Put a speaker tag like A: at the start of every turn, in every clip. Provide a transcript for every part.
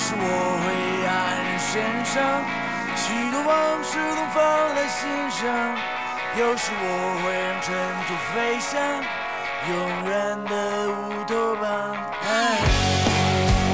A: 是我会黯然神伤，许多往事都放在心上。有时我会让尘土飞翔，永远的乌托邦。哎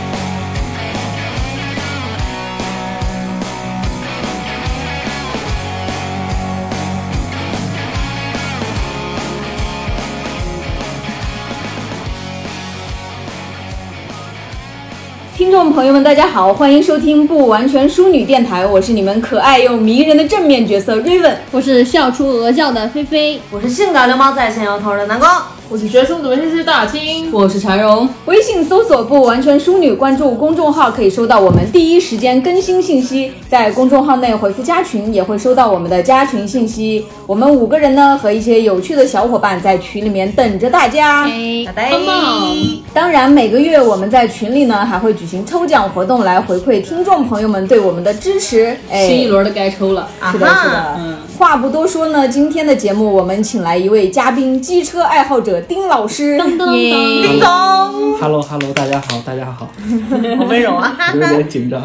B: 听众朋友们，大家好，欢迎收听不完全淑女电台，我是你们可爱又迷人的正面角色 Raven。
C: 我是笑出鹅叫的菲菲，
D: 我是性感流氓在线摇头的南宫，
E: 我是学生怎么认识大清？
F: 我是柴荣，
B: 微信搜索“不完全淑女”，关注公众号可以收到我们第一时间更新信息。在公众号内回复“加群”，也会收到我们的加群信息。我们五个人呢和一些有趣的小伙伴在群里面等着大家。
C: 哎
D: 拜拜
C: 棒棒，
B: 当然，每个月我们在群里呢还会举行抽奖活动来回馈听众朋友们对我们的支持。哎，
F: 新一轮的该抽了。
E: 啊
B: 是的，是
C: 啊
B: 的。
F: 嗯
B: 话不多说呢，今天的节目我们请来一位嘉宾，机车爱好者丁老师。
C: 噔噔
D: 叮
C: 噔，
D: 咚，
G: Hello Hello，大家好，大家 好，
D: 好温柔啊！
G: 有点紧张。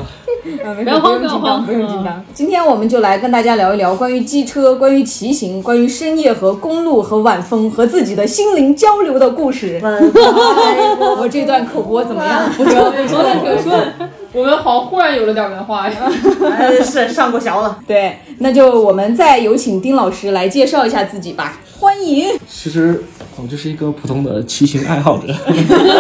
B: 不
C: 不要慌不要慌
B: 不用紧张。今天我们就来跟大家聊一聊关于机车、关于骑行、关于深夜和公路和晚风和自己的心灵交流的故事。我这段口播怎么 样？不 错
E: 我昨天听说，我们好忽然有了点文化呀。
D: 哎是上过学了，
B: 对，那就我们再有请丁老师来介绍一下自己吧。欢迎，
G: 其实我就是一个普通的骑行爱好 者，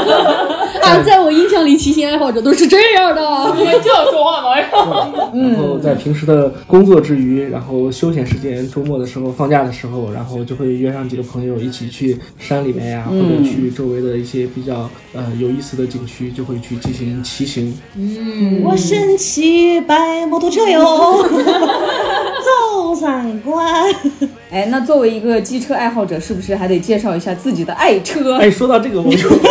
C: 啊，在我印象里，骑行爱好者都是这样的。
E: 你们这样说话吗？然后
G: 然后在平时的工作之余，然后休闲时间、周末的时候、放假的时候，然后就会约上几个朋友一起去山里面呀、
D: 嗯
G: 或者去周围的一些比较呃有意思的景区，就会去进行骑 行。
D: 我身骑白摩托车 哟，走三关，
B: 哎，那作为一个机车爱好者，是不是还得介绍一下自己的爱车？
G: 哎，说到这个，我就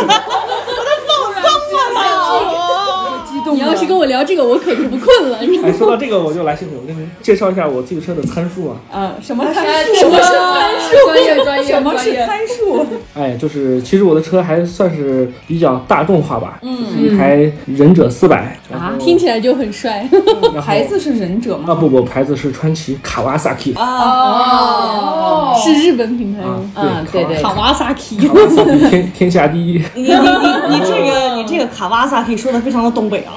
B: 哎激动啊
C: 你要是跟我聊这个，我可就不困了。
G: 哎说到这个我就来兴趣，我给你们介绍一下我自行车的参数啊。
B: 嗯，什么参
E: 什么是参数？专业专业
B: 什么
E: 专
B: 是
E: 业。
B: 参数？
G: 哎，就是其实我的车还算是比较大众化吧，
B: 嗯
G: 就是一台忍者四百啊，
C: 听起来就 很帅，
G: 然后
B: 牌子是啊忍者吗？
G: 啊不不，牌子是川崎啊卡瓦萨 k
B: 哦，
E: 哦，
C: 是日本品牌吗？
G: 啊，
B: 嗯对对嗯
C: 卡瓦萨奇，
G: 卡瓦萨 k 天 天下第一。
D: 你你你你这个你这个卡瓦萨可以说的非常的东北啊，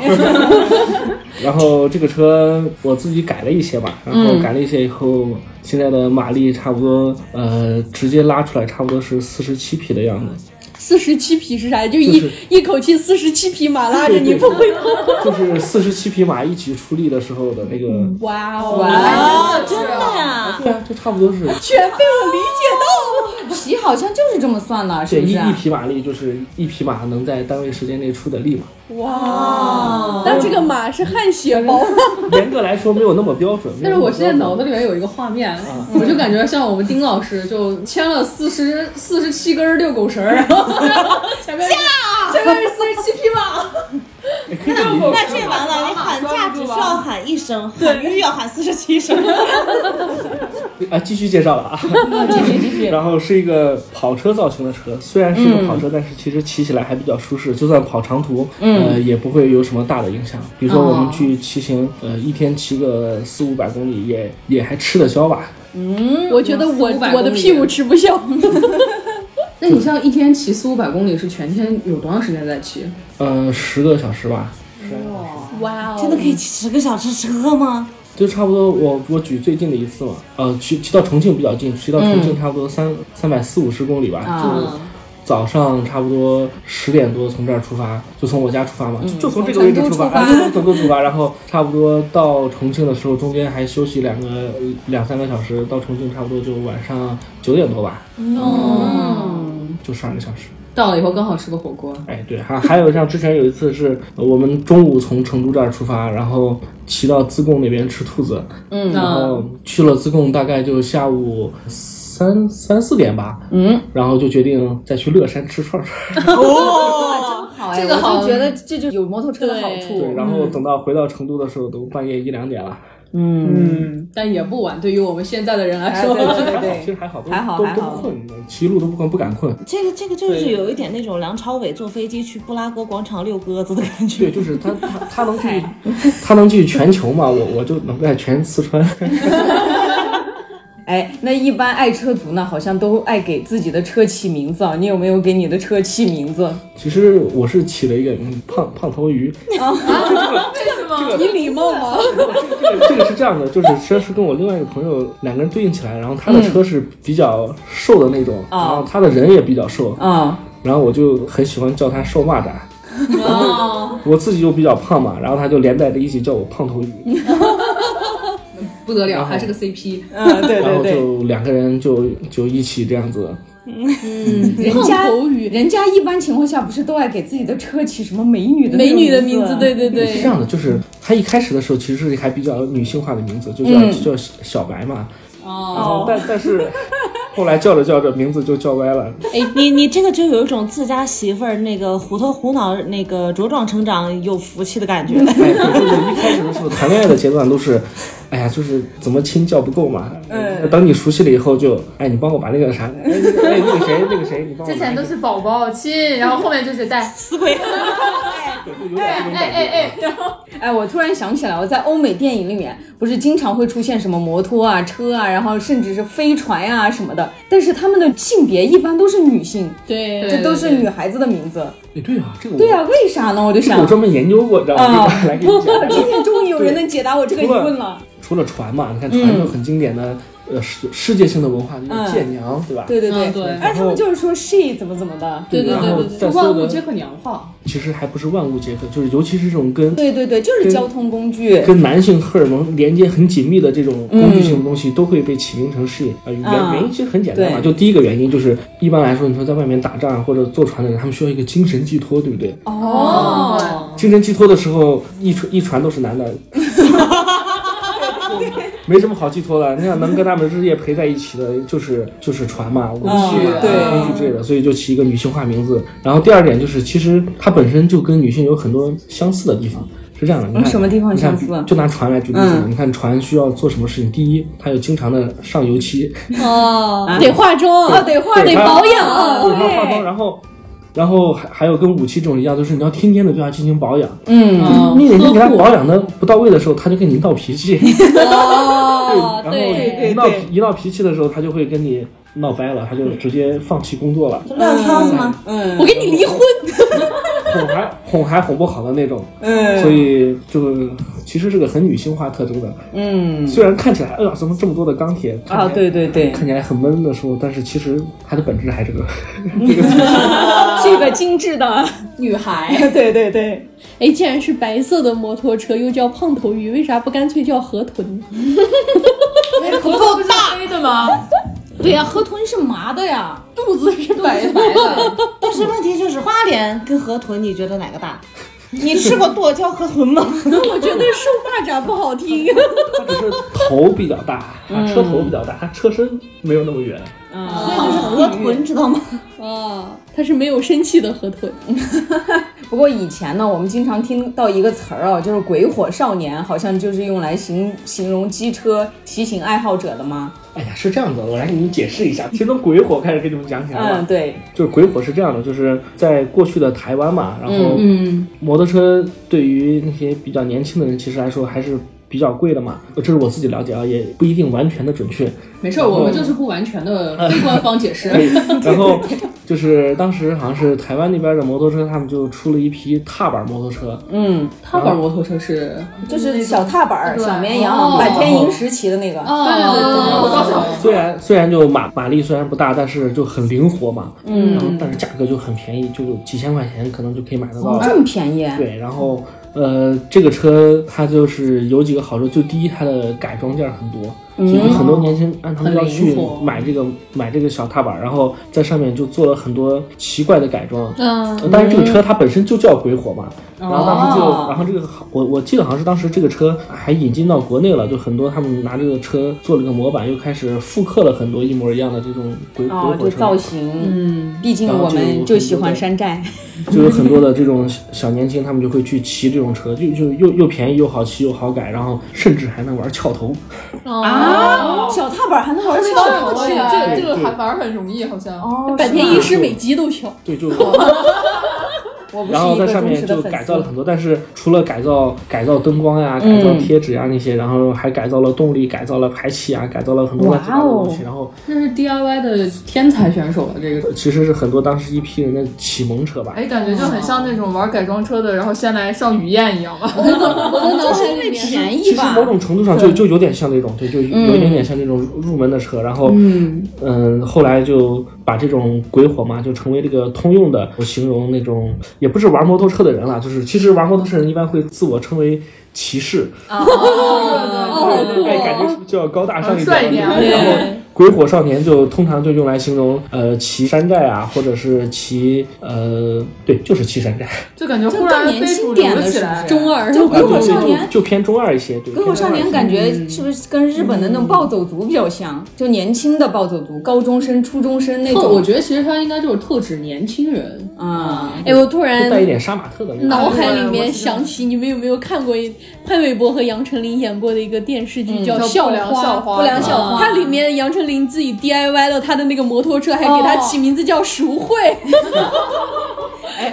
G: 然后这个车我自己改了一些吧，然后
B: 嗯
G: 改了一些以后，现在的马力差不多，呃，直接拉出来差不多是四十七匹的样子，
C: 四十七匹是啥？就一、
G: 就是
C: 一口气四十七匹马拉着
G: 对
C: 你
G: 对
C: 不会跑。
G: 就是四十七匹马一起出力的时候的那个，
B: 嗯
C: 哇哦，
D: 啊，真的呀，
G: 对啊，就差不多是
B: 全被我理解到了。皮好像就是这么算了，是
G: 对
B: 不
G: 一
B: 是啊？
G: 一匹马力就是一匹马能在单位时间内出的力嘛。 哦
C: 哇！但这个马是汗血宝马，
G: 严格来说没有那么标准，
F: 但是我现在脑
G: 子
F: 子里面有一个画面，
G: 啊
F: 我就感觉像我们丁老师就牵了四十四十七根遛狗绳儿，然后 前面是前面是四十七匹马，
G: 哎
D: 那这完了，你喊价只需要喊一声，喊鱼要喊四十七 声，
G: 啊，继续介绍 了啊， 然后是一个跑车造型的车，虽然是个跑车，但是其实骑起来还比较舒
F: 嗯
G: 适，就算跑长途，呃，也不会有什么大的影响。比如说我
F: 哦
G: 们去骑行，呃，一天骑个四五百公里，也也还吃得消吧。
C: 我觉得我
F: 400公里
C: 我的屁股吃不消。
F: 那你像一天骑四五百公里，是全天有多长时间在骑？
G: 呃，十个小时吧，
C: 哇哦，
D: 真的可以骑十个小时车吗？
G: 就差不多我。我举最近的一次嘛，呃，骑骑到重庆比较近，骑到重庆差不多三三百四五十公里吧，就是早上差不多十点多从这儿出发，就从我家出发嘛，就就从这个位置出发，
B: 从成都出发
G: 哎就从成都出发，然后差不多到重庆的时候，中间还休息两个呃两三个小时，到重庆差不多就晚上九点多吧，
F: 哦，
G: 就十二个小时。
F: 到了以后刚好吃个火锅，
G: 哎，对，还还有像之前有一次是呃我们中午从成都这儿出发，然后骑到自贡那边吃兔子，
B: 嗯
G: 然后去了自贡，大概就下午三三四点吧，
B: 嗯，
G: 然后就决定再去乐山吃串串。
D: 哦，
B: 哎，
F: 这个
B: 我
F: 好
B: 就觉得这就有摩托车的好
G: 对，
B: 处。
G: 然后等到回到成都的时候，都半夜一两点了。
F: 嗯，但也不晚，对于我们现在的 人来
G: 其
F: 说，
G: 实还好，
B: 对
G: 其 实还好，都
B: 还好
G: 都
B: 还
G: 都
B: 好
G: 不困，骑路都不困，不敢困。
D: 这个这个就是
G: 对
D: 有一点那种梁朝伟坐飞机去布拉格广场遛鸽子的感觉。
G: 对，就是他他他能去，他能去全球嘛？我我就能在全四川。
B: 哎，那一般爱车族呢，好像都爱给自己的车起名字啊。你有没有给你的车起名字？
G: 其实我是起了一个嗯胖胖头鱼，
B: 你礼貌吗？
G: 这个这个是这样的，就是车是跟我另外一个朋友两个人对应起来，然后他
D: 嗯
G: 的车是比较瘦的那种，
D: 哦
G: 然后他的人也比较瘦，
B: 啊、
G: 然后我就很喜欢叫他瘦蚂蚱。
D: 哦
G: 我自己又比较胖嘛，然后他就连带着一起叫我胖头鱼，
F: 不得了，还是个 CP。
D: 嗯，对
G: 然
D: 对
G: 后
D: 对，
G: 就两个人就就一起这样子，
B: 人家
F: 胖头鱼
B: 人家一般情况下不是都爱给自己的车起什么美女的那
F: 美
B: 种
F: 女的名字，
B: 啊
F: 对对
G: 是
F: 对
G: 这，样的，就是他一开始的时候其实是还比较女性化的名字，就叫、
D: 嗯
G: 就叫小白嘛。然
D: 哦
G: 后但但是后来叫着叫着名字就叫歪了，
D: 哎，你你这个就有一种自家媳妇儿那个虎头虎脑那个茁壮成长有福气的感觉。
G: 哎，就是一开始的时候谈恋爱的阶段都是，哎呀，就是怎么亲叫不够嘛。嗯。等你熟悉了以后就，哎，你帮我把那个啥，哎，那个哎那个谁那个谁，你帮我拿。
E: 之前都是宝宝亲，然后后面就是带，
D: 死鬼，
G: 对就有点这种
E: 哎
G: 感觉。
E: 哎哎，然后
B: 哎，我突然想起来，我在欧美电影里面不是经常会出现什么摩托啊、车啊，然后甚至是飞船呀、什么的，但是他们的性别一般都是女性，
F: 对
B: 这都是女孩子的名字。
G: 哎对啊，这个我
B: 对呀、为啥呢？我就
G: 这
B: 想
G: 个我，专门研究过，知道
F: 哦
G: 吗？
B: 啊
G: 来给你讲。
B: 今天终于有人能解答我这个疑问了。
G: 除了船嘛，你看船
F: 嗯
G: 就很经典的，呃，世世界性的文化就是剑娘，对吧？
B: 对对
F: 嗯
B: 对，
F: 对
B: 哎，他们就是说 she 怎么怎么的。
F: 对对
G: 然后
F: 对对
G: 在
F: 对，
G: 所
F: 万
G: 有
F: 物
G: 的
F: 皆可娘化，
G: 其实还不是万物皆可，就是尤其是这种跟
B: 对对对，就是交通工具。
G: 跟男性荷尔蒙连接很紧密的这种工具性的东西，都会被起名成是啊。原
B: 啊
G: 原因其实很简单嘛，
B: 对
G: 就第一个原因就是一般来说，你说在外面打仗啊或者坐船的人，他们需要一个精神寄托，对不对？
B: 哦，
G: 精神寄托的时候，一船一船都是 男的。没什么好寄托的，你想能跟他们日夜陪在一起的，就是就是船嘛，武器嘛，
B: 嗯对
G: 工具之类的，所以就起一个女性化名字。然后第二点就是，其实它本身就跟女性有很多相似的地方。是这样的，你看、
B: 哦什么地方相似啊嗯
G: 你看就拿船来举例子，你看船需要做什么事情？第一，它有经常的上油漆，
F: 哦，
B: 得化妆啊，得化，
G: 对
B: 得
G: 它
B: 保
G: 对，
B: 养。
G: 然后化妆，然后，然后还还有跟武器这种一样，就是你要天天的对它进行保养。
B: 嗯，
G: 你每天给它保养的不到位的时候，它就跟你闹脾气。
F: 哦，
G: 然后
F: 对，
G: 一闹一闹脾气的时候，它就会跟你闹掰了，它就直接放弃工作了，
D: 撂挑子吗？
F: 我跟你离婚，
G: 哄还哄还哄不好的那种。嗯，所以就其实是个很女性化特征的。嗯，虽然看起来，哎呀，怎么这么多的钢铁
B: 啊，对对对，
G: 看起来很闷的时候，但是其实它的本质还是个。
B: 这个精致的，
F: 女孩。
B: 对对对，
C: 哎，既然是白色的摩托车，又叫胖头鱼，为啥不干脆叫河豚？
E: 头发不是黑的吗？
B: 对呀，河豚是麻的呀，
F: 肚子是白的，
D: 但是问题就是花莲跟河豚，你觉得哪个大？你吃过剁椒河豚吗？
C: 我觉得瘦蚂蚱不好 听。
G: 它只是头比较大，
B: 嗯
G: 啊，车头比较大，它车身没有那么圆。
D: 所以就是河豚，知道吗？
C: 啊，它是没有生气的河豚。
B: 不过以前呢，我们经常听到一个词儿啊，就是“鬼火少年”，好像就是用来形形容机车骑行爱好者的吗？
G: 哎呀，是这样子，我来给你们解释一下。先从鬼火开始给你们讲起来吧。
B: 嗯，对，
G: 就是鬼火是这样的，就是在过去的台湾嘛，然后
B: 嗯
G: 摩托车对于那些比较年轻的人其实来说还是比较贵的嘛，这是我自己了解啊，也不一定完全的 准确。
F: 没事，我们就是不完全的非官方解释。
G: 然后就是当时好像是台湾那边的摩托车，他们就出了一批踏板摩托车，
B: 嗯，
F: 踏板摩托车是，
B: 就是小踏板儿、
E: 对
B: 小绵
F: 哦
B: 羊、啊坂田银时骑的那
G: 哦
B: 个。
F: 对对
E: 我告诉你，
G: 虽然虽然就马马力虽然不大，但是就很灵活嘛，嗯，然后但是价格就很便宜，就几千块钱可能就可以买得到了。
B: 哦这么便宜，
G: 对，然后呃，这个车它就是有几个好处，就第一它的改装件儿很多，就是很多年前按他们要去
F: 很灵活
G: 买这个买这个小踏板，然后在上面就做了很多奇怪的改装。
F: 嗯，
G: 当然，这个车它本身就叫鬼火嘛，然后当时就，然后这个好我我记得好像是当时这个车还引进到国内了，就很多他们拿这个车做了个模板，又开始复刻了很多一模一样的这种鬼鬼
B: 哦，
G: 火
B: 就
G: 车。
B: 造型，
F: 嗯，
B: 毕竟
G: 然后
B: 我们
G: 就
B: 就喜欢山寨，
G: 就有很多的这种小小年轻，他们就会去骑这种车，就就又又便宜又好骑又好改，然后甚至还能玩翘头。
E: 啊
B: 哦小踏板还能玩
E: 这
B: 翘
E: 个
B: 起
G: 哦
E: 这
B: 来
E: 个这个还反而很容易，好像。
B: 哦，
C: 百天一师每集都挑，
G: 对，就
B: 我不是
G: 然后
B: 一
G: 在
B: 个
G: 上
B: 忠实
G: 面
B: 的
G: 就
B: 粉
G: 改造了
B: 丝。
G: 很多，但是除了改造改造灯光呀、改造
B: 嗯
G: 贴纸呀那些，然后还改造了动力、改造了排气啊、改造了很多乱七八糟的东
B: 哦
G: 西，然后呃
F: 那是 DIY 的天才选手了，这个
G: 其实是很多当时一批人的启蒙车吧。
E: 哎，感觉就很像那种玩改装车的，然后先来上雨燕一样吧。
C: 我的脑海里面
D: 便
G: 其实某种程度上就就有点像这种，对，就
B: 嗯
G: 有一点点像这种入门的车，然后嗯后来就把这种鬼火嘛，就成为这个通用的，我形容那种也不是玩摩托车的人了，就是其实玩摩托车人一般会自我称为骑士，
E: 哦
G: 就是哎，感觉是不是就要高大上一
E: 帅一
G: 点
E: 点
G: 啊？
E: 啊
G: 然后鬼火少年就通常就用来形容呃骑山寨啊，或者是骑呃对，就是骑山寨，
E: 就感觉忽然非主流了起来。
F: 中二，
B: 就鬼火
G: 啊就
B: 少年，
G: 就就偏中二一些，对，
B: 鬼火
G: 偏中
B: 少
G: 二一
B: 年
G: 些
B: 感觉是不是跟日本的那种暴走族比较像？就年轻的暴走族，高中生、初中生那
F: 特，我
B: 种。
F: 觉得其实他应该就是特指年轻人，
B: 啊，
C: 哎，我突然
G: 就带一点杀马特的那种。
C: 脑海里面想起你们有没有看过一潘玮柏和杨丞琳演过的一个电视剧嗯叫《
E: 叫
C: 校
E: 不良校花
B: 不良校花
C: 它里面杨丞琳自己 DIY 了她的那个摩托车，还给它起名字叫淑慧。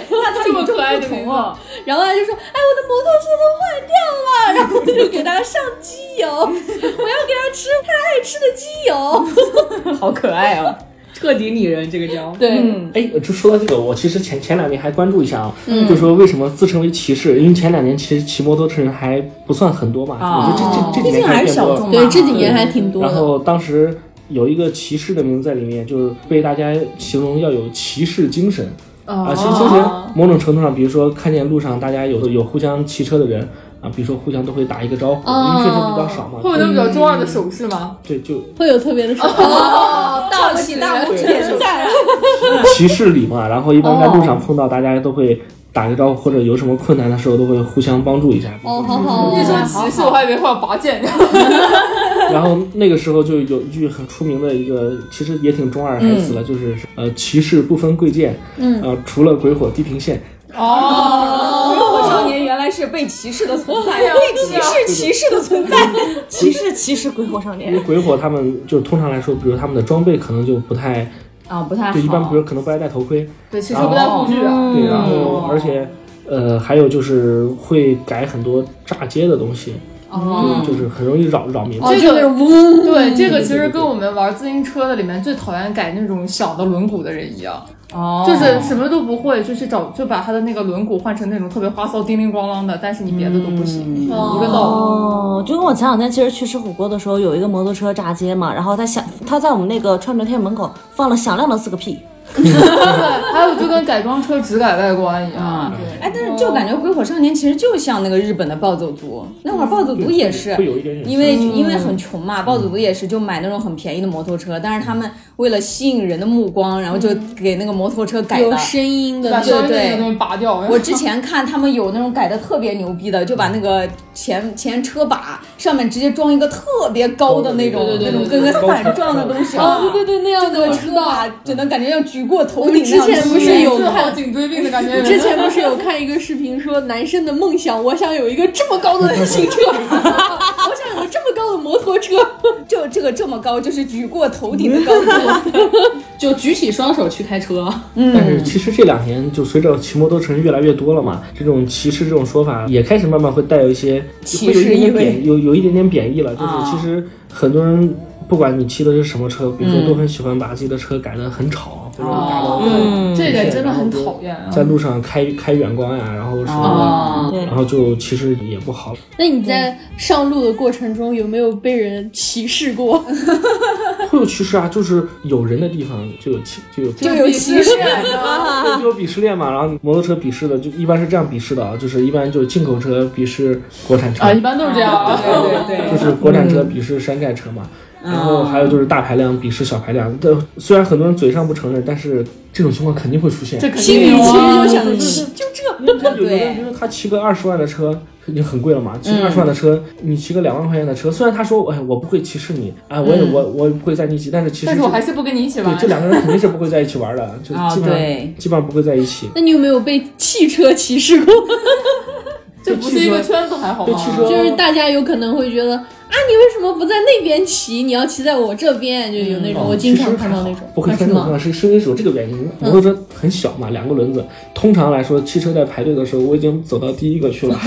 E: 那这么可爱的名字，
C: 然后他就说：“哎，我的摩托车都坏掉了。”然后就给它上机油，我要给它吃它爱吃的机油。
B: 好可爱啊！
F: 彻底拟人，这个叫
C: 对，
G: 哎，就说到这个，我其实前前两年还关注一下啊，
B: 嗯
G: 就说为什么自称为骑士，因为前两年其实骑摩托车人还不算很多嘛，我觉得这这这
B: 哦毕竟
G: 几年开
B: 还
G: 始
B: 是
G: 变多
B: 小
G: 了
B: 众。嘛。
C: 对，这几年还挺多
G: 然
C: 的。
G: 后当时有一个骑士的名字在里面，就被大家形容要有骑士精神啊。其实其实
B: 哦
G: 某种程度上，比如说看见路上大家有有互相骑车的人啊，比如说互相都会打一个招呼，因为确实比较少
E: 会有
G: 嘛。
B: 哦
E: 那种比较中二的手势吗？
G: 对，就
C: 会有特别的手
E: 哦，大
B: 翘起大拇指
G: 对
B: 也是赞啊！
G: 骑士礼嘛。然后一般在路
B: 哦
G: 上碰到，大家都会打个招呼，或者有什么困难的时候都会互相帮助一下。
C: 哦，好好
E: 一
C: 哦，
E: 说骑士，我还以为会有拔剑。
G: 然后那个时候就有一句很出名的一个，其实也挺中二的台
B: 嗯
G: 词了，就是呃，骑士不分贵贱，嗯，呃，除了鬼火地平线。
E: 哦，
B: 鬼火少年原来是被歧视的存在，
E: 对啊
B: 被歧视歧视的存在。
D: 骑士骑士鬼火少
G: 因为
D: 年，
G: 鬼火他们就通常来说，比如他们的装备可能就不太，
B: 啊，不太好。
G: 就一般，比如可能不爱戴头盔，
E: 对，骑士不戴护具啊。
B: 嗯
G: 对，然后而且呃还有就是会改很多炸街的东西，
E: 哦
G: 就是很容易扰扰民。
B: 哦
E: 这
C: 就是
E: 个
C: 呜，
E: 对，这个其实跟我们玩自行车的里面最讨厌改那种小的轮毂的人一样，
B: 哦，
E: 就是什么都不会，就去找就把他的那个轮毂换成那种特别花哨、叮铃咣啷的，但是你别的都不
B: 嗯
E: 行，一个道
D: 哦，就跟我前两天其实去吃火锅的时候，有一个摩托车炸街嘛，然后他响，他在我们那个串门店门口放了响亮的四个屁，
E: 理。对，还有就跟改装车只改外观一样，对，
B: 哎，但是就感觉鬼火少年其实就像那个日本的暴走族，那会儿暴走族也是
G: 嗯会有一点嗯点像
B: 因为因为很穷嘛，暴走族也是就买那种很便宜的摩托车，但是他们为了吸引人的目光，然后就给那个摩托车改
C: 有
B: 的。
C: 声音的
E: 把
C: 那
E: 稍
C: 种
E: 微那个东西拔掉。哎
B: 我之前看他们有那种改的特别牛逼的，就把那个前前车把上面直接装一个特别高的那种
G: 对
B: 那
G: 对对
B: 种跟个伞状的东西啊，
C: 哦，对对对，那样
B: 那
C: 的
B: 个
C: 我
B: 车
C: 知道。
B: 把只能感觉像举过头
C: 我们
B: 顶那样
C: 之前
B: 吸
C: 不是
B: 引
C: 有
E: 最后颈椎病的感觉，
C: 之前不是有看一个视频说男生的梦想，我想有一个这么高的自行车，我想有个这么高的摩托车。
B: 就这个这么高，就是举过头顶的高度。
F: 就举起双手去开车，
B: 嗯
G: 但是其实这两年就随着骑摩托车人越来越多了嘛，这种骑士这种说法也开始慢慢会带有一些
B: 歧
G: 会
B: 视
G: 有一
B: 意味
G: 点点贬有有一点点贬义了，就是
B: 啊嗯
G: 其实很多人。不管你骑的是什么车，比如说都很喜欢把自己的车改得很吵，
B: 哦
G: 或者改得
E: 嗯，这一点真的很讨厌啊。
G: 在路上开开远光呀，然后什么
B: 嗯哦
G: 的，然后就其实也不好。嗯
C: 那你在上路的过程中有没有被人歧视过？
G: 会有歧视啊，就是有人的地方就有歧就有
B: 就有歧视。啊
G: 就有鄙视链嘛，然后摩托车鄙视的就一般是这样鄙视的啊，就是一般就是进口车鄙视国产车，
E: 啊，一般都是这样啊。
B: 对对对，
G: 就是国产车
E: 嗯
G: 鄙视山寨车嘛。然后还有就是大排量鄙视小排量，但虽然很多人嘴上不承认，但是这种情况肯定会出现。
E: 这肯
B: 心里
E: 定有
B: 其实
E: 啊
B: 就想，就这，
G: 有的人
B: 对
G: 就是他骑个二十万的车已经很贵了嘛，
E: 嗯
G: 骑二十万的车，你骑个两万块钱的车，虽然他说哎我不会歧视你，哎我也我我也不会在你一起，但是其
E: 嗯
G: 实
E: 但是我
G: 这
E: 还是不跟你一起玩
G: 对。这两个人肯定是不会在一起玩 的，就
E: 啊
G: 基本上
B: 对，
G: 基本上不会在一起。
C: 那你有没有被汽车歧视
G: 哦
C: 过？
E: 这不是一个圈子还好
G: 对
E: 吗？
G: 汽
B: 哦
G: 车
C: 就是大家有可能会觉得啊，你为什么不在那边骑？你要骑在我这边，就有那种、
G: 哦
C: 我经常
G: 其实
C: 看到
G: 还
C: 那
G: 好
C: 种。啊
G: 不会穿这种
C: 吗？
G: 方式，是因为有这个原因。摩托车很小嘛，两个轮子。通常来说，汽车在排队的时候，我已经走到第一个去了。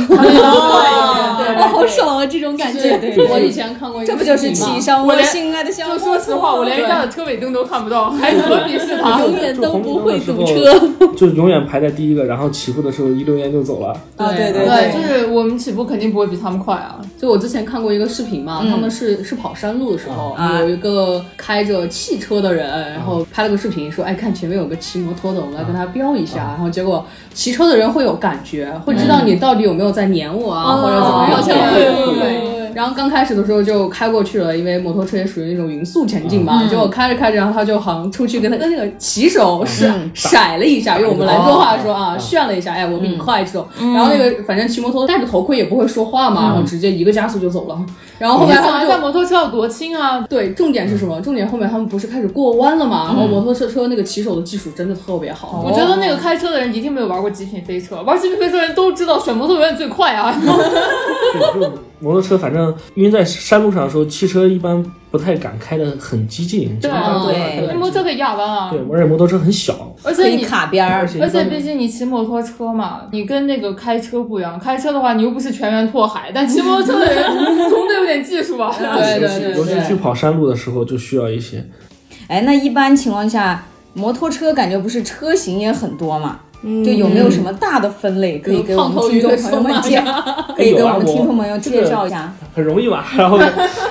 C: 哦，好爽啊，这种 感觉。
F: 我以前看过一个
B: 这
F: 视频
B: 不
F: 嘛，
B: 就是骑上
E: 我连
B: 心爱的小
E: 就
B: 摩
E: 说
B: 托
E: 实话，我连人家的车尾灯都看不到，还何鄙视他？
C: 永远都不会堵
G: 就
C: 车。
G: 就永远排在第一个，然后起步的时候一溜烟就走了。
B: 啊，对对
E: 对，就是我们起步肯定不会比他们快啊。
F: 就我之前看过一个视频嘛，
C: 嗯
F: 他们是是跑山路的时
C: 哦
F: 候，
B: 啊
F: 有一个开着汽车的人，然后拍了个视频说，哎，看前面有个骑摩托的，我们来跟他飙一
C: 哦
F: 下。然后结果骑车的人会有感觉，会知道你到底有没有在撵我啊，或者怎
C: 嗯
F: 么
C: 哦好
E: 哦
F: 样。
C: 像
F: 对
C: 会会
F: 对对然后刚开始的时候就开过去了，因为摩托车也属于那种匀速前进嘛。结果开着开着，然后他就好像出去跟他跟那个骑手是甩了一下，用我们兰州话说啊，
G: 嗯
F: 炫了一下，哎，我比你快这种。然后那个反正骑摩托戴着头盔也不会说话
G: 嗯
F: 嘛，然后直接一个加速就走了。然后后
E: 你
F: 来他
E: 想
F: 们
E: 一
F: 就
E: 下，摩托车有多轻啊？
F: 对，重点是什么？重点后面他们不是开始过弯了嘛？然
G: 嗯
F: 后摩托车车那个骑手的技术真的特别好，
G: 哦
E: 我觉得那个开车的人一定没有玩过极品飞车，玩极品飞车的人都知道选摩托永远最快啊。
G: 对，就摩托车，反正因为在山路上的时候，汽车一般不太敢开的很激进。
E: 对
G: 基本上不敢开得
E: 那
G: 很
E: 摩托
G: 激
E: 车可以压弯啊
G: 进。对，而且摩托车很小，
E: 而
B: 可
E: 且
B: 以
E: 你，
B: 卡边
G: 而
B: 儿，
G: 且
E: 而
G: 一
E: 且
G: 般
E: 毕竟你骑摩托车嘛，你跟那个开车不一样。开车的话，你又不是全员拓海，但骑摩托车的人 总得有点技术吧？
F: 对对对
G: 尤其
F: 对
G: 去跑山路的时候，就需要一些。
B: 哎，那一般情况下，摩托车感觉不是车型也很多嘛？就有没有什么大的分类可以给我们听众朋友们介，可
G: 哎
B: 以给
G: 啊
B: 我们听众朋友介绍一下？
G: 很容易吧？然后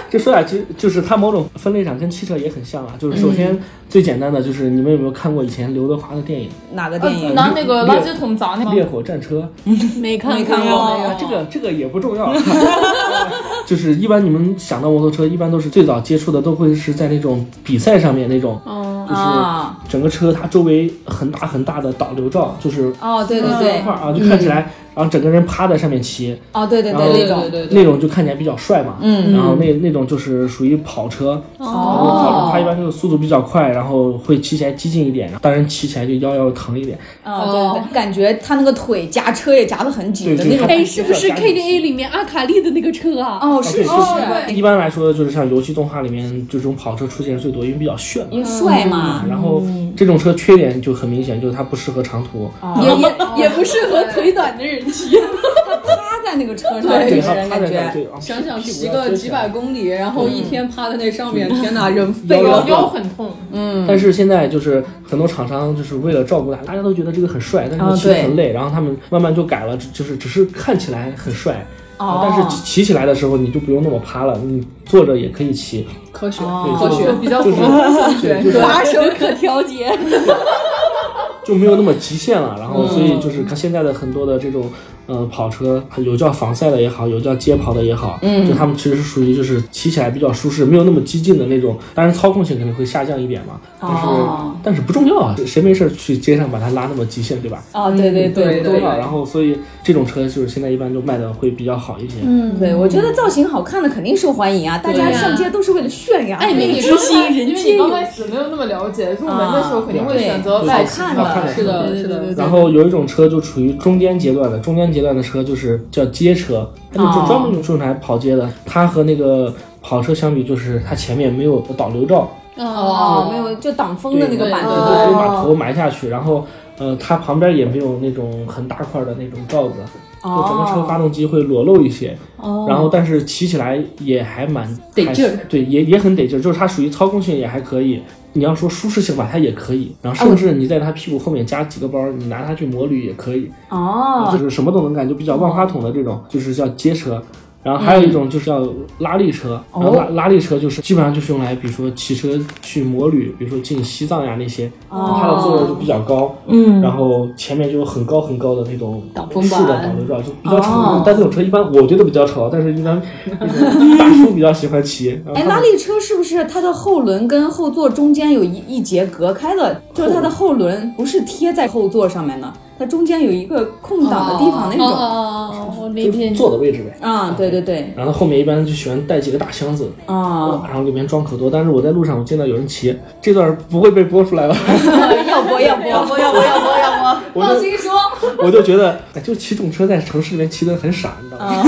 G: 就说俩，其实就是它某种分类上跟汽车也很像啊。就是首先最简单的就是你们有没有看过以前刘德华的电影
B: 哪个
E: 呃
B: 电影？
E: 拿那个垃圾桶砸那
G: 《
E: 个
G: 烈火战车》？
C: 没看
B: 没看哦过
G: 啊，这个这个也不重要。 就是一般你们想到摩托车，一般都是最早接触的都会是在那种比赛上面那种，就是
B: 啊，
G: 整个车它周围很大很大的导流罩，就是
B: 哦，对对
G: 一
B: 对，
G: 块儿啊，就看起来，然后整个人趴在上面骑，
B: 哦，对对
G: 然后
B: 对，那种，
F: 对对
G: 那种就看起来比较帅嘛。
B: 嗯，
G: 然后那那种就是属于跑车，
E: 哦
G: 它一般就是速度比较快，然后会骑起来激进一点，当然骑起来就腰腰疼一点。
B: 哦，对对，感觉他那个腿夹车也夹得很紧的那
G: 对对
B: 种。
C: 哎，是不是 K T A 里面阿卡丽的那个车啊？
B: 哦，
G: 啊
B: 是
G: 对
B: 是
G: 就是
B: 是，
G: 一般来说，就是像游戏动画里面这种跑车出现最多，因为比较炫嘛。
B: 因为帅嘛，
G: 然后这种车缺点就很明显，就是它不适合长途。
B: 也也
C: 也不适合腿短的人骑。
B: 趴在那个车上，
F: 哎
G: 对，
B: 给
G: 它
B: 人
G: 趴
B: 感
G: 在那
B: 觉。
G: 儿对啊，
F: 想想
G: 屁股
F: 骑
G: 要
F: 个
G: 撅
F: 几
G: 起来嗯
F: 百公里，然后一天趴在那上
B: 哎
F: 面，天哪，人废
G: 腰
F: 了
E: 腰。腰很痛。
F: 嗯
G: 但是现在就是很多厂商就是为了照顾大家，大家都觉得这个很帅，但
B: 啊
G: 是骑得
B: 对
G: 很累，然后他们慢慢就改了，只就是只是看起来很帅，啊
B: 哦，
G: 但是骑起来的时候你就不用那么趴了，你坐着也可以骑，
F: 科学，
B: 哦
G: 对
F: 科学
G: 就
E: 嗯比较
G: 就是
E: 符
G: 对就是
C: 把手可调节。
G: 就没有那么极限了。然
B: 嗯
G: 后所以就是现在的很多的这种。呃，跑车有叫仿赛的也好，有叫街跑的也好，嗯，就他们其实是属于就是骑起来比较舒适，没有那么激进的那种，当然操控性肯定会下降一点嘛，但是、
B: 哦
G: 但是不重要啊，谁没事去街上把它拉那么极限，对吧？
B: 哦，对对对
G: 不重要。然后所以这种车就是现在一般就卖的会比较好一些。
B: 嗯，对，我觉得造型好看的肯定受欢迎啊，大家上街都是为了炫耀。
E: 因为你
C: 知
E: 刚
C: 心
E: 开，
C: 人
E: 因为
C: 皆
E: 你
C: 有
E: 刚开始没有那么了解，入门的时候肯定会选择
G: 对
E: 外
G: 好
E: 形
G: 看
E: 的。
G: 的
F: 是的，是的。
G: 然后有一种车就处于中间阶段的，中间阶段的车就是叫街车，它就是专门用来跑街的。它和那个跑车相比，就是它前面没有导流罩，
B: 哦，没有，就挡风的那个板
G: 对，
B: 子。
G: 就直接把头埋下去，然后。呃，它旁边也没有那种很大块的那种罩子，就整个车发动机会裸露一些。哦。然后，但是骑起来也还蛮
F: 得劲儿，
G: 还对，也也很得劲儿，就是它属于操控性也还可以。你要说舒适性吧，它也可以。然后，甚至你在它屁股后面加几个包，你拿它去摩旅也可以。
B: 哦，
G: 就是什么都能干，就比较万花筒的这种，就是叫街车。然后还有一
B: 嗯
G: 种就是叫拉力车，
B: 哦
G: 然后拉拉力车就是基本上就是用来，比如说骑车去摩旅，比如说进西藏呀那些，
B: 哦
G: 它的作用就比较高，嗯，然后前面就有很高很高的那种
F: 挡风
G: 竖的
F: 板
G: 挡风罩，就比较吵。
B: 哦
G: 但这种车一般我觉得比较吵，但是一般那种大叔比较喜欢骑。然后
B: 哎，
G: 他们
B: 拉力车是不是它的后轮跟后座中间有一一节隔开了？就是它的后轮不是贴在后座上面的，它中间有一个空档的地方那
E: 哦
B: 种。
G: 嗯
E: 哦哦，我理解
G: 就
E: 你。
G: 坐的位置呗。
B: 啊，对对对，
G: 然后后面一般就喜欢带几个大箱子，
B: 啊，
G: 然后里面装可多。但是我在路上我见到有人骑，这段不会被播出来吧？
B: 要播要播，
D: 要不要不要不，
G: 我就我就觉得，哎，就骑这种车在城市里面骑的很傻，你知道
F: 啊
G: 吗？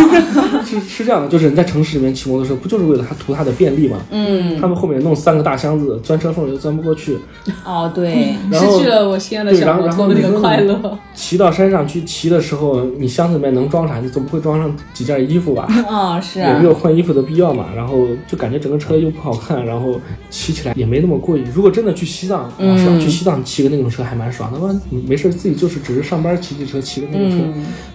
G: 是是这样的，就是你在城市里面骑摩托车，不就是为了它图它的便利吗？
B: 嗯，
G: 他们后面弄三个大箱子，钻车缝也钻不过去，
B: 哦对，
G: 然
F: 失
G: 后
F: 去了我心爱的
G: 对
F: 小
G: 然后
F: 摩
G: 然后
F: 托的那
G: 你
F: 个
G: 说
F: 快
G: 你
F: 乐。
G: 骑到山上去骑的时候，你箱子里面能装啥？你总不会装上几件衣服吧？
B: 啊是
G: 也
B: 啊
G: 没，有换衣服的必要嘛，然后就感觉整个车又不好看，然后骑起来也没那么过瘾。如果真的去西藏，
B: 嗯
G: 啊是吧？去西藏骑个那种车还蛮爽的，不然没事自己就是只是上班骑骑车，骑个那种车，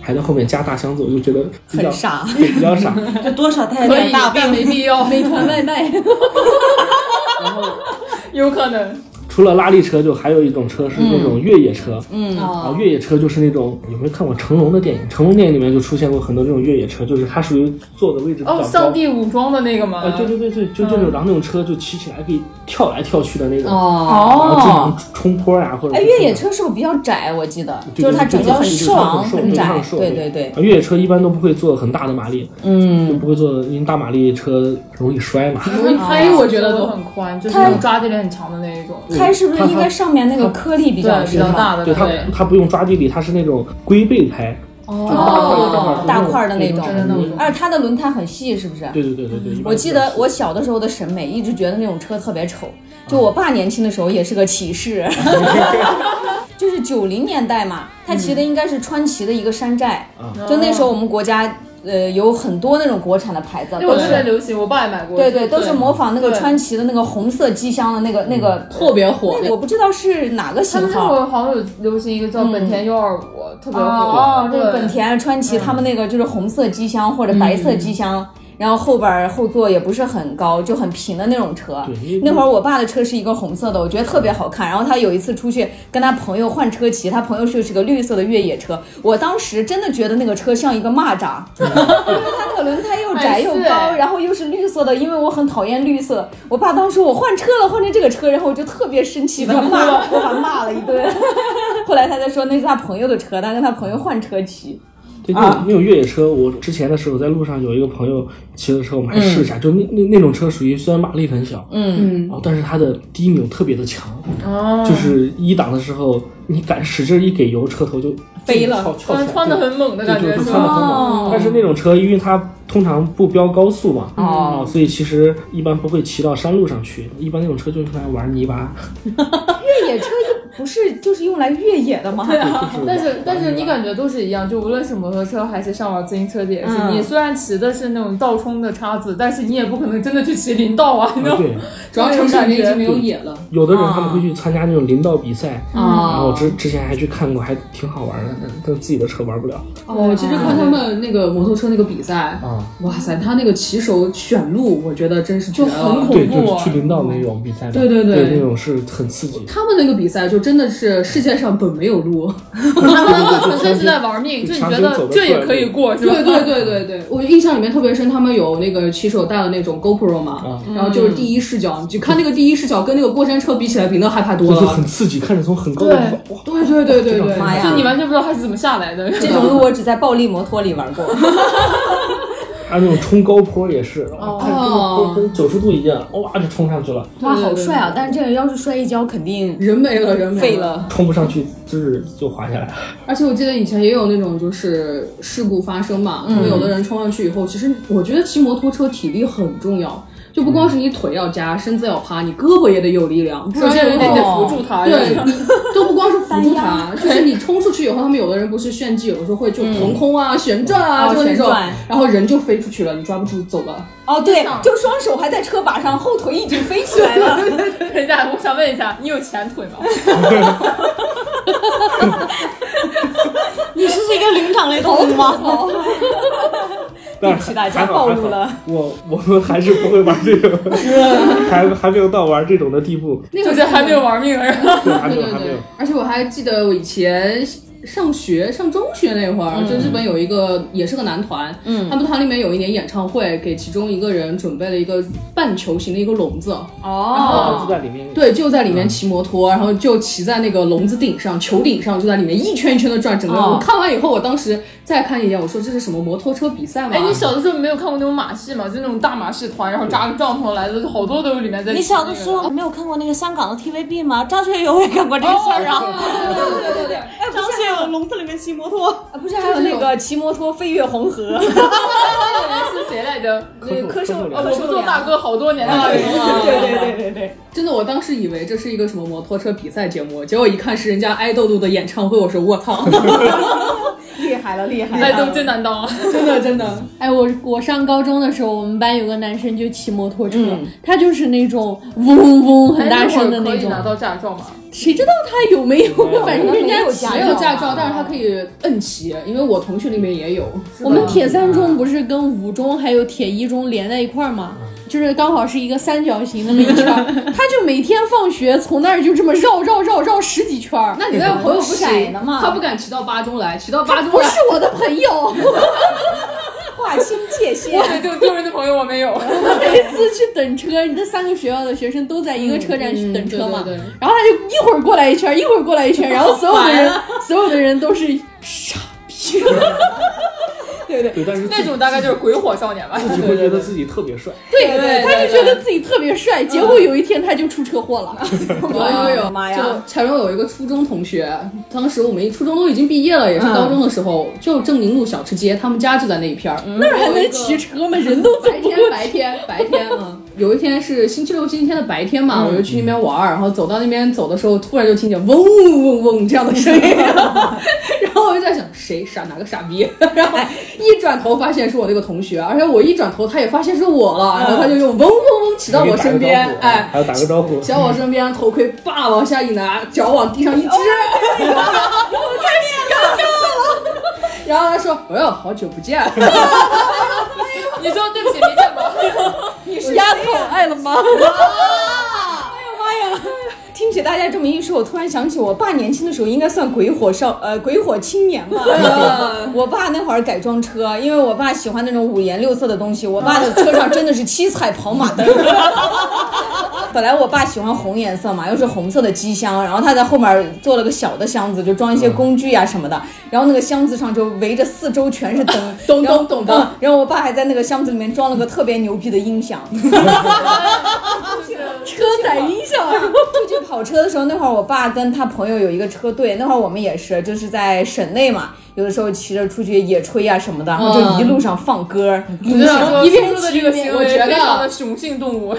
G: 还在后面加大箱子，我就觉得比较
B: 嗯很傻
G: 对，比较傻。
D: 这多少太
E: 可以
D: 点大，
E: 但没必要。
B: 美团外卖，
E: 有可能。
G: 除了拉力车，就还有一种车是那种越野车，嗯，啊，
B: 哦
G: 越野车就是那种有没有看过成龙的电影？成龙电影里面就出现过很多这种越野车，就是它属于坐的位置比较高。
E: 哦，上帝武装的那个吗？
G: 啊，对对对对，就这种，然后那种车就骑起来可以跳来跳去的那种，
F: 哦，
G: 然后经常冲坡呀、或者
B: 哎，
G: 是
B: 越野车是不是比较窄？我记得，
G: 对
B: 就是它整个
G: 对对对
B: 长
G: 很瘦
B: 很
G: 很
B: 窄，
G: 瘦
B: 对对对，
G: 啊越野车一般都不会做很大的马力，就
B: 嗯，
G: 不会做，因为大马力车容易摔嘛。
F: 容易拍，我觉得
E: 都
F: 都
E: 很宽，就是
B: 它
E: 能抓地力很强的那一种，
B: 它是不是
G: 它
B: 应该上面那个颗粒比较
E: 对，比
B: 是
E: 较
B: 吗？
E: 大的
G: 对它
E: 对，
G: 它不用抓地力，它是那种龟背拍，
E: 哦
B: 哦大块儿的那种
E: 真的那种。
B: 而且它的轮胎很细，是不是？
G: 对对对对对，一般
B: 我记得我小的时候的审美一直觉得那种车特别丑，就我爸年轻的时候也是个骑士， 就是九零年代嘛，他骑的应该是川崎的一个山寨，
G: 啊
B: 就那时候我们国家呃有很多那种国产的牌子，
E: 那会儿
B: 都
E: 特别
B: 是
E: 流行，我爸也买过。
B: 对对都是模仿那个
E: 对嗯
B: 川崎的那个红色机箱的那个那个，
F: 特别火。
B: 我不知道是哪个
E: 他
B: 型
E: 们那
B: 号
E: 会。儿好像有流行一个叫本田幺二五，特别火。
B: 哦，这
E: 对
B: 个本。田、川崎他们那个就是红色机箱或者白色机箱，
E: 嗯
B: 然后后边儿后座也不是很高，就很平的那种车
G: 对。
B: 那会儿我爸的车是一个红色的，我觉得特别好看。然后他有一次出去跟他朋友换车骑，他朋友就是个绿色的越野车，我当时真的觉得那个车像一个蚂蚱，因为它那个轮胎又窄又
E: 哎
B: 高，
E: 是
B: 然后又是绿色的，因为我很讨厌绿色。我爸当时我换车了，换成这个车，然后我就特别生气，把他骂，我把他骂了一顿。 后来他才说那是他朋友的车，他跟他朋友换车骑。
G: 对，那
E: 啊
G: 种那种越野车，我之前的时候在路上有一个朋友骑的车，我们还试一下，
E: 嗯
G: 就那那那种车属于虽然马力很小，嗯，然后但是它的低扭特别的强，
E: 哦。
G: 就是一档的时候你敢使劲一给油，车头就
B: 飞了
G: 翘翘起来，
E: 穿的很猛的
G: 对
E: 感
G: 对
E: 觉
G: 对，
E: 是哦
G: 穿的
E: 吧？
G: 很猛。但是那种车，因为它通常不标高速嘛，
E: 嗯
G: 啊，所以其实一般不会骑到山路上去，一般那种车就是用来玩泥 巴，
B: 越野车一不是就是用来越野的吗？
E: 啊
G: 就是
E: 但是但是你感觉都是一样，就无论是摩托车还是上玩自行车的也是，
B: 嗯
E: 你虽然骑的是那种倒冲的叉子，但是你也不可能真的去骑林道啊，你知道
G: 啊
E: 吗？
G: 对，
F: 主要城市里面已经没有野了，
G: 有的人他们会去参加那种林道比赛，然后
B: 啊
G: 我之之前还去看过，还挺好玩的，但但自己的车玩不了
F: 我其实看他们那个摩托车那个比赛，
G: 啊。
F: 哇塞，他那个骑手选路，我觉得真是就
E: 很恐
G: 对，
E: 怖
G: 就
E: 啊
G: 是去林道那种比赛的，
F: 对对对
G: 对，那种是很刺激。
F: 他们那个比赛就真的是世界上本没有路，
E: 他们那个纯粹是在玩命，就你觉得这也可以过是吧？
F: 对对对对对，我印象里面特别深，他们有那个骑手带了那种 GoPro
G: 啊
F: 嘛，
B: 嗯
F: 然后就是第一视角，你就看那个第一视角跟那个过山车比起来，比那害怕多
G: 就是
F: 了
G: 很。刺激，看着从很高的地方，哇，
F: 对对对对对，
B: 妈呀！
E: 就你完全不知道他是怎么下来的。
B: 这种路我只在暴力摩托里玩过。
G: 还有啊那种冲高坡也是，哇，看
F: 哦
G: 跟跟九十度一样，哇就冲上去了，
B: 哇，好帅啊！但是这个要是摔一跤，肯定
F: 人没了人没
B: 废。了。
G: 冲不上去就是就滑 下来了。
F: 而且我记得以前也有那种就是事故发生嘛，他们有的人冲上去以后，其实我觉得骑摩托车体力很重要，就不光是你腿要夹，身子要趴，你胳膊也得有力量，不
E: 首
F: 然
E: 先人家得
F: 哦
E: 扶住他，
F: 对你都不光是扶住它，就是你冲出去以后，他们有的人不是炫技，有的时候会就腾空啊、旋转啊，
B: 哦
F: 就那
B: 旋
F: 种
B: 转，
F: 然后人就飞出去了，你抓不住，走了。
B: 哦，对，就双手还在车把上，后腿已经飞起来 了。
E: 等一下，我想问一下，你有前腿吗？
D: 你是一个灵长类动物吗？
G: 但
B: 对不起大家
G: 还好
B: 暴
G: 还
B: 露
G: 好
B: 了
G: 我我们还是不会玩这 个，还还没有到玩这种的地步，
F: 那
E: 就
F: 个
E: 是还没有玩命，然后
G: 对，还没
F: 对
G: 有
F: 对
G: 还没
F: 对
G: 有。，
F: 而且我还记得我以前上学上中学那会儿，就日本有一个也是个男团，嗯，他们团里面有一年演唱会，给其中一个人准备了一个半球形的一个笼子，
G: 啊，
B: 哦，
G: 就在里面。
F: 对，就在里面骑摩托，然后就骑在那个笼子顶上、球顶上，就在里面一圈一圈的转。整个、
B: 哦
F: 我看完以后，我当时再看一眼，我说这是什么摩托车比赛吗？
E: 哎，你小的时候没有看过那种马戏吗？就那种大马戏团，然后扎个帐篷来的，好多都有里面在。
D: 你小的 时候没有看过那个香港的 TVB 吗？张学友也干过这个事儿啊。
C: 对对对对，
D: 张学友笼子里面骑摩 托，
B: 不是还有那个呃骑摩托飞越红 河？
E: 是谁来着？
G: 咳嗽
B: 科
G: 咳
B: 授
G: 嗽
E: 我
G: 了，
E: 们做大哥好多年了。
B: 对对对对对，
F: 真的，我当时以为这是一个什么摩托车比赛节目，结果一看是人家爱豆豆的演唱会，我说我操，
B: 厉害了厉害
E: 爱
B: 了！
E: 豆真哎难当，
F: 真的真的。
C: 哎，我我上高中的时候，我们班有个男生就骑摩托车，他就是那种嗡嗡很大声的
E: 嗯哎会儿可
C: 那
E: 以
C: 种，
E: 拿到驾照吗？
C: 谁知道他有 没有？反正人家
B: 没有
C: 骑
B: 驾
F: 没
B: 照
F: 有驾照，但是他可以摁骑，因为我同学里面也有。
E: 啊
C: 我们铁三中不是跟五中还有铁一中连在一块儿吗？
E: 嗯
C: 就是刚好是一个三角形那么一圈 儿，他就每天放学从那儿就这么绕绕绕绕十几圈儿。
E: 嗯
F: 那你那个朋友不
B: 甩
F: 行
B: 呢嘛
F: 他不敢骑到巴中来，骑到巴中
C: 不
F: 来
C: 是我的朋友，
B: 划清界限，
E: 对，就丢人的朋友我没有。
C: 我每次去等车，你这三个学校的学生都在一个车站去
F: 嗯
C: 等车嘛，
F: 对对对
C: 然后他就一会儿过来一圈儿，一会儿过来一圈儿，然后所有的人，
F: 啊
C: 所有的人都是傻逼。
G: 对，但是自
E: 那种大概就是鬼火少年吧。
G: 自己会觉得自己特别帅，
C: 对
F: 对
C: 他就
F: 对嗯
C: 觉得自己特别帅，结果有一天他就出车祸了。
F: 有有有，
D: 哎
B: 妈呀
F: 就柴荣有一个初中同学，当时我们一初中都已经毕业了，也是高中的时候，就正宁路小吃街，他们家就在那一片儿。那
C: 那儿还能骑车吗？人 都走
F: 白
C: 不
F: 天
C: 过
F: 白天白天啊，有一天是星期六、星期天的白天嘛，我就去那边玩儿，然后走到那边走的时候，突然就听见嗡嗡嗡嗡这样的声音，然后我就在想谁傻哪个傻逼， 然后一转头发现是我那个同学，而且我一转头他也发现是我了，然后他就用嗡嗡嗡骑到我身边，哎，
G: 还要打个啊招呼，
F: 骑到我身边，头盔叭往下一拿，脚往地上
B: 哦
F: 一支，然后他说：“哎呦，好久不 见。”
E: 你说对不起，没见过。
B: 丫头爱了 吗？哎呦妈呀！听起大家这么一说，我突然想起我爸年轻的时候应该算鬼火少呃鬼火青年 吧。我爸那会儿改装车，因为我爸喜欢那种五颜六色的东西，我爸的车上真的是七彩跑马灯。 本来我爸喜欢红颜色嘛，又是红色的机箱，然后他在后面做了个小的箱子，就装一些工具呀、什么的。然后那个箱子上就围着四周全是灯，
F: 懂
B: 然后
F: 懂懂懂
B: 嗯然后我爸还在那个箱子里面装了个特别牛逼的音响，
C: 车载音响，
B: 出去跑车的时候，那会儿我爸跟他朋友有一个车队，那会儿我们也是，就是在省内嘛，有的时候骑着出去野炊啊什么的，然后就一路上放歌，
E: 你 知道
F: 一边
E: 说的这个
F: 骑一边
E: 行为
F: 我觉得
E: 非常的雄性动物。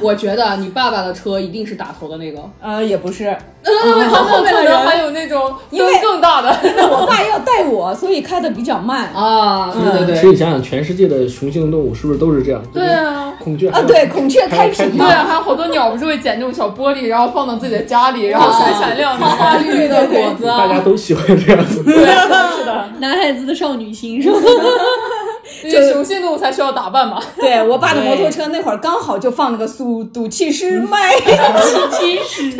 F: 我觉得你爸爸的车一定是打头的那个，
B: 呃，也不是，
E: 他们可能还有那种
B: 因为
E: 更更大的。
B: 我爸要带我，所以开的比较慢。
F: 啊，对
G: 嗯
F: 对
G: 其
F: 对，
G: 实你想想，全世界的雄性动物是不是都是这样？
E: 对，啊。
G: 孔雀
B: 啊，对，孔雀开屏
E: 对
B: 嘛，
E: 啊，还有好多鸟不是会捡这种小玻璃，然后放到自己的家里，然后闪闪亮亮。
F: 花绿绿的果子
G: 大家
F: 啊，
G: 都喜欢这样子。
E: 嗯
C: 男孩子的少女心是吧？
E: 这些雄性动物才需要打扮嘛。
B: 对我爸的摩托车那会儿刚好就放了个速度气势迈，
C: 其实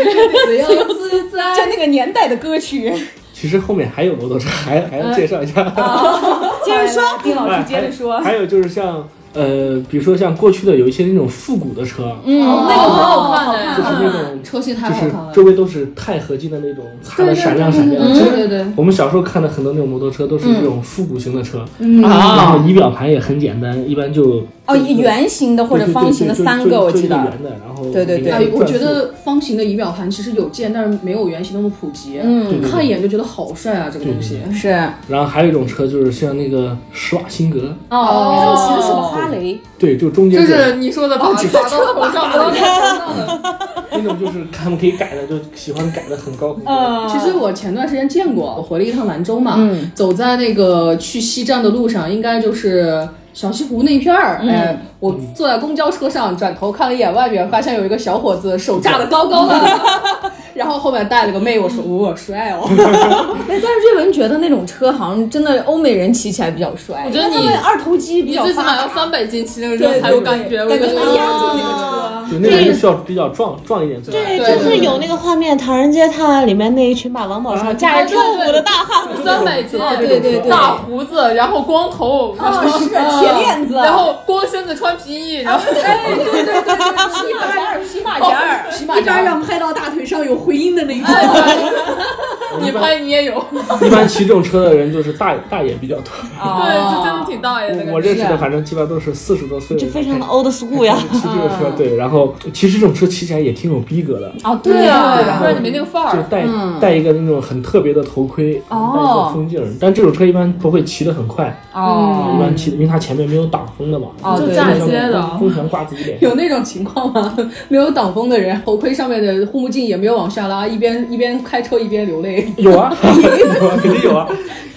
F: 自由自
B: 就
F: 在。
B: 那个年代的歌曲。
G: 其实后面还有摩托车，还还
F: 嗯
G: 要介绍一下。
F: 啊
B: 接着说，丁老
G: 哎
B: 师接着说，
G: 还有就是像呃，比如说像过去的有一些那种复古的车，嗯，
E: 那个很好看的
G: 就是那种
F: 车系啊太
G: 就
F: 好
G: 是
F: 看了，
G: 周围都是钛合金的那种，擦的闪亮闪亮。其
F: 对嗯
G: 实
F: 对对，嗯
G: 我们小时候看的很多那种摩托车都是这种复古型的车，然后仪表盘也很简单，一般就
B: 哦，圆形的或者方形的三个，我记
G: 就一
B: 得。
G: 圆的，然后
B: 对对对
F: 哎
G: 里面，
F: 我觉
G: 转速
F: 得方形的仪表盘其实有见，但是没有圆形那么普及。
B: 嗯，
F: 看一眼就觉得好帅啊，这个东西。
B: 是
G: 然后还有一种车就是像那个施瓦辛格，
B: 哦，他们骑的是个哈雷，
G: 对，就中间
E: 就
G: 这
E: 是你说的把打到头上，然后
G: 那种就是他们可以改的，就喜欢改的很高很高。
B: 嗯
F: 其实我前段时间见过，我回了一趟兰州嘛，
B: 嗯
F: 走在那个去西站的路上，应该就是小西湖那一片儿。哎，我坐在公交车上，转头看了一眼外面，发现有一个小伙子手架的高高的， 然后后面带了个妹，我说哇、帅哦，
B: 但是瑞文觉得那种车好像真的欧美人骑起来比较帅，
E: 我觉得
B: 因为他
E: 你
B: 们二头肌比
E: 你
B: 较
E: 最起
B: 发
E: 码要
B: 达。
E: 三百斤骑那个车才有感觉，我
B: 感
E: 觉
B: 觉
E: 得
F: 哦
B: 能压住那个车。
G: 对，那个人需要比较壮壮一点才好。
D: 对，
E: 对
D: 就是有那个画面，《唐人街探案》里面那一群把王宝强架着跳舞的大汉，
E: 三百斤，
B: 对对对
E: 大胡子，然后光头，然后
B: 是铁链子，
E: 然后光身子穿皮衣，然后哎，对对对
B: 披马甲儿，披马甲儿，
F: 起码一般让拍到大腿上有回音的那一块。
E: 你拍你也有，
G: 一般骑这种车的人就是大大爷比较多。
B: 哦
E: 对，这真的挺大爷的
G: 我
E: 感
G: 我
E: 觉。
G: 认识的
B: 啊
G: 反正基本上都是四十多岁的
D: 就
G: 人
D: 非常的
G: 开
D: old school 呀。
G: 始骑这个
B: 嗯
G: 车，对。然后其实这种车骑起来也挺有逼格的，
B: 哦，对
E: 不然你没那个范
G: 就
E: 儿。
G: 戴戴一个那种很特别的头盔，戴一
B: 嗯哦
G: 个风镜儿。但这种车一般不会骑得很快，啊
B: 哦，
G: 一般骑，因为它前面没有挡风的嘛，
B: 哦
E: 就
B: 对
E: 嫁
G: 风
E: 接
G: 全
E: 的，
G: 风全挂自己脸上。
F: 有那种情况吗？没有挡风的人，头盔上面的护目镜也没有往下拉，一边一边开车一边流泪。
G: 有 啊，有啊，肯定有啊，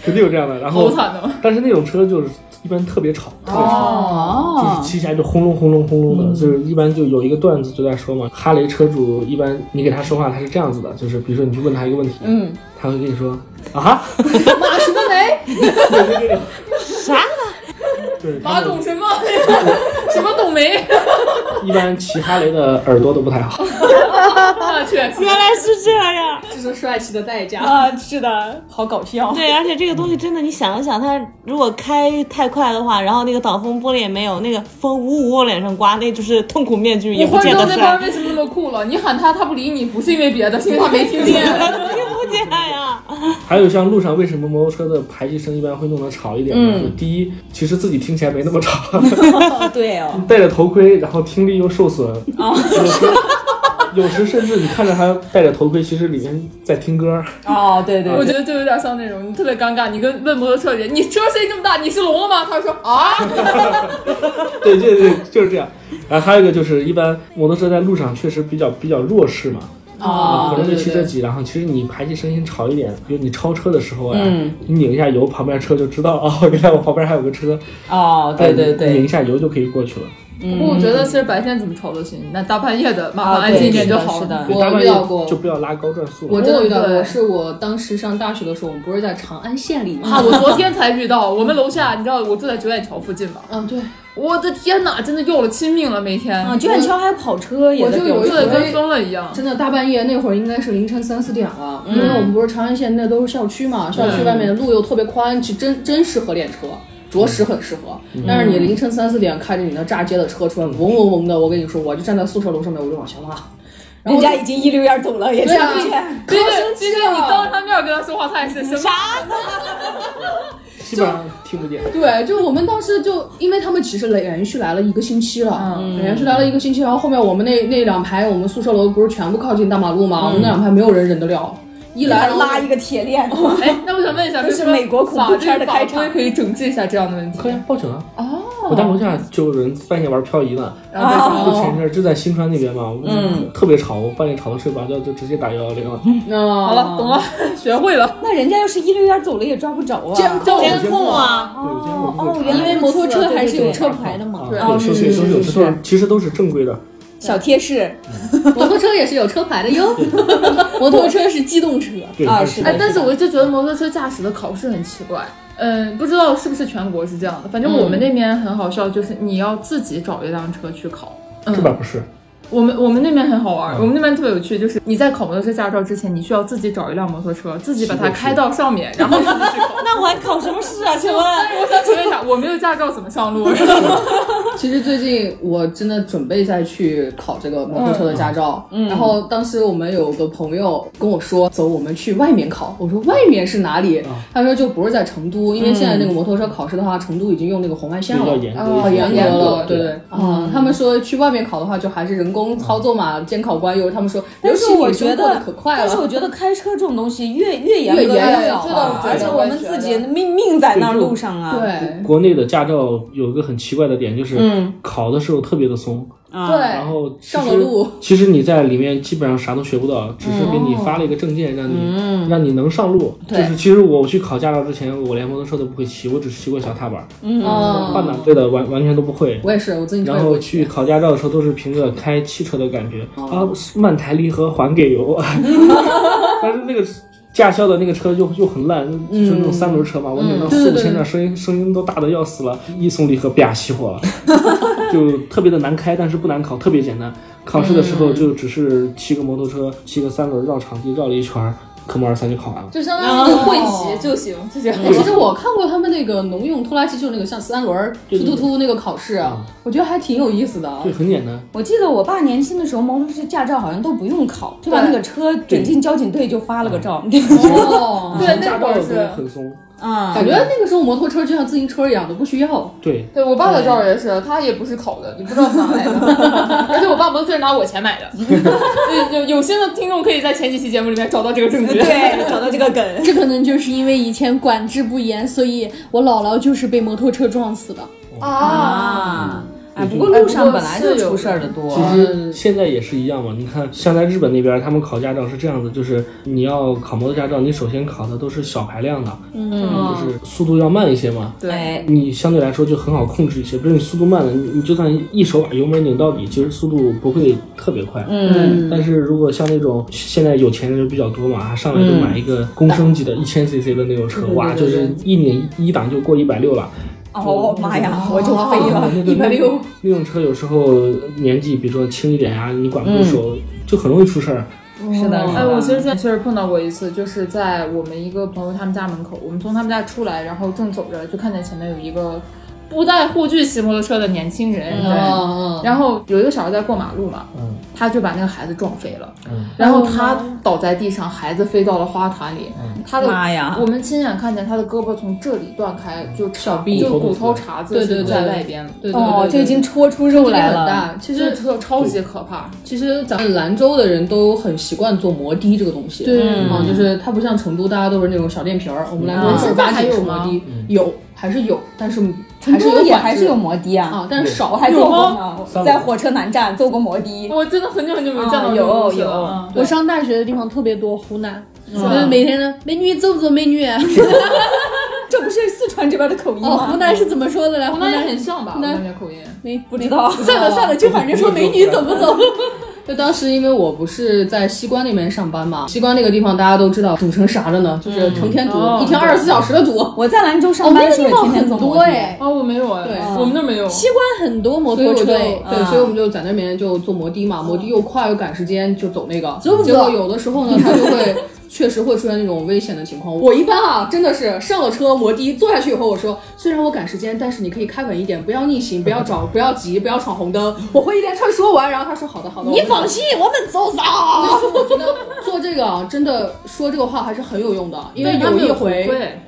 G: 肯定有这样的。然
E: 好
G: 后，
E: 惨
B: 哦
E: 的。
G: 但是那种车就是一般特别吵，特别吵。就是
B: 哦，嗯
G: 骑起来就轰隆轰隆轰隆的，就是一般就有一个段子就在说嘛，哈雷车主一般你给他说话，他是这样子的，就是比如说你去问他一个问题，嗯，他会跟你说 啊哈，
E: 马什么梅？
G: 对对对，啥？对，他
E: 马
G: 们
E: 董什么？什么董 梅？
G: 一般骑哈雷的耳朵都不太好，
E: 啊，确实。
D: 原来是这样
F: 这是帅气的代价。
D: 啊！是的，
B: 好搞笑。
D: 对，而且这个东西真的，你想一想，它如果开太快的话，然后那个挡风玻璃也没有，那个风呜呜往脸上刮，那就是痛苦面具，也
E: 我
D: 不
E: 忽然
D: 见
E: 知道
D: 得
E: 那帮
D: 帅
E: 人，为什么那么酷了。你喊他，他不理你，不是因为别的，是因为他没听见。
D: 听不见呀。
G: 还有像路上为什么摩托车的排气声一般会弄得吵一点呢？
B: 嗯
G: 就第一，其实自己听起来没那么吵，
B: 对哦，
G: 戴着头盔，然后听力又受损，有时有时甚至你看着他戴着头盔，其实里面在听歌。
B: 哦，对对
E: 我
B: 对，
E: 觉得就有点像那种你特别尴尬，你跟问摩托车人，你车声音这么大，你是聋了吗？他说啊，
G: 对对对，就是这样。然后还有一个就是，一般摩托车在路上确实比较比较弱势嘛，
B: 哦
F: 啊
G: 可能就骑车挤。然后其实你排气声音吵一点，比如你超车的时候呀，
B: 嗯
G: 你拧一下油，旁边车就知道哦，原来我旁边还有个车。
B: 哦，对对
G: 哎拧
B: 对
G: 一，下油就可以过去了。
E: 不过我觉得其实白天怎么吵都行，那大半夜的，麻烦
B: 啊
E: 安静一点就好
B: 是的
E: 了。
B: 是的
G: 对
F: 我
G: 大半
F: 遇
G: 夜
F: 到过
G: 就不要拉高转速了。
F: 我真的遇到
E: 对
F: 过，是我当时上大学的时候，我们不是在长安县里吗？
E: 啊，我昨天才遇到，我们楼下，你知道我住在九眼桥附近吧？
F: 嗯，对，
E: 我的天哪，真的要了亲命了，每天
B: 啊，卷桥还有跑车也
F: 我
B: 在
F: 就有
B: 表
F: 一
E: 住
B: 演
E: 的
F: 回
E: 跟疯了一样。
F: 真的大半夜那会儿应该是凌晨三四点了，因为我们不是长安县那都是校区嘛，校区外面的路又特别宽，其实真真适合练车。着实很适合，但是你凌晨三四点开着你那炸街的车出来，嗡嗡嗡的，我跟你说，我就站在宿舍楼上面，我就往下拉，然
B: 人
F: 后
B: 家已经一溜烟儿走了，也
F: 对
B: 下
F: 啊
B: 不去。
E: 毕竟毕竟你当着他面跟他说话，他也是什么？
G: 基本上听不见。
F: 对，就我们当时就因为他们其实连续来了一个星期了，连续来了一个星期，然后后面我们那那两排我们宿舍楼不是全部靠近大马路嘛，我们那两排没有人忍得了，一
B: 还
F: 来
B: 拉一个铁链子，
E: 哎，那我想问一下，
B: 这是
E: 比如说
B: 美国恐怖片的开场
E: 法律法规可以整治一下这样的问题。
G: 可以啊报警啊！哦，我家楼下就有人半夜玩漂移呢，
E: 然后
B: 哦
E: 被
G: 就前一阵儿就在新川那边嘛，嗯，特别吵，我半夜吵到睡不着觉，就直接打幺幺零了。
F: 那
E: 好了，懂了，学会了。
B: 那人家要是一溜烟儿走了也抓不着啊。
E: 就
D: 监控啊，
G: 对，有监控就会
B: 哦
G: 查
B: 原来
G: 的
B: 因为摩托车还是有
D: 车牌的嘛。
G: 啊，对，都是都是有车，其实都是正规的。
B: 小贴士
F: 摩托车也是有车牌的哟，摩托车是机动车，
G: 对
B: 啊
G: 它
B: 是的
E: 哎，但是我就觉得摩托车驾驶的考试很奇怪。嗯，不知道是不是全国是这样的，反正我们那边很好笑，就是你要自己找一辆车去考。嗯
G: 这边不是，嗯
E: 我们我们那边很好玩，我们那边特别有趣，就是你在考摩托车驾照之前，你需要自己找一辆摩托车，自己把它开到上面，然后自己去考。
D: 那我还考什么试啊？请问，
E: 我想 请问一下，我没有驾照怎么上路？
F: 其实最近我真的准备再去考这个摩托车的驾照，然后当时我们有个朋友跟我说，走，我们去外面考。我说外面是哪里？他说就不是在成都，因为现在那个摩托车考试的话，成都已经用那个红外线
G: 比较
F: 了。啊
G: 严格
E: 哦
G: 一些，
F: 严格了，
G: 对
F: 对对，啊，他们说去外面考的话，就还是人工操作嘛，监考官有他们说，
B: 但
F: 尤
B: 是
F: 其
B: 我
F: 女
B: 觉
F: 生
B: 得
F: 过得可快
B: 但是我
F: 了，
B: 觉得开车这种东西越越严格
F: 越严
B: 越
F: 越好
B: 知道
F: 啊
B: 而且我们自己的命命在那儿路上啊。
F: 对，
G: 嗯国内的驾照有一个很奇怪的点，就是
B: 嗯
G: 考的时候特别的松，
D: 啊，
G: 然
E: 对，
G: 后其
F: 上了路
G: 实其实你在里面基本上啥都学不到，只是给你发了一个证件，让你让你能上路。就是其实我去考驾照之前，我连摩托车都不会骑，我只骑过小踏板，
F: 哦
G: 换挡对的完完全都不会。
F: 我也是，我自行车
G: 然
F: 也
G: 后
F: 会
G: 去考驾照的时候，都是凭着开汽车的感觉
H: 哦
G: 啊，慢抬离合，还给油。啊 但是那个驾校的那个车又又很烂，
H: 嗯
G: 就是那种三轮车嘛，我每到四五千转，声音声音都大的要死了，一松离合啪熄火了，就特别的难开，但是不难考，特别简单。考试的时
H: 嗯
G: 候就只是骑个摩托车，骑个三轮绕场地绕了一圈儿，科目二三就考完了。
H: 就相当于你会骑就行，就这
E: 嗯
H: 样。
F: 其实我看过他们那个农用拖拉机，就是那个像三轮儿突
G: 对对
F: 突突那个考试啊
G: 嗯，
F: 我觉得还挺有意思的
G: 对，。很简单。
B: 我记得我爸年轻的时候，摩托车驾照好像都不用考，就把那个车卷进交警队就发了个照。
F: 哦，
H: 对，那
G: 驾
H: 会
G: 照
H: 儿
G: 的时候
H: 是，
G: 很松，
E: 嗯
B: 啊，
F: 感觉那个时候摩托车就像自行车一样的，不需要。
G: 对，
E: 对我爸的照也是，他也不是考的，你不知道是哪来的，
H: 而且我爸摩托车是拿我钱买的。
E: 嗯
H: 对，有有心的听众可以在前几期节目里面找到这个证据。
B: 对，找到这个梗。
C: 这可能就是因为以前管制不严，所以我姥姥就是被摩托车撞死的。
B: 哦啊，哎，不过
E: 哎
B: 路
E: 不
B: 上
E: 过
B: 本来就
E: 是有
B: 出事儿的多。
G: 其实现在也是一样嘛，你看，像在日本那边，他们考驾照是这样子，就是你要考摩托驾照，你首先考的都是小排量的，嗯，就是速度要慢一些嘛，
B: 对，
G: 你相对来说就很好控制一些。比如你速度慢了，你你就算一手把油门拧到底，其实速度不会特别快。
B: 嗯，
G: 但是如果像那种现在有钱人就比较多嘛，他上来
B: 嗯
G: 就买一个公升级的一千 CC 的那种车，哇，就是一拧一档就过一百六了。
B: 哦妈呀，我就飞了。
G: 一百六那种车有时候年纪，比如说轻一点呀、你管不住手，就很容易出事儿。
B: 是的，是
E: 哎，我
B: 的。
E: 其实确实碰到过一次，就是在我们一个朋友他们家门口，我们从他们家出来，然后正走着，就看见前面有一个不戴护具骑摩托车的年轻人，对，
F: 嗯，
E: 然后有一个小孩在过马路嘛，
G: 嗯
E: 他就把那个孩子撞飞了，
G: 嗯
E: 然后他倒在地上，孩子飞到了花坛里，他的
B: 妈呀
E: 我们亲眼看见他的胳膊从这里断开，就小
F: 臂
E: 就骨头茬子
F: 对
E: 是
F: 对对
E: 在外边的，
F: 对对
B: 哦，
F: 对，
B: 就已经
F: 对
B: 戳出肉来
F: 这个很
B: 了。
F: 大。其
E: 其实
F: 实
E: 特超级可怕。
F: 其实咱们兰州的人都很习惯坐摩的这个东西。。
E: 对
F: 啊，就是它不像成都，大家都是那种小电瓶儿。我们兰
E: 嗯
F: 州
E: 现在还有
F: 有
E: 吗
F: 摩的，有还是有，但是还
B: 成
F: 是有
B: 都也
F: 管
B: 还
F: 制
B: 是有摩的啊，
F: 啊，但是少
B: 我还
F: 有
B: 坐过
F: 吗？
B: 呢，
G: 三
B: 我在火车南站坐过摩的。
E: 嗯
H: 我真的很久很久没有见到
B: 啊
H: 这种东西
B: 有
H: 了
B: 有
H: 嗯
C: 我上大学的地方特别多，湖南，
B: 嗯
C: 我们每天呢，美女走不走，美女。
B: 这不是四川这边的口音
C: 哦，湖
B: 吗？
C: 南是怎么说的来？湖
E: 湖南也
C: 南
E: 很像吧？湖南那口音，
C: 没
B: 不知道，
C: 算了算了，就反正说美
B: 嗯
C: 女走不走。
F: 就当时因为我不是在西关那边上班嘛，西关那个地方大家都知道堵成啥了呢，就是成天堵，一天二十四小时的堵。
B: 我在兰州上
C: 我
B: 班
C: 们
B: 的
C: 哦那
B: 时候也
C: 地方
B: 天天
C: 很
B: 坐
C: 多
B: 摩的。
C: 哎，
E: 哦，我没有哎，
F: 对
E: 我们那儿没有。
C: 西关很多摩
F: 所以
C: 托
F: 我就
C: 车。
F: 对，所以我们就在那边就坐摩的嘛，摩的又快又赶时间，就走那个。
B: 走不走
F: 结果有的时候呢，它就 会确实会出现那种危险的情况。我一般啊，真的是上了车摩的坐下去以后，我说虽然我赶时间，但是你可以开稳一点，不要逆行，不要找，不要急，不要闯红灯。我会一连串说完，然后他说好的好的。
C: 你
F: 我就
C: 放心，我们走啥？
F: 我觉得做这个啊，真的说这个话还是很有用的，因为
E: 他们
F: 一
E: 有头
F: 回，
E: 盔，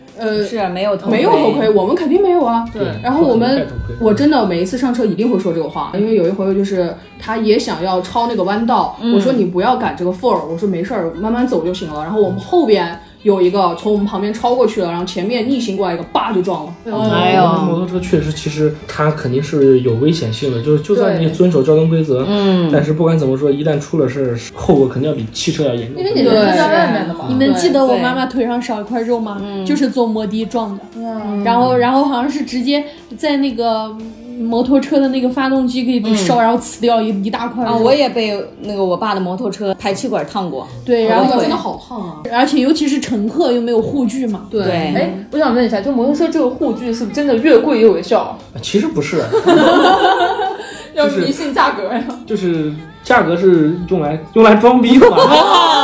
F: 呃，
B: 是没有头
F: 没有头盔，我们肯定没有啊。
E: 对
F: 然后我
G: 戴
F: 们
G: 头盔，
F: 我真的每一次上车一定会说这个话，因为有一回就是他也想要超那个弯道，我说你不要赶这个缝儿，我说没事儿，慢慢走就行了。然后我们后边有一个从我们旁边超过去了，然后前面逆行过来一个，叭就撞了。
G: 哎呦，摩托车确实，其实它肯定是有危险性的，就是就算你遵守交通规则，嗯，但是不管怎么说，一旦出了事儿，后果肯定要比汽车要严
E: 因
G: 重。
E: 为你人是在外面的嘛。
C: 你们记得我
B: 嗯对嗯
C: 妈妈腿上少一块肉吗？就是坐摩的撞的，然后然后好像是直接在那个摩托车的那个发动机给给烧，然后呲掉一一大块
B: 嗯
C: 肉。
B: 啊，我也被那个我爸的摩托车排气管烫过。
C: 对，然
F: 然后
C: 后
F: 真的好烫啊！
C: 而且尤其是乘客又没有护具嘛，
F: 对
B: 对，
E: 哎，我想问一下，就摩托车这个护具是不是真的越贵越有效？
G: 其实不是，
E: 要
G: 是
E: 迷信价格 呀？
G: 就是价格是用来用来装逼的嘛。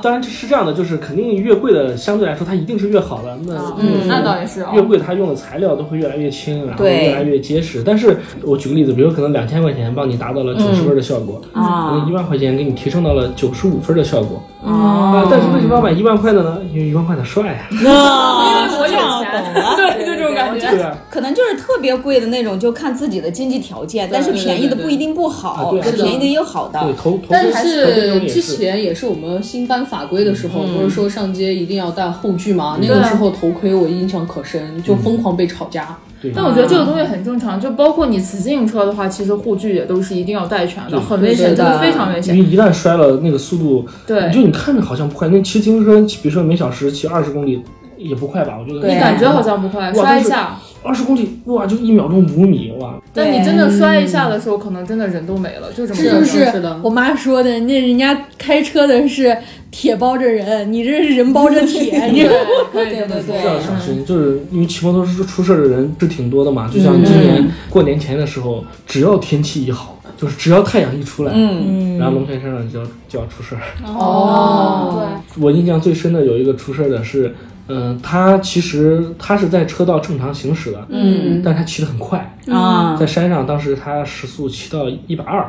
G: 当然是这样的，就是肯定越贵的相对来说它一定是越好的，那
E: 嗯，那倒也是啊
G: 越。贵，它用的材料都会越来越轻，然后
B: 对
G: 越来越结实。但是我举个例子，比如可能两千块钱帮你达到了九十分的效果，
B: 啊
G: 可能一万块钱给你提升到了九十五分的效果。啊
B: 哦，
G: 但是为什么要买一万块的呢？因为一万块的帅啊。
B: 那
H: 因为我有钱，对，就这种感觉。
G: 对啊，
B: 可能就是特别贵的那种，就看自己的经济条件，但是便宜的不一定不好，
G: 对对对
B: 有
G: 对啊对
B: 便宜的也有好
G: 对
B: 的。
G: 投投
F: 但
G: 资投资这种
F: 是
G: 也
F: 之
G: 是。
F: 前也是我们新颁法规的时候，不是说上街一定要戴护具吗？那个时候头盔我印象可深，就疯狂被吵架。
G: 对，
E: 但我觉得这个东西很正常，就包括你骑自行车的话，其实护具也都是一定要带全的，很危险，
F: 对
E: 这
F: 的
E: 个非常危
G: 因
E: 险
G: 为。一旦摔了，那个速度，
E: 对
G: 你就你看着好像不快，那骑自行车，比如说每小时骑二十公里也不快吧？我觉得
E: 你感觉好像不快，
G: 哇
E: 摔一下，
G: 二十公里，哇，就一秒钟五米，哇，
E: 但你真的摔一下的时候，可能真的人都没了，就这么
C: 这
E: 个
C: 就
E: 事儿
C: 是我妈说的，那人家开车的是铁包着人，你这是人包着 铁，你这
E: 对对对
G: 这样伤心，就是因为骑摩托车出事儿的人是挺多的嘛。就像今年过年前的时候，只要天气一好，就是只要太阳一出来，嗯，然后龙泉山上就要就要出事儿。
E: 哦，
G: 我印象最深的有一个出事儿的是，嗯、他其实他是在车道正常行驶的，嗯，但是他骑得很快，
D: 啊
G: 在山上当时他时速骑到一百二，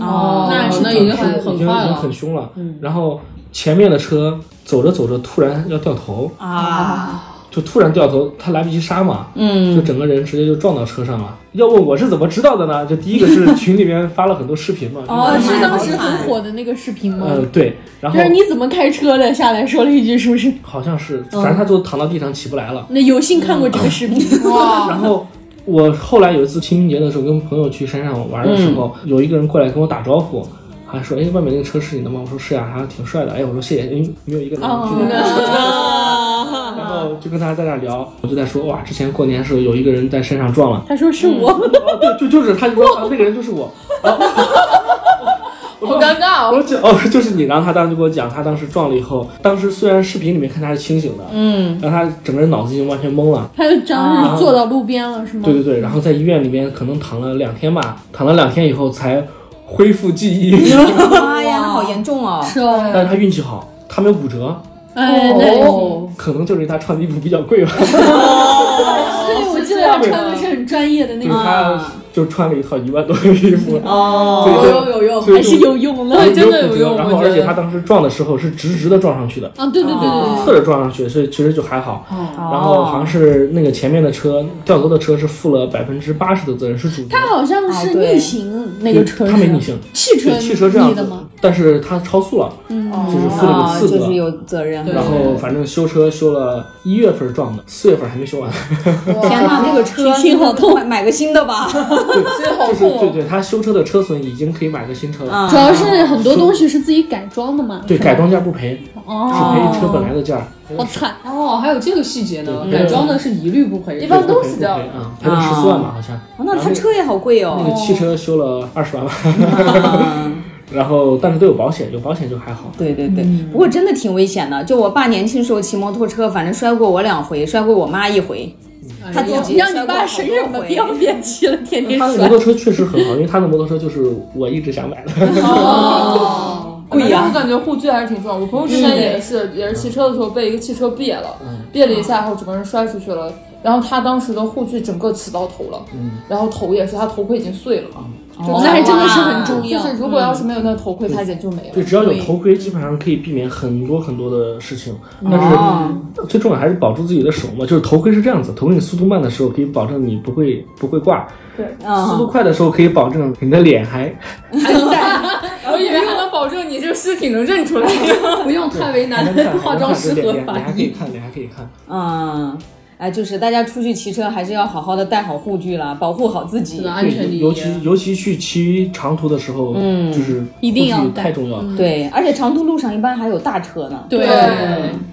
D: 哦
F: 那是
G: 已
F: 那已
G: 经
F: 经很
G: 已
F: 很
G: 经
F: 快
G: 已经
F: 了
G: 很。凶了。然后前面的车走着走着突然要掉头，
D: 啊，
G: 就突然掉头，他来不及刹嘛，嗯，就整个人直接就撞到车上了。要问我是怎么知道的呢？就第一个是群里面发了很多视频嘛，
B: 啊
C: 哦，
G: 就是
C: 当时很火的那个视频
G: 呃
C: 吗？
G: 对，然后
C: 就是你怎么开车的？下来说了一句，是不是？
G: 好像是，反正他就躺到地上起不来了。
C: 那有幸看过这个视频，
B: 嗯
G: 然后我后来有一次清明节的时候，跟朋友去山上玩的时候，有一个人过来跟我打招呼。还说，哎，外面那个车是你的吗？我说是呀、还挺帅的。哎，我说谢谢，因为没有一个人去跟他然后就跟他在那聊，我就在说，哇，之前过年的时候有一个人在山上撞了，
C: 他说是我，
G: 哦，对，就就是他就说、啊、那个人就是我，
E: 好尴尬哦。
G: 我讲哦就是你，然后他当时就给我讲，他当时撞了以后，当时虽然视频里面看他是清醒的，嗯，但他整个人脑子已经完全懵了，
C: 他就当时坐到路边了，是吗
G: 对？对对，然后在医院里面可能躺了两天吧，躺了两天以后才恢复记忆，
B: 妈嗯哎 呀，那好严重哦！
C: 是哦，
G: 但是他运气好，他没有骨折，
C: 哎，
G: 哦
C: 那
E: 哦
G: 可能就是因为他穿的衣服比较贵吧，
C: 对，我记得他穿的哦是很专业的那
G: 对
C: 个，
G: 他就穿了一套一万多的衣 服，
D: 哦，
G: 所以就
F: 啊嗯有有有，
G: 所以
C: 还
G: 就是
C: 有用的。
G: 有
E: 真的
G: 骨
E: 有
G: 折
E: 用
G: 然
E: 我
G: 后
E: 觉
G: 而且
E: 得
G: 他当时撞的时候是直直的撞上去的，
C: 啊，对对对
F: 哦
C: 对
G: 侧着撞上去，所以其实就还好。然后好像是那个前面的车掉头的车是负了百分之八十的责任，是主
C: 他
G: 他
C: 好像是逆行那个车是吧，
G: 啊他没逆行，
C: 汽车
G: 对汽车这样
C: 逆的
G: 子
C: 吗？，
G: 但是他超速了，就是
E: 哦
G: 负了
B: 啊，
G: 个次
B: 就
G: 责
B: 是。有责任。
G: 然后反正修车修了一月份撞的，四月份还没 修完。
B: 天
C: 哎
B: 哪，这个车
C: 心好痛
B: 买买个新的 吧。
G: 对，就是对对，他修车的车损已经可以买个新车了。
F: 啊
C: 主要是很多东西是自己改装的嘛。
G: 啊
C: 哦
G: 对，改装价不赔，只赔车本来的价儿。
C: 好惨，
F: 哦，还有这个细节呢，
G: 对
F: 改装的是一律不赔。
E: 一般都
G: 不赔
E: 死
G: 不
E: 掉
G: 赔
E: 了
G: 啊，赔了十四万吧，好像。
B: 哦那他车也好贵
G: 那
B: 哦。
G: 个汽车修了二十万吧， 然后但是都有保险，有保险就还好。
B: 对对对，
C: 嗯
B: 不过真的挺危险的。就我爸年轻时候骑摩托车，反正摔过我两回，摔过我妈一回。他自己
C: 哎让
B: 摔过
C: 你爸
B: 好
C: 省
B: 多
C: 省吧，
B: 回嗯
C: 不要别骑了，天天
G: 他的摩
C: 摔。
G: 托车确实很好，因为他的摩托车就是我一直想买的。
E: 贵呀！我感觉护具还是挺重要。我朋友之前也是，也是骑车的时候被一个汽车别了，别了一下后整个人摔出去了。然后他当时的护具整个起到头了，然后头也是，他头盔已经碎了嘛。就
C: 那还真的是很重
E: 就
C: 要
E: 是。如果要是没有那个头盔，他人就没了
G: 对，。只要有头盔，基本上可以避免很多很多的事情。
F: 哦
G: 但是最重要还是保住自己的手嘛。就是头盔是这样子，头盔你速度慢的时候可以保证你不会不会挂，对，
F: 嗯
G: 速度快的时候可以保证你的脸还
E: 我以为他能保证你这个尸体能认出来。
F: 不用太为
G: 还
F: 难
G: 能 看，
F: 化妆师
G: 还
F: 和
G: 能看对脸脸还
F: 法
G: 可以
F: 医。
G: 看，脸还可以看。
B: 嗯，哎，就是大家出去骑车还是要好好的带好护具啦，保护好自己。
F: 安全第一
G: 尤，其尤其去骑长途的时候，嗯，就是
C: 一定要
G: 护具
C: 带
G: 太重
E: 嗯
G: 要。
B: 对，而且长途路上一般还有大车呢。
C: 对，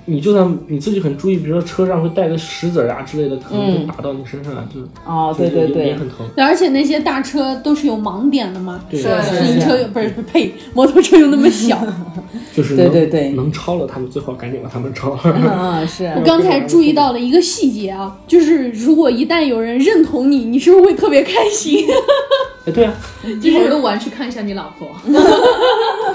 G: 你就算你自己很注意，比如说车上会带个石子儿啊之类的，可能就打到你身上啊，就
B: 嗯哦，对
G: 就
B: 对
G: 就也
B: 对，
G: 很疼。
C: 而且那些大车都是有盲点的嘛，
G: 对，
C: 自行车又不是不是呸，摩托车又那么小。
G: 就是
B: 对
G: 能
B: 对对
G: 能超了他们最好赶紧把他 们超了。
B: 嗯是。
C: 我刚才注意到了一个细节啊，就是如果一旦有人认同你，你是不是会特别开心？
G: 哎，对啊，
F: 一会儿录完去看一下你老婆。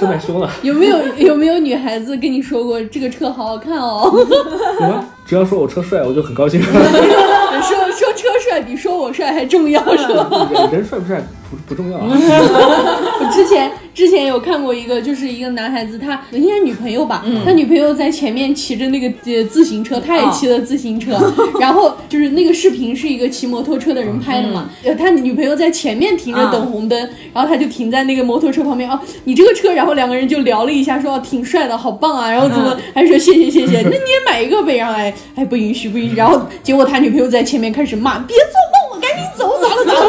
G: 正 在凶了，
C: 有没有有没有女孩子跟你说过这个车好好看哦？
G: 有吗？只要说我车帅，我就很 高兴。
C: 说说车帅比说我帅还重要是吧？
G: 人帅不帅不不重要 啊，
B: 嗯
C: 我之前之前有看过一个，就是一个男孩子，他应该是女朋友吧，他女朋友在前面骑着那个呃自行车，他也骑了自行车，然后就是那个视频是一个骑摩托车的人拍的嘛，呃，他女朋友在前面停着等红灯，然后他就停在那个摩托车旁边，哦，你这个车，然后两个人就聊了一下，说哦挺帅的，好棒啊，然后怎么还说谢谢谢谢，那你也买一个呗，然后哎哎不允许不允许，然后结果他女朋友在前面开始骂，别做梦了，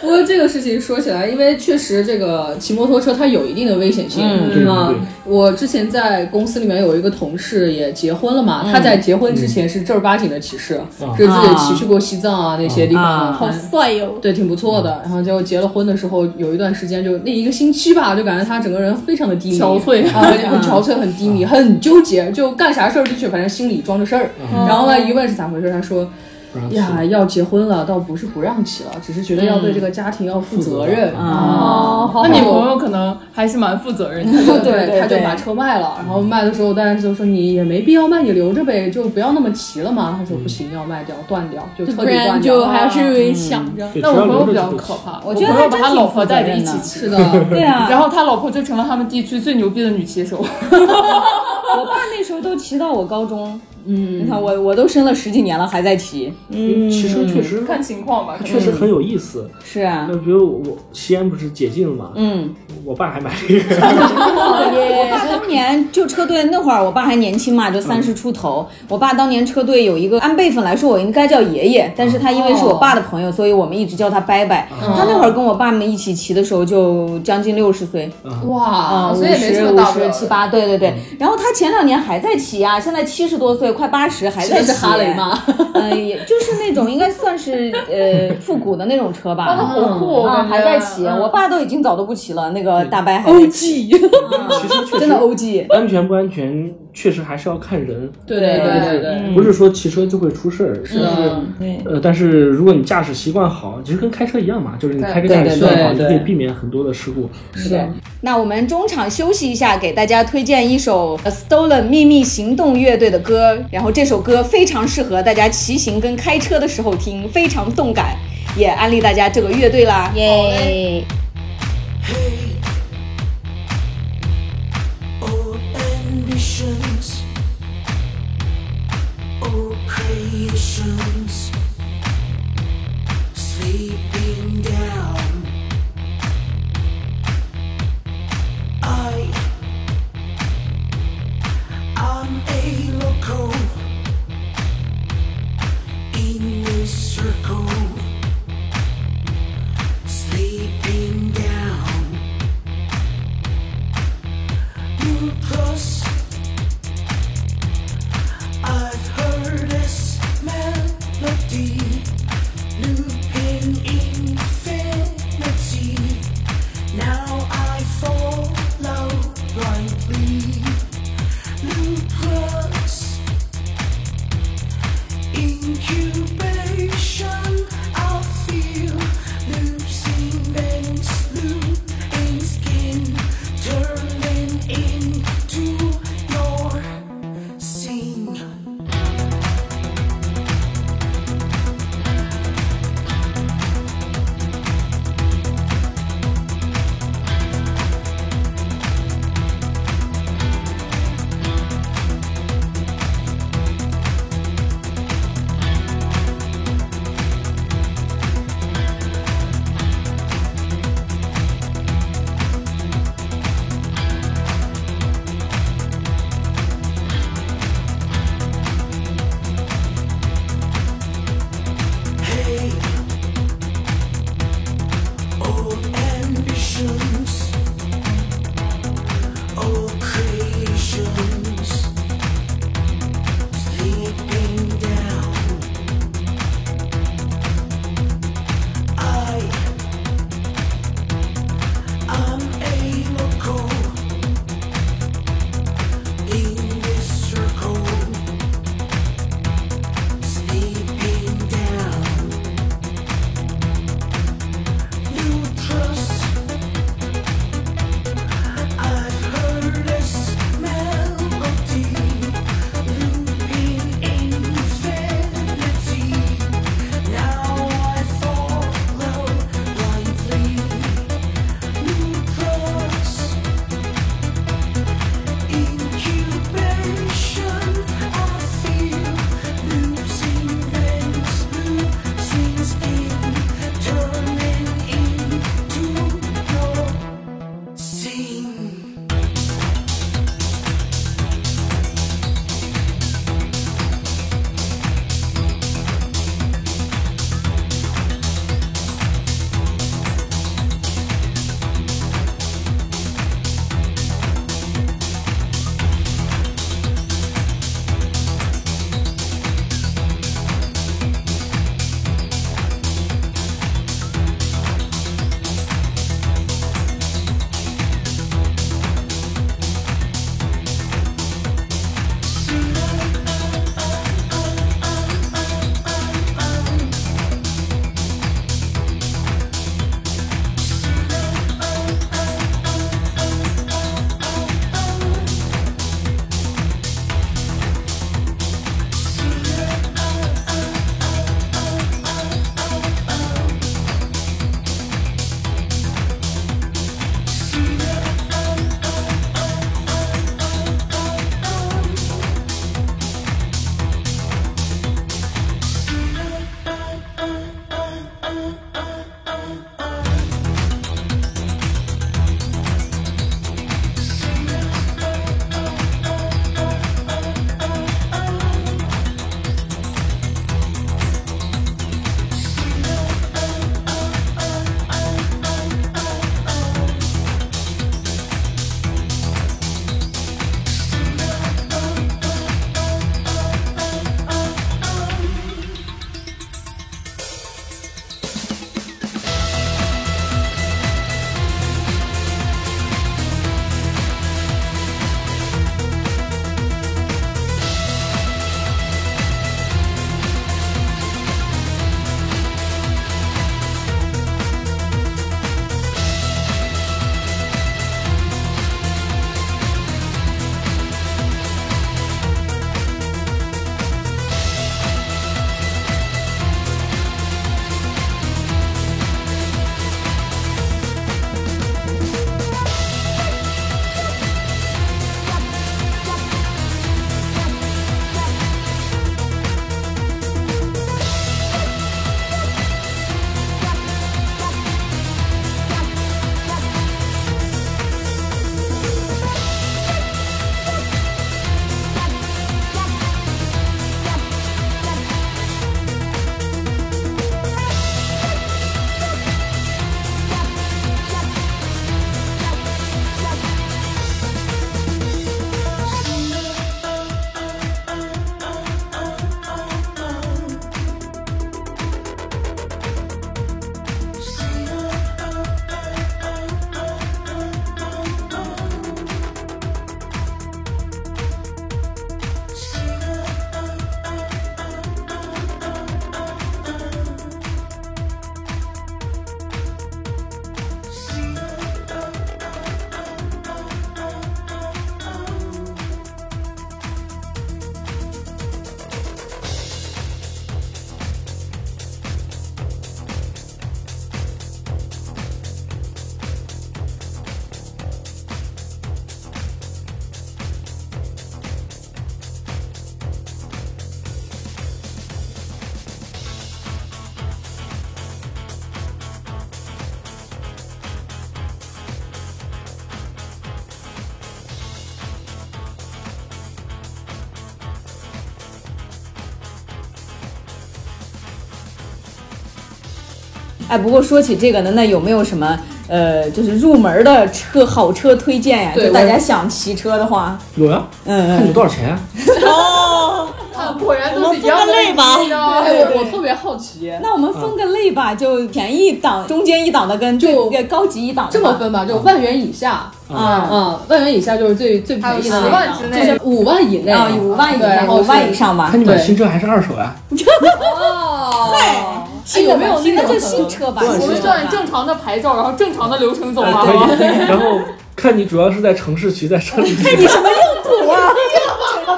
F: 车这个事情说起来，因为确实这个骑摩托车它有一定的危险性。
C: 嗯
G: 对对
F: 啊
G: 对，
F: 我之前在公司里面有一个同事也结婚了嘛，他在结婚之前是正儿八经的骑士，
G: 啊
F: 是自己骑去过西藏啊那些地方，
D: 啊
F: 好
C: 好帅哟！
F: 对，挺不错的。然后结果结了婚的时候，有一段时间就那一个星期吧，就感觉他整个人非常的低迷，
H: 憔悴
F: 啊，很憔悴，很低迷，很纠结，就干啥事儿就去，反正心里装着事儿。然后呢，一问是咋回事，他说。
G: 不让
F: 呀，
G: 骑
F: 要结婚了，倒不是不让骑了，只是觉得要对这个家庭要嗯负责任
G: 嗯
B: 哦
F: 啊。
H: 那
F: 那
H: 你
F: 我
H: 朋友可能还是蛮负责任
F: 他
H: 的，
F: 就对，他就把车卖了，然后卖的时候，但是就说你也没必要卖，你留着呗，就不要那么骑了嘛。他说不行，要卖掉，断掉，就彻
C: 不
F: 底
C: 然
F: 断
C: 嗯就
F: 掉。
C: 还是想着。
G: 对，
H: 那
G: 只
H: 我
G: 要
H: 朋友
G: 留
H: 比
G: 着就
H: 较
G: 不
H: 可
G: 骑
H: 怕，
B: 我觉得
H: 朋友
B: 他
H: 把
B: 真
H: 他
B: 挺
H: 老
B: 负
H: 婆
B: 责
H: 带着
B: 任
H: 一起
B: 的
H: 骑，
F: 是的，
B: 对啊，
H: 然后他老婆就成了他们地区最牛逼的女骑手。
B: 我爸那时候都骑到我高中，嗯，你看我我都升了十几年了，还在骑，
G: 因为
B: 嗯
G: 骑车确实
H: 看情况吧，可能
G: 确实很有意思。
B: 是啊
G: 那，比如我西安不是解禁了嘛，
B: 嗯，
G: 我爸还买了 一个，
B: 哦我爸当年就车队那会儿，我爸还年轻嘛，就三十出头。我爸当年车队有一个，按辈分来说，我应该叫爷爷，但是他因为是我爸的朋友，所以我们一直叫他伯伯。他那会儿跟我爸们一起骑的时候，就将近六十岁，
E: 哇
B: 啊，
E: 所
B: 五
E: 以也没
B: 十
E: 什么
B: 五
E: 大不了
B: 十
E: 的
B: 七八，对对对。然后他前两年还在骑啊，现在七十多岁，快八十还在
F: 这
B: 骑
F: 是哈 雷吗？？
B: 嗯，也就是那种应该算是呃复古的那种车吧。
H: 好酷哦，我
B: 啊，
H: 感觉
B: 还在骑，
H: 嗯
B: 我爸都已经早都不骑了，那个大伯还在骑，
G: 骑车确实
B: 真的 OG。
G: 安全不安全，确实还是要看人。
F: 对对对对嗯
G: 不是说骑车就会出事儿，是
B: 对
G: 呃，但是如果你驾驶习惯好，其实跟开车一样嘛，就是你开车驾驶习惯好，
F: 对对
G: 你
F: 对
G: 可以避免很多的事故。
B: 那我们中场休息一下，给大家推荐一首呃 Stolen 秘密行动乐队的歌，然后这首歌非常适合大家骑行跟开车的时候听，非常动感，也安利大家这个乐队啦。
A: 耶！
I: Hey, all ambitions, all creations, sleeping down. I, I'm a local in a circle sleeping down. You plus, I've heard this melody looping in
B: 哎，不过说起这个呢，那有没有什么呃，就是入门的车好车推荐呀？
F: 对
B: 就大
F: 我
B: 家想骑车的话，
G: 有呀，
B: 嗯
G: 看你多少钱啊？
E: 啊，果然都是一样
D: 分
E: 的
D: 个类吧
E: 问题啊
F: 哎，我我特别好奇，
B: 那我们分个类吧，就便宜一档、中间一档的跟最
F: 就
B: 最高级一档的
F: 这么
B: 吧
F: 分吧，就万元以下，
B: 啊
F: 嗯，万元以下就是最最便宜的那
E: 还有10万
F: 个，
E: 之内
F: 就是五万以内，
B: 啊，五万以
F: 对
B: 内
F: 然后
B: 五
F: 是
B: 万以上吧哎
G: 看。你买
F: 对
G: 新车还是二手啊呀？
F: 哦，
B: 哎，有没有
F: 新
B: 那
F: 的
B: 个就
F: 可
B: 新
F: 能
B: 车吧？
H: 我们
B: 新
H: 就
B: 车吧
H: 按正常的牌照，然后正常的流程走
G: 啊
H: 吧。
G: 可以，
F: 哦
G: 可以然后看你主要是在城市骑，在山里 骑。
B: 你什么用途啊？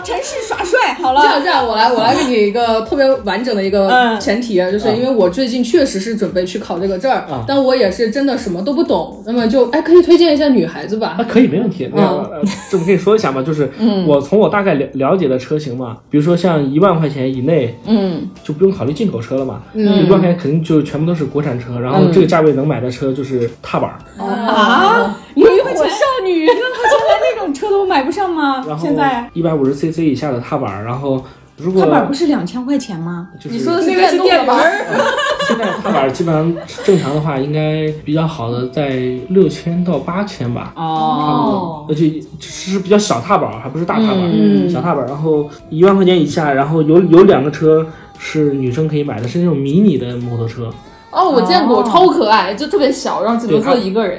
B: 城市耍帅，好
F: 这样
B: 了，
F: 这样，我来我来给你一个特别完整的一个
B: 嗯
F: 前提，啊就是因为我最近确实是准备去考这个证儿，
G: 嗯
F: 但我也是真的什么都不懂，那么就哎可以推荐一下女孩子吧
G: 啊，。可以，没问题。那样
B: 嗯
G: 吧，呃这我可以说一下嘛，就是我从我大概了了解的车型嘛，比如说像一万块钱以内，
B: 嗯，
G: 就不用考虑进口车了嘛。一万块钱肯定就全部都是国产车，然后这个价位能买的车就是踏板儿，
B: 嗯啊，你有一火少女，一万块钱连那种车都买不上吗
G: 然？后
B: 现在
G: 一百五十 CC 以下的踏板儿，然后如果
B: 踏板不是两千块钱吗？
G: 就是
E: 那个是电吧？
G: 现 在踏板儿基本上正常的话，应该比较好的在六千到八千吧。
B: 哦，
G: 而且是比较小踏板儿，还不是大踏板儿，
F: 嗯
G: 小踏板儿。然后一万块钱以下，然后有有两个车是女生可以买的，是那种迷你的摩托车，
H: 哦，我见过，超可爱，就特别小，然后只能坐一个人。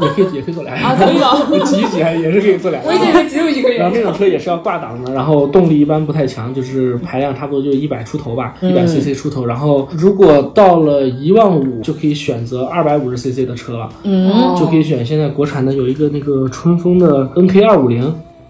G: 也可以也可以坐俩人，
H: 啊可以 吗？
G: 挤一挤还也是可以坐俩
H: 我一
G: 人。
H: 直以为只有一个
G: 然
H: 人
G: 后。那种车也是要挂档的，然后动力一般不太强，就是排量差不多就一百出头吧，
H: 嗯
G: 一百 CC 出头。然后如果到了一万五，就可以选择二百五十 CC 的车了，
B: 嗯，
G: 就可以选现在国产的有一个那个春风的 NK 二五零，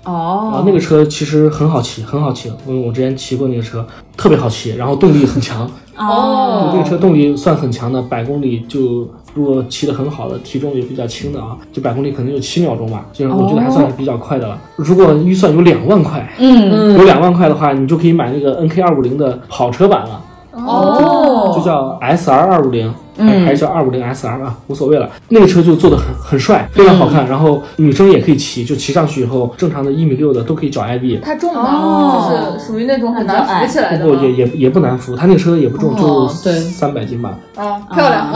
G: 然后
B: 哦，
G: 那个车其实很好骑，很好骑。嗯，我之前骑过那个车，特别好骑，然后动力很强。
B: 哦，
G: 对，这个车动力算很强的，百公里就如果骑得很好的，体重也比较轻的啊，就百公里可能有七秒钟吧，就是我觉得还算是比较快的了。如果预算有两万块，
B: 嗯，
G: 有两万块的话，你就可以买那个 NK 二五零的跑车版了。
B: 哦嗯
G: 就叫 S R 二五零，还是叫二五零 S R 啊，无所谓了。那个车就做的很很帅，非常好
B: 嗯
G: 看。然后女生也可以骑，就骑上去以后，正常的一米六的都可以找 IB，
E: 它重
B: 哦
E: 吗？就是属于那种很难扶起来的
G: 不
E: 吗
G: 过也也也不难扶，他那个车也不重，
B: 哦
G: 就
F: 对
G: 是三百斤吧。
E: 啊，漂亮。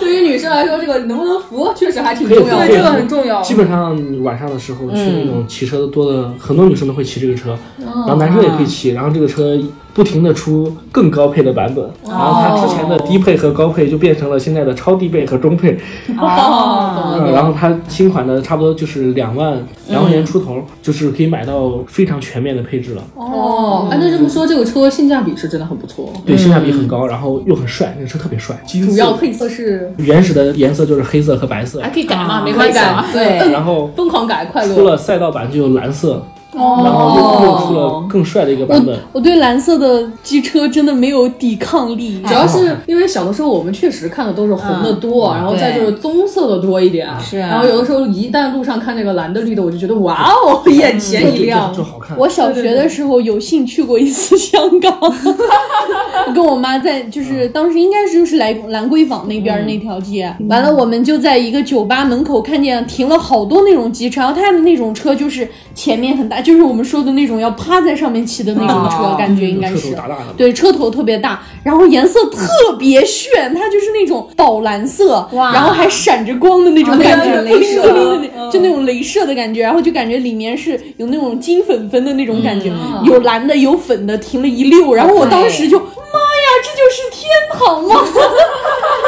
F: 对于女生来说，这个能不能扶确实还挺
G: 可以
F: 重要
G: 可
E: 对，
G: 以
E: 这个
F: 的。
E: 很重要。
G: 基本上你晚上的时候去
F: 嗯
G: 那种骑车的多的，很多女生都会骑这个车，然后男生也可以骑，然后这个车不停的出更高配的版本，然
F: 哦
G: 后它之前的低配和高配就变成了现在的超低配和中配，
B: 哦，
G: 嗯，然后它新款的差不多就是两万两万元出头，就是可以买到非常全面的配置了，
F: 哦，哎，那这么说，这个车性价比是真的很不错。
B: 嗯
G: 对，性价比很高，然后又很帅，那个车特别帅，金
F: 主
G: 色
F: 要哎配色是
G: 原始的颜色就是黑色和白色
H: 还，可以改嘛，没
F: 快
H: 关系
F: 感
H: 啊。，
F: 对，
G: 然后
F: 疯狂改快
G: 出
F: 乐。
G: 了赛道版就有蓝色，然后又又出了更帅的一个版本
C: 哦我。我对蓝色的机车真的没有抵抗力，
F: 主要是
B: 嗯
F: 因为小的时候我们确实看的都是红的多，然后再就是棕色的多一点，
B: 是啊
F: 然后有的时候一旦路上看那个蓝的绿的，我就觉得哇哦，
B: 嗯
F: 眼前一
G: 就
F: 亮
G: 就。就好看。
C: 我小学的时候有幸去过一次香港， 我跟我妈在就是当时应该是就是来兰桂坊那边儿那条街，完了我们就在一个酒吧门口看见停了好多那种机车，然后他们那种车就是前面很大，就是我们说的那种要趴在上面骑的那种车，感觉应该
G: 车头
C: 是。
G: 大大的，
C: 对，车头特别大，然后颜色
B: 嗯
C: 特别炫，它就是那种宝蓝色，然后还闪着光的那
B: 啊
C: 种感觉，
F: 对对对
C: 雷
F: 镭射
C: 射的那，
B: 嗯
C: 就那种镭射的感觉，然后就感觉里面是有那种金粉粉的那种
B: 嗯
C: 感觉，有蓝的有粉的，停了一溜，然后我当时就，妈呀，这就是天堂 吗？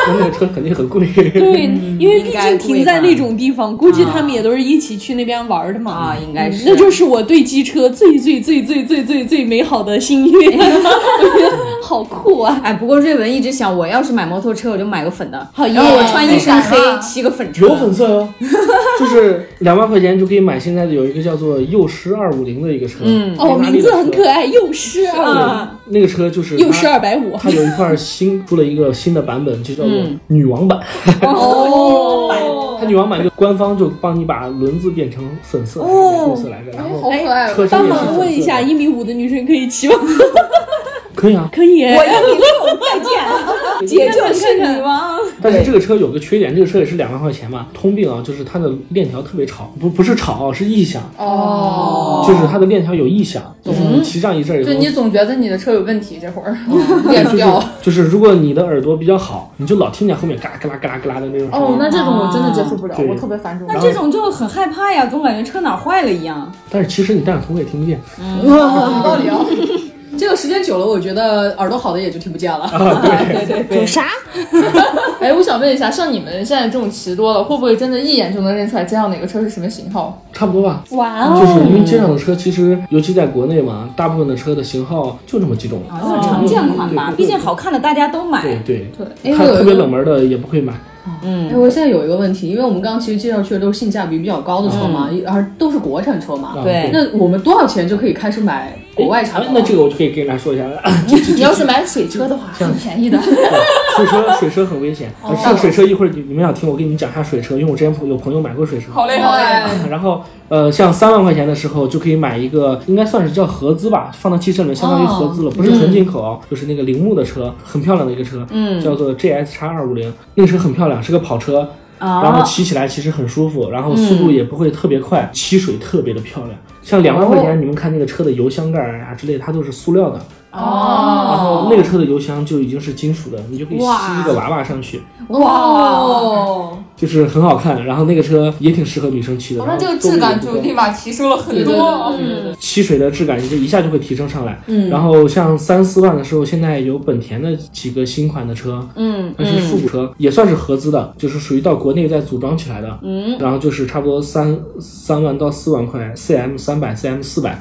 G: 那个车肯定很贵。
C: 对，因为
B: 嗯
C: 毕
B: 应该贵
C: 竟
B: 吧
C: 停在那种地方，估计他们也都是一起去那边玩的嘛。嗯
B: 啊应该是
C: 那就是我对机车最最最最最最最美好的心 愿，我觉得好酷啊！
B: 哎，不过瑞文一直想，我要是买摩托车，我就买个粉的，
C: 好耶
B: 然后我穿一身黑
E: 没敢，啊
B: 骑个粉车，
G: 有粉色哟、就是两万块钱就可以买现在的有一个叫做幼狮二五零的一个车，嗯
C: 哦，名字很可爱，幼师啊，
G: 那个车就是它
C: 幼师二百五，嗯
G: 它有一块新出了一个新的版本，就叫做女王版。哦，它女王版就官方就帮你把轮子变成粉色，
C: 哦
G: 黑色来着，然后
C: 哎
E: 好可爱。
G: 车身
C: 帮
G: 也是粉色
C: 忙
G: 的
C: 问一下，一米五的女生可以骑吗？
G: 可以啊，
C: 可以，
B: 我要你六，再见，姐就是你吗？
G: 但是这个车有个缺点，这个车也是两万块钱嘛，通病啊，就是它的链条特别吵，不不是吵，啊是异响，
E: 哦，
G: 就是它的链条有异响，就是你骑上一阵儿以后
E: 就，你总觉得你的车有问题，这会儿 练不
G: 就是
E: 掉。
G: 就是如果你的耳朵比较好，你就老听见后面嘎啦嘎啦嘎啦嘎啦的那种声
E: 哦，
G: 音，
E: 那这种我真的接受不了，
G: 对
E: 我特别烦这种。
B: 那这种就很害怕呀，总感觉车哪儿坏了一样。
G: 但是其实你戴上头盔也听不见。
F: 有道理啊。这个时间久了，我觉得耳朵好的也就听不见了。
G: 啊
D: 有啥？
E: 哎，我想问一下，像你们现在这种骑多了，会不会真的一眼就能认出来街上哪个车是什么型号？
G: 差不多吧，
C: 哇
G: 就
C: 哦，
G: 是因为街上的车，其实尤其在国内嘛，大部分的车的型号哦就这么几种。
B: 啊，就是常见款吧，
G: 对对对
B: 毕竟好看的大家都买。
G: 对对，
F: 哎，
G: 看
F: 我有
G: 特
F: 一
G: 别
F: 个
G: 冷门的也不会买。
F: 哎，
G: 嗯
F: 我现在有一个问题，因为我们刚刚其实介绍去的都是性价比比较高的车嘛，而都是国产车嘛。
G: 嗯啊
B: 对
F: 那我们多少钱就可以开始买国外产
G: 哎
F: 品？
G: 那这个我就可以跟大家说一下了。
E: 你要是买水车的话，很便宜的。
G: 水车，水车很危险。呃这个水车一会儿你你们想听，我给你们讲一下水车，因为我之前有朋友买过水车。
H: 好嘞，好嘞，
G: 然后，呃，像三万块钱的时候就可以买一个，应该算是叫合资吧，放到汽车里面相当于合资了，不是纯进口，就是那个铃木的车，很漂亮的一个车，嗯，叫做 GS x 二五零，那个车很漂亮，是个跑车。然后骑起来其实很舒服，然后速度也不会特别快，漆水特别的漂亮。像两万块钱，你们看那个车的油箱盖儿啊之类，它都是塑料的，然
E: 哦，
G: 后那个车的油箱就已经是金属的，你就可以吸一个娃娃上去，
B: 哦
C: 哇，
G: 就是很好看。然后那个车也挺适合女生骑的，
H: 我
G: 然
H: 说
G: 后
H: 哦这个质
G: 动力也
H: 感
G: 不
H: 就
G: 够
H: 立马提升了很
E: 对
H: 多。
G: 漆水的质感就一下就会提升上来。嗯，然后像三四万的时候，现在有本田的几个新款的车，嗯，但是复古车、也算是合资的，就是属于到国内再组装起来的。嗯，然后就是差不多三三万到四万块，CM 三百、CM 四百。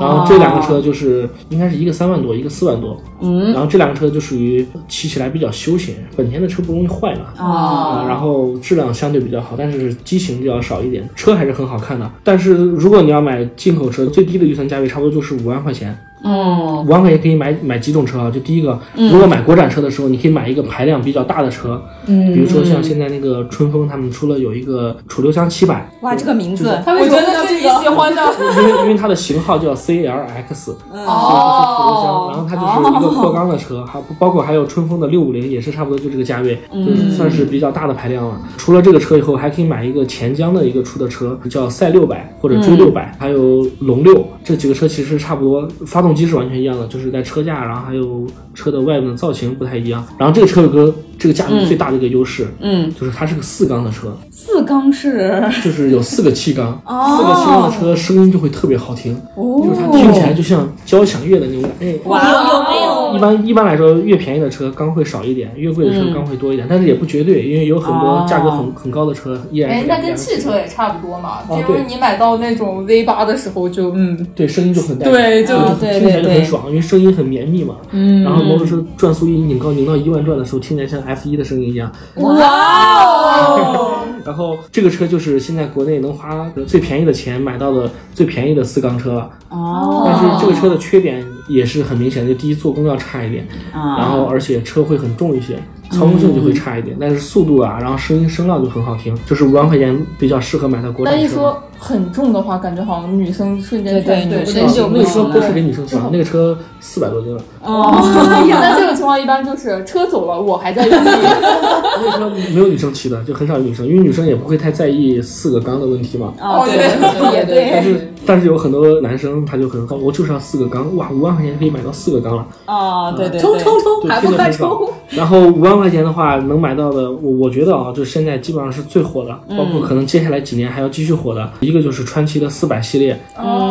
G: 然后这两个车就是应该是一个三万多，一个四万多，嗯，然后这两个车就属于骑起来比较休闲，本田的车不容易坏嘛，啊，然后质量相对比较好，但是机型比较少一点，车还是很好看的。但是如果你要买进口车，最低的预算价位差不多就是五万块钱。哦，五万块钱可以买买几种车啊？就第一个，如果买国产车的时候，你可以买一个排量比较大的车，嗯，比如说像现在那个春风他们出了有一个楚留香七百，
B: 哇，这个名字，
H: 我真的是你喜欢的，
G: 因为因为它的型号叫 CLX，哦，然后它就是一个扩缸的车，还包括还有春风的六五零也是差不多就这个价位，就是算是比较大的排量了。除了这个车以后，还可以买一个钱江的一个出的车，叫赛六百或者追六百，还有龙六这几个车其实差不多，发动机是完全一样的，就是在车架，然后还有车的外面的造型不太一样。然后这个车有个这个价格最大的一个优势，嗯，就是它是个四缸的车，
B: 四缸是哦
G: 就是有四个气缸，四个气缸的车声音就会特别好听，就是它听起来就像交响乐的那种感觉。
B: 哦
D: 有没有？
G: 一般一般来说，越便宜的车缸会少一点，越贵的车缸会多一点，但是也不绝对，因为有很
B: 哦
G: 多价格很、很高的车依 然
E: 哎那
G: 是，两
E: 跟
G: 辆
E: 汽车也差不多嘛，
G: 哦
E: 就是
G: 对
E: 你买到那种 V 八的时候就嗯，
G: 对声音就很带感啊
E: 对，就
G: 就
B: 对
G: 听起来
B: 对
G: 就
B: 对
G: 很爽，因为声音很绵密嘛。嗯，然后摩托车转速一拧高拧到一万转的时候，听起来像 F 一的声音一样。哇哦！ 然后这个车就是现在国内能花最便宜的钱买到的最便宜的四缸车了。哦。但是这个车的缺点也是很明显的，就第一做工要差一点，然后而且车会很重一些。操控性就会差一点，但是速度啊，然后声音声浪就很好听，就是五万块钱比较适合买到国产
E: 但一
G: 车。
E: 说很重的话，感觉好像女生瞬间
B: 对对
E: 全
B: 女
E: 部
B: 生就
E: 都
G: 那个车不是
E: 对
G: 给女生
B: 哦
G: 骑的，那个车四百多斤了。
E: 那这种情况一般就是车走了，我还在用力。
G: 那个车没有女生骑的，就很少有女生，因为女生也不会太在意四个缸的问题嘛。
B: 哦，对对对
G: 但
B: 对，
G: 是但是有很多男生他就很好，我就是要四个缸，哇，五万块钱可以买到四个缸了，
B: 哦，对对，
F: 冲冲冲，
G: 就
F: 还
G: 听着
F: 不快
G: 很爽
F: 冲！。
G: 然后五万块钱的话，能买到的，我我觉得啊，就是现在基本上是最火的，包括可能接下来几年还要继续火的，一个就是川崎的四百系列，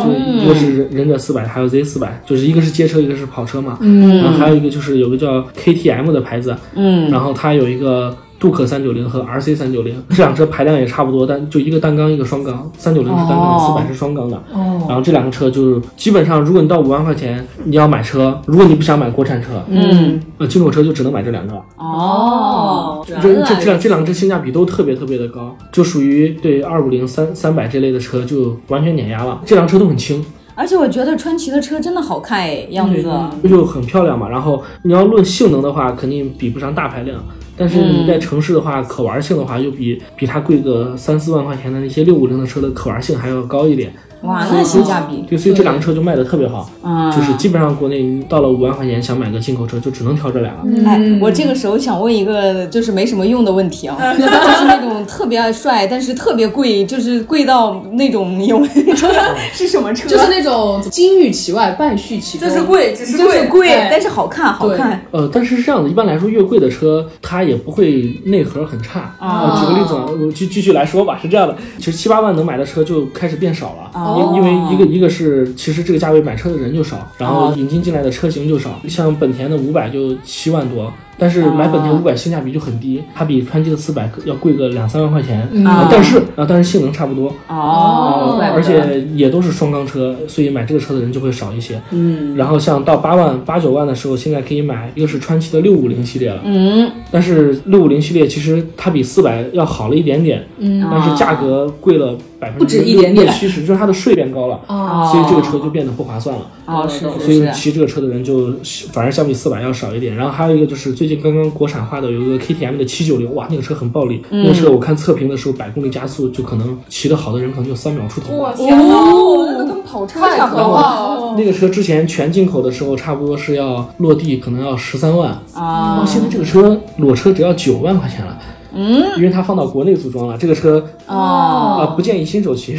G: 就一个是忍者四百，还有 Z 四百，就是一个是街车，一个是跑车嘛。嗯，然后还有一个就是有个叫 KTM 的牌子，嗯，然后它有一个。杜克三九零和 RC 三九零这辆车排量也差不多，但就一个单缸一个双缸，三九零是单缸，四百是双缸的。哦，然后这两个车就是基本上，如果你到五万块钱，你要买车，如果你不想买国产车，
B: 嗯，
G: 呃，进口车就只能买这两个了。
B: 哦，
G: 这这这两这两只性价比都特别特别的高，就属于对二五零、三三百这类的车就完全碾压了。这辆车都很轻，
B: 而且我觉得川崎的车真的好看哎，样子，
G: 就很漂亮嘛。然后你要论性能的话，肯定比不上大排量，但是你在城市的话，可玩性的话又比比它贵个三四万块钱的那些六五零的车的可玩性还要高一点。
B: 哇，
G: 所以
B: 那性价比，
G: 对，所以这两个车就卖的特别好，
B: 啊
G: 就是基本上国内你到了五万块钱想买个进口车，就只能挑这俩。
B: 哎，我这个时候想问一个就是没什么用的问 题啊，就是那种特别帅但是特别贵，就是贵到那种有 是什么车？
F: 就是那种 金玉其外，败絮其中。
H: 就是贵，只是
B: 就
H: 贵
B: 是。贵，
F: 哎
B: 但是好看，好看。
G: 呃，但是是这样的，一般来说，越贵的车它也不会内核很差。啊，举个例子啊，我继继续来说吧，是这样的，其实七八万能买的车就开始变少了，因因为一个一个是其实这个价位买车的人就少，然后引进进来的车型就少，像本田的五百就七万多。但是买本田五百性价比就很低，它比川崎的四百要贵个两三万块钱，啊但是啊，但是性能差不多，
B: 哦怪不
G: 而
B: 得
G: 且也都是双缸车，所以买这个车的人就会少一些。嗯，然后像到八万、八九万的时候，现在可以买一个是川崎的六五零系列了。
B: 嗯，
G: 但是六五零系列其实它比四百要好了一点点，嗯，但是价格贵了百分之
F: 不止一点点
G: 七十，就是它的税变高了，
B: 哦
G: 所以这个车就变得不划算了。
B: 哦，是
G: 所
B: 是
G: 以
B: 是，
G: 骑这个车的人就反而相比四百要少一点。然后还有一个就是最近刚刚国产化的有一个 KTM 的七九零，哇，那个车很暴力，那个车我看测评的时候百公里加速就可能骑得好的人可能就三秒出头。
H: 我天哪，
B: 哦
H: 那个跟跑车
E: 啊
H: 差不多了。
G: 那个车之前全进口的时候，差不多是要落地可能要十三万啊、哦，现在这个车裸车只要九万块钱了。嗯，因为它放到国内组装了，这个车啊、不建议新手 骑。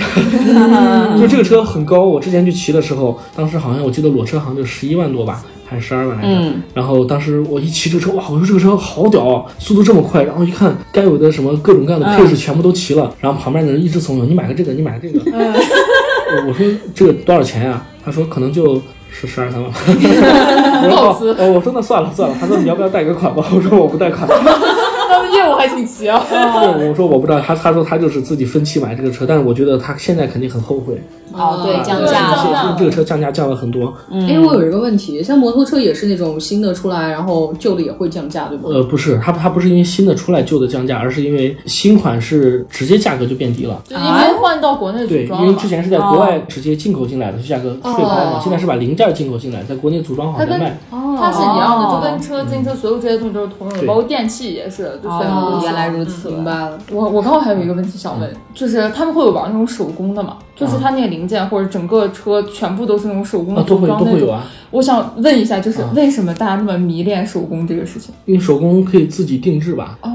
G: 就这个车很高，我之前去骑的时候，当时好像我记得裸车好像就十一万多吧，还是十二万来着。然后当时我一骑这个车，哇，我说这个车好屌啊，速度这么快。然后一看，该有的什么各种各样的配置全部都齐了，然后旁边的人一直怂恿你买个这个，你买个这个。我我说这个多少钱呀、他说可能就是十二三万。我说
H: 告辞
G: 哦，我说那算了算了。他说你要不要贷个款吧？我说我不贷 款。
H: 他们业务还挺齐啊。
G: 对，我说我不知道。他他说他就是自己分期买这个车，但是我觉得他现在肯定很后悔。啊
B: 哦，对，降
G: 对
B: 价
G: 这
B: 了，
G: 这这个车降价降了很多。
E: 嗯
F: 哎，我有一个问题，像摩托车也是那种新的出来，然后旧的也会降价，对吗？
G: 呃，不是，它它不是因为新的出来旧的降价，而是因为新款是直接价格就变低了。
E: 就因为换到国内
G: 对，
E: 组装
G: 因
E: 了哦
G: 为
E: 嘛
G: 之。前是在国外直接进口进来的，就价格税高嘛。现在是把零件进口进来，在国内组装好
E: 它
G: 再
E: 跟
G: 卖。
B: 哦
E: 它是一样的，就跟车、自行车所有这些东西都是通用的，
G: 对
E: 包括电器也是，就全部
B: 哦
E: 都，是
B: 原来如此，
F: 明白了。
E: 我我刚好还有一个问题想问，
G: 嗯
E: 就是他们会有玩那种手工的吗？就是它那个零件或者整个车全部都是那种手工
G: 啊，
E: 的嗯
G: 都
E: 组
G: 会
E: 装
G: 都
E: 那
G: 会有
E: 种。
G: 啊，
E: 我想问一下，就是
G: 啊
E: 为什么大家那么迷恋手工这个事情？
G: 因为手工可以自己定制吧，
E: 哦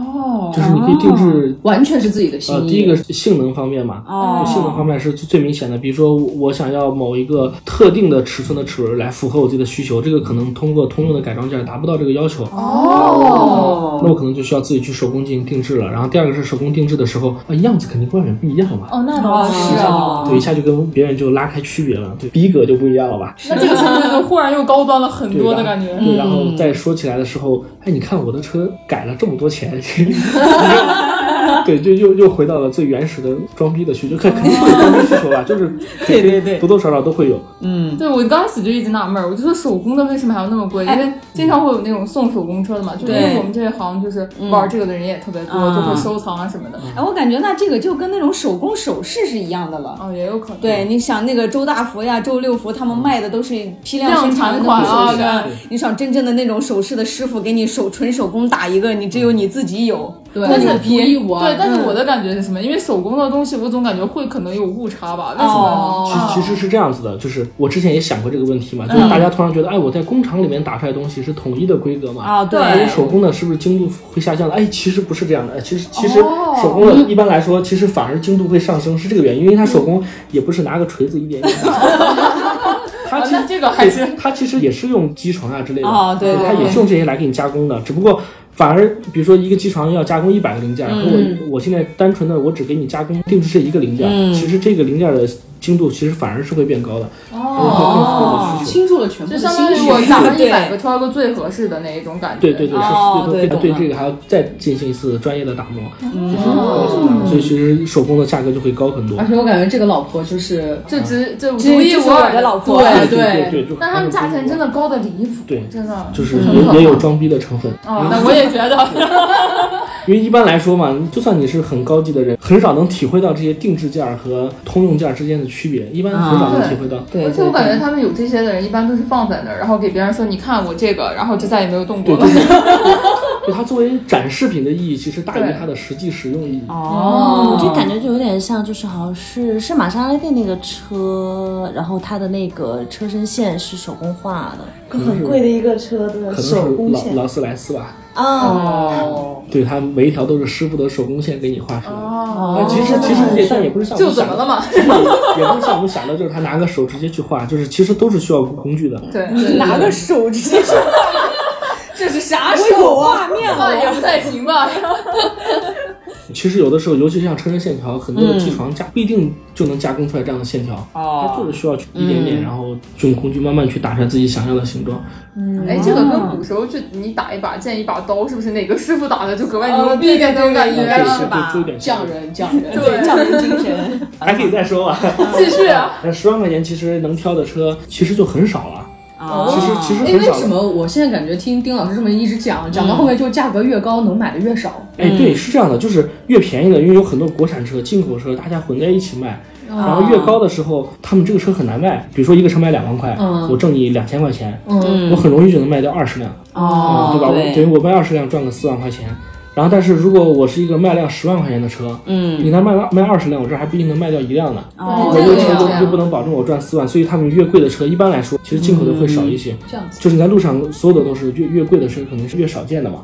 G: 就是你可以定制
F: 完全是自己的心
G: 呃，
B: 啊
F: 意。
G: 第一个是性能方面嘛，
B: 哦
G: 性能方面是最最明显的。比如说，我我想要某一个特定的尺寸的齿轮来符合我自己的需求，这个可能通过通用的改装件达不到这个要求。哦，那我可能就需要自己去手工进行定制了。然后第二个是手工定制的时候，啊，样子肯定跟外面不一样嘛。
E: 哦，那倒是啊
B: 是哦
G: 对，一下就跟别人就拉开区别了，对，逼格就不一样了吧？
E: 那这个是不是就忽然又高端了很
G: 对
E: 多
G: 吧
E: 的感觉？
G: 对，然后再说起来的时候，哎，你看我的车改了这么多钱， 对，就又又回到了最原始的装逼的需求，肯肯定会有装逼需求吧，就是 对对对，多多少少都会有。
E: 哦对，我刚开始就一直纳闷儿，我就说手工的为什么还要那么贵？
B: 哎
E: 因为经常会有那种送手工车的嘛，就因为我们这一行就是
B: 嗯
E: 玩这个的人也特别多，就会收藏啊什么的。
G: 嗯
B: 哎，我感觉那这个就跟那种手工首饰是一样的了。
E: 哦，也有可能。
B: 对，你想那个周大福呀、周六福，他们卖的都是批量
E: 量
B: 生产的
E: 产
B: 那
E: 款
B: 种
E: 啊
B: 首饰。你想真正的那种首饰的师傅给你手纯手工打一个，你只有你自己有。
F: 对，
E: 但是
F: 独一无
E: 对，
F: 二。
E: 但是我的感觉是什么？因为手工的东西，我总感觉会可能有误差吧？为什
B: 哦
E: 么？
G: 其其实是这样子的，就是我之前也想过这个问题嘛，
E: 嗯
G: 就是大家突然觉得，哎，我在工厂里面打出来的东西是统一的规格嘛，
E: 哦
B: 啊，对，
G: 手工的是不是精度会下降的？哎，其实不是这样的，哎其实其实
B: 哦
G: 手工的一般来说，其实反而精度会上升，是这个原因，因为它手工也不是拿个锤子一点 一点打。它其
E: 啊
G: 实
E: 那这个还是
G: 对它其实也是用机床啊之类的，
B: 哦对对
G: 它也是用这些来给你加工的，只不过。反而，比如说一个机床要加工一百个零
B: 嗯
G: 件，和我我现在单纯的我只给你加工定制这一个零件，
B: 嗯
G: 其实这个零件的精度其实反而是会变高的，哦，更符合需求。
F: 倾注了全部
E: 就
F: 的
E: 相当
F: 心
E: 于
F: 血。
E: 我打上
B: 对
E: 一百个，挑一个最合适的那一种感觉。
G: 对对对，
B: 哦
G: 是
B: 对
G: 对
B: 懂
G: 对
B: 了
G: 这个还要再进行一次专业的打磨，
E: 嗯
G: 就是所以其实手工的价格就会高很多
F: 而。且我感觉这个老婆就是
E: 就只就
B: 这
E: 独一
B: 这是
E: 无
B: 我
E: 二
B: 的老婆。
G: 对
F: 对
G: 对对，就
E: 但他们价钱真的高的离谱，
G: 对
E: 真的
G: 就是嗯
E: 很可怕
G: 也也有装逼的成分，
E: 哦，那我也觉得，
G: 因为一般来说嘛，就算你是很高级的人，很少能体会到这些定制件儿和通用件儿之间的区别，一般很少能体会到。
B: 对
E: 而且我感觉他们有 这些的人，一般都是放在那儿，然后给别人说，你看我这个，然后这再也没有动过了。
G: 就它作为展示品的意义，其实大于
J: 对
G: 它的实际使用意义。
D: 我
B: 哦
D: 就感觉就有点像，就是好像是是玛莎拉蒂那个车，然后它的那个车身线是手工画的，
G: 可能是
D: 贵的一个车的
G: 可能是
D: 手工
G: 劳
D: 线
G: 劳斯莱斯吧，
D: 啊，
G: 对，它每一条都是师傅的手工线给你画出来的。
J: 哦
G: 那其实其实也但也不是像我
J: 就
G: 们
J: 怎
G: 想
J: 么
G: 的
J: 了嘛？
G: 也不是像我们想的，就是他拿个手直接去画，就是其实都是需要工具的。
J: 对，
D: 拿个手直 接
J: 这是啥
D: 手
E: 啊
D: 画面
E: 那也不太行 吧？
G: 其实有的时候，尤其像车身线条，很多
F: 嗯
G: 的机床加不一定就能加工出来这样的线条，
F: 哦
G: 它就是需要去一点
F: 嗯
G: 点，然后用工具慢慢去打出来自己想要的形状。
E: 哎，这个跟古时候去你打一把剑、一把刀，是不是哪个师傅打的就格外牛
J: 呃
E: 逼一点那种感
J: 对
E: 觉
J: 对
G: 对，
E: 啊？
G: 是吧？就有点像
F: 匠人，匠人，
E: 对，
D: 匠人精神，
G: 还可以再说吧。
E: 继续啊！
G: 那十万块钱其实能挑的车其实就很少了，
D: 哦
G: 其实其实
F: 哎，
G: 很
F: 为
G: 少
F: 什
G: 了。
F: 么我现在感觉听丁老师这么一直讲，讲到后面就价格越高，能买的越少？
G: 哎，对，是这样的，就是越便宜的，因为有很多国产车、进口车，大家混在一起卖。然后越高的时候，他们这个车很难卖。比如说一个车卖两万块，
F: 嗯
G: 我挣你两千块钱，
D: 嗯
G: 我很容易就能卖掉二十辆，嗯
D: 哦
G: 对吧？我等
D: 对
G: 于我卖二十辆赚个四万块钱。然后，但是如果我是一个卖辆十万块钱的车，
D: 嗯，
G: 你那卖卖二十辆，我这还不一定能卖掉一辆呢。
D: 哦
G: 我
J: 这
G: 这
J: 个
G: 个
J: 也
G: 车
J: 有这
G: 又
J: 样
G: 又不能保证我赚四万，所以他们越贵的车，一般来说，其实进口的会少一些。
F: 这样子，
G: 就是你在路上所有的都是越越贵的车，可能是越少见的嘛。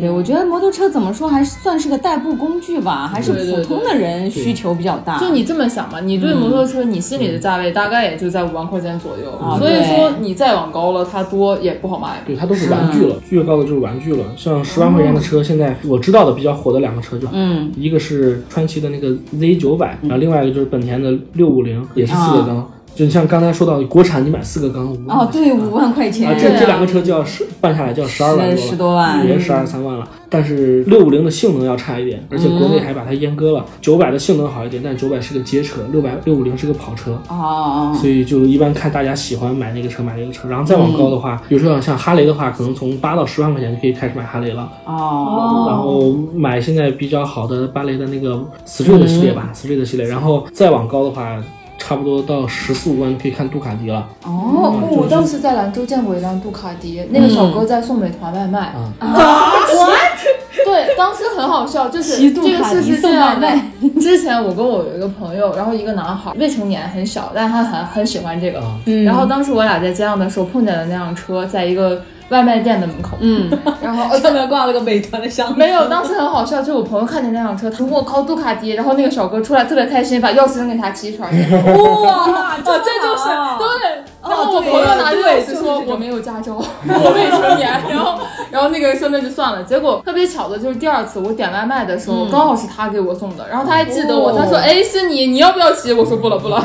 B: 对，我觉得摩托车怎么说还是算是个代步工具吧，还是
F: 对对
B: 普
F: 对
B: 通的人需求比较大。
E: 就你这么想嘛，你对摩托车你心里的价位大概也就在五万块钱左右，所以
B: 对
E: 说你再往高了，它多也不好卖。
G: 对，它都是玩具了，越高的就是玩具了。像十万块钱的车，现在我知道的比较火的两个车就，
B: 嗯，
G: 一个是川崎的那个 Z 九百，然后另外一个就是本田的六五零，也是四个缸。就像刚才说到国产，你买四个缸五万
B: 哦，对，五万块钱，
G: 啊，这这两个车就要十办下来就要十二万多
B: 十
G: 了。
B: 多万，
G: 也十二三万了，但是六五零的性能要差一点，而且国内还把它阉割了。九百的性能好一点，但九百是个街车，六百六五零是个跑车。
F: 嗯
B: 哦，
G: 所以就一般看大家喜欢买那个车买那个车，然后再往高的话，
F: 嗯
G: 比如说像哈雷的话，可能从八到十万块钱就可以开始买哈雷了。
B: 哦，
G: 然后买现在比较好的芭蕾的那个 Street 的系列
F: 嗯
G: 吧、s t r e e t 的系列，然后再往高的话，差不多到十四五万可以看杜卡迪了。
B: 哦，
E: 我当时在兰州见过一辆杜卡迪，那个小哥在送美团外卖
G: 嗯
E: 啊， 对，当时很好笑，就是
B: 骑杜
E: 这个
B: 卡
E: 事
B: 迪
E: 是
B: 送
E: 这样
B: 外
E: 的
B: 卖。
E: 之前我跟我有一个朋友，然后一个男孩，未成年很小，但他很很喜欢这个。然后当时我俩在街上的时候碰见了那辆车，在一个外卖店的门口。嗯，然后
F: 上面挂了个美团的箱子，
E: 没有，当时很好笑，就我朋友看见那辆车，他说我靠杜卡迪，然后那个小哥出来特别开心，把钥匙扔给他骑一圈儿去。哇，这就是对。然后我朋友拿着钥匙说我没有驾照，我未成年。然后然后那个人说那就算了。结果特别巧的就是第二次我点外卖的时候，刚好是他给我送的，然后他还记得我，他说哎是你，你要不要骑？我说不了不了，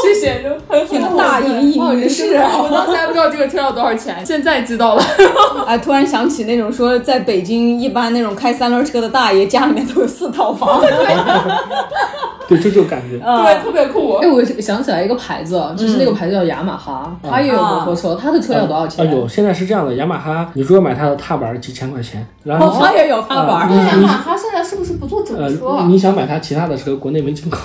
E: 谢谢。就很
B: 挺大隐隐于市啊！
E: 我当时还不知道这个车要多少钱，现在知道了。
B: 哎，突然想起那种说，在北京一般那种开三轮车的大爷家里面都有四套房，
E: 哦
G: 对，这就感觉。
F: 嗯
E: 对，特别酷。
F: 哎，我想起来一个牌子，就是那个牌子叫雅马哈，它也有摩
B: 啊
E: 哦
F: 托车，它的车要多少
G: 啊，
F: 钱？
G: 有，现在是这样的，雅马哈，你如果买它的踏板几千块钱，然后
F: 哦，它也有踏板。
G: 啊
E: 雅马哈现在是不是不做整
G: 呃
E: 车啊，？
G: 你想买它其他的车，国内没进口。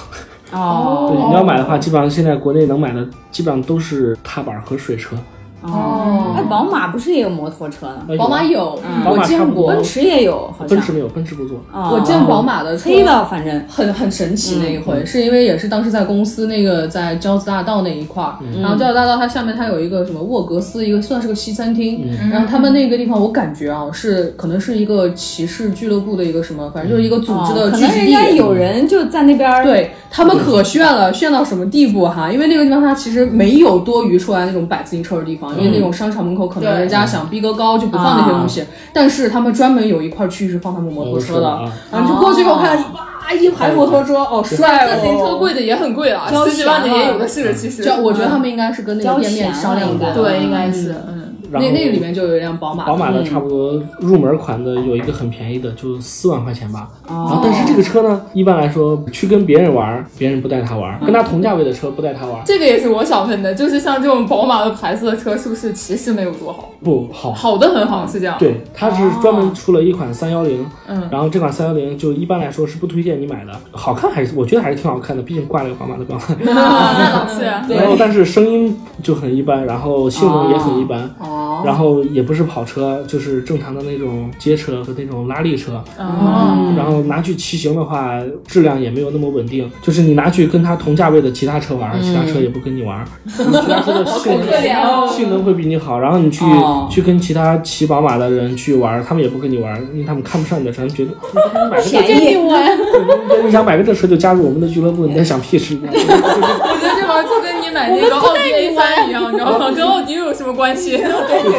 B: 哦
G: 对，你要买的话，基本上现在国内能买的基本上都是踏板和水车。
B: 哦，哎，宝马不是也有摩托车呢？
G: 呃
F: 宝马，嗯有，
G: 宝
E: 嗯
F: 我
G: 马差
F: 见
G: 不多
F: 过
B: 奔，驰也有，好像
G: 奔驰没有，奔驰不做。啊
B: 哦
F: 我见啊宝马的车
B: 黑的，反正
F: 很很神奇那一回，是因为也是当时在公司那个在交子大道那一块儿，然后交子大道它下面它有一个什么沃格斯，一个算是个西餐厅，然后他们那个地方我感觉啊是可能是一个骑士俱乐部的一个什么，反正就是一个组织
B: 哦
F: 的
B: 可
F: 聚
B: 能
F: 集
B: 人
F: 地。
B: 家有人就在那边儿，啊
F: 对他们可炫了，炫到什么地步哈？因为那个地方它其实没有多余出来那种摆自行车的地方，因为那种商场门口可能
E: 对
F: 人家想逼格高就不放那些东西，但是他们专门有一块区域是放他们摩托车的，
G: 摩托车啊
F: 然后你就过去以后看，哇，一排摩托车，哦，帅哦！
E: 自行车贵的也很贵了，
B: 交
E: 十几万的
B: 钱了
E: 也有的是，其实
F: 就我觉得他们应该是跟那
B: 交
F: 个店面
B: 钱
F: 商
B: 了
F: 量过，
B: 应该
E: 对，应该是嗯，
G: 然后
F: 那那个里面就有一辆宝马，嗯
G: 宝马的差不多入门款的有一个很便宜的，就四万块钱吧。然
F: 哦
G: 后但是这个车呢，一般来说去跟别人玩，别人不带它
F: 嗯
G: 玩，跟它同价位的车不带它玩，
E: 这个也是我想问的，就是像这种宝马的牌子的车，是不是其实没有多好？
G: 不好。
E: 好的很好，是这样。
G: 对，它是专门出了一款三幺零，
E: 嗯
G: 然后这款三幺零就一般来说是不推荐你买的，好看还是我觉得还是挺好看的，毕竟挂了个宝马的标。
E: 啊，那倒是。
G: 然后但是声音就很一般，然后性能也很一般，
F: 哦，
G: 然后也不是跑车，就是正常的那种街车和那种拉力车，
E: 哦，
G: 然后拿去骑行的话，质量也没有那么稳定。就是你拿去跟它同价位的其他车玩儿，其他车也不跟你玩儿，其他车的性能
E: 哦
G: 性能会比你好。然后你去、
B: 哦
G: 去跟其他骑宝马的人去玩儿，他们也不跟你玩儿，因为他们看不上你的车，觉得 你买个这
B: 嗯便宜，
G: 车，你想买个这车就加入我们的俱乐部，你在想屁事？
E: 我觉得这玩意儿就跟你买那个奥迪 A 三一样，你知道吗？跟奥迪又有什么关系？
G: 就这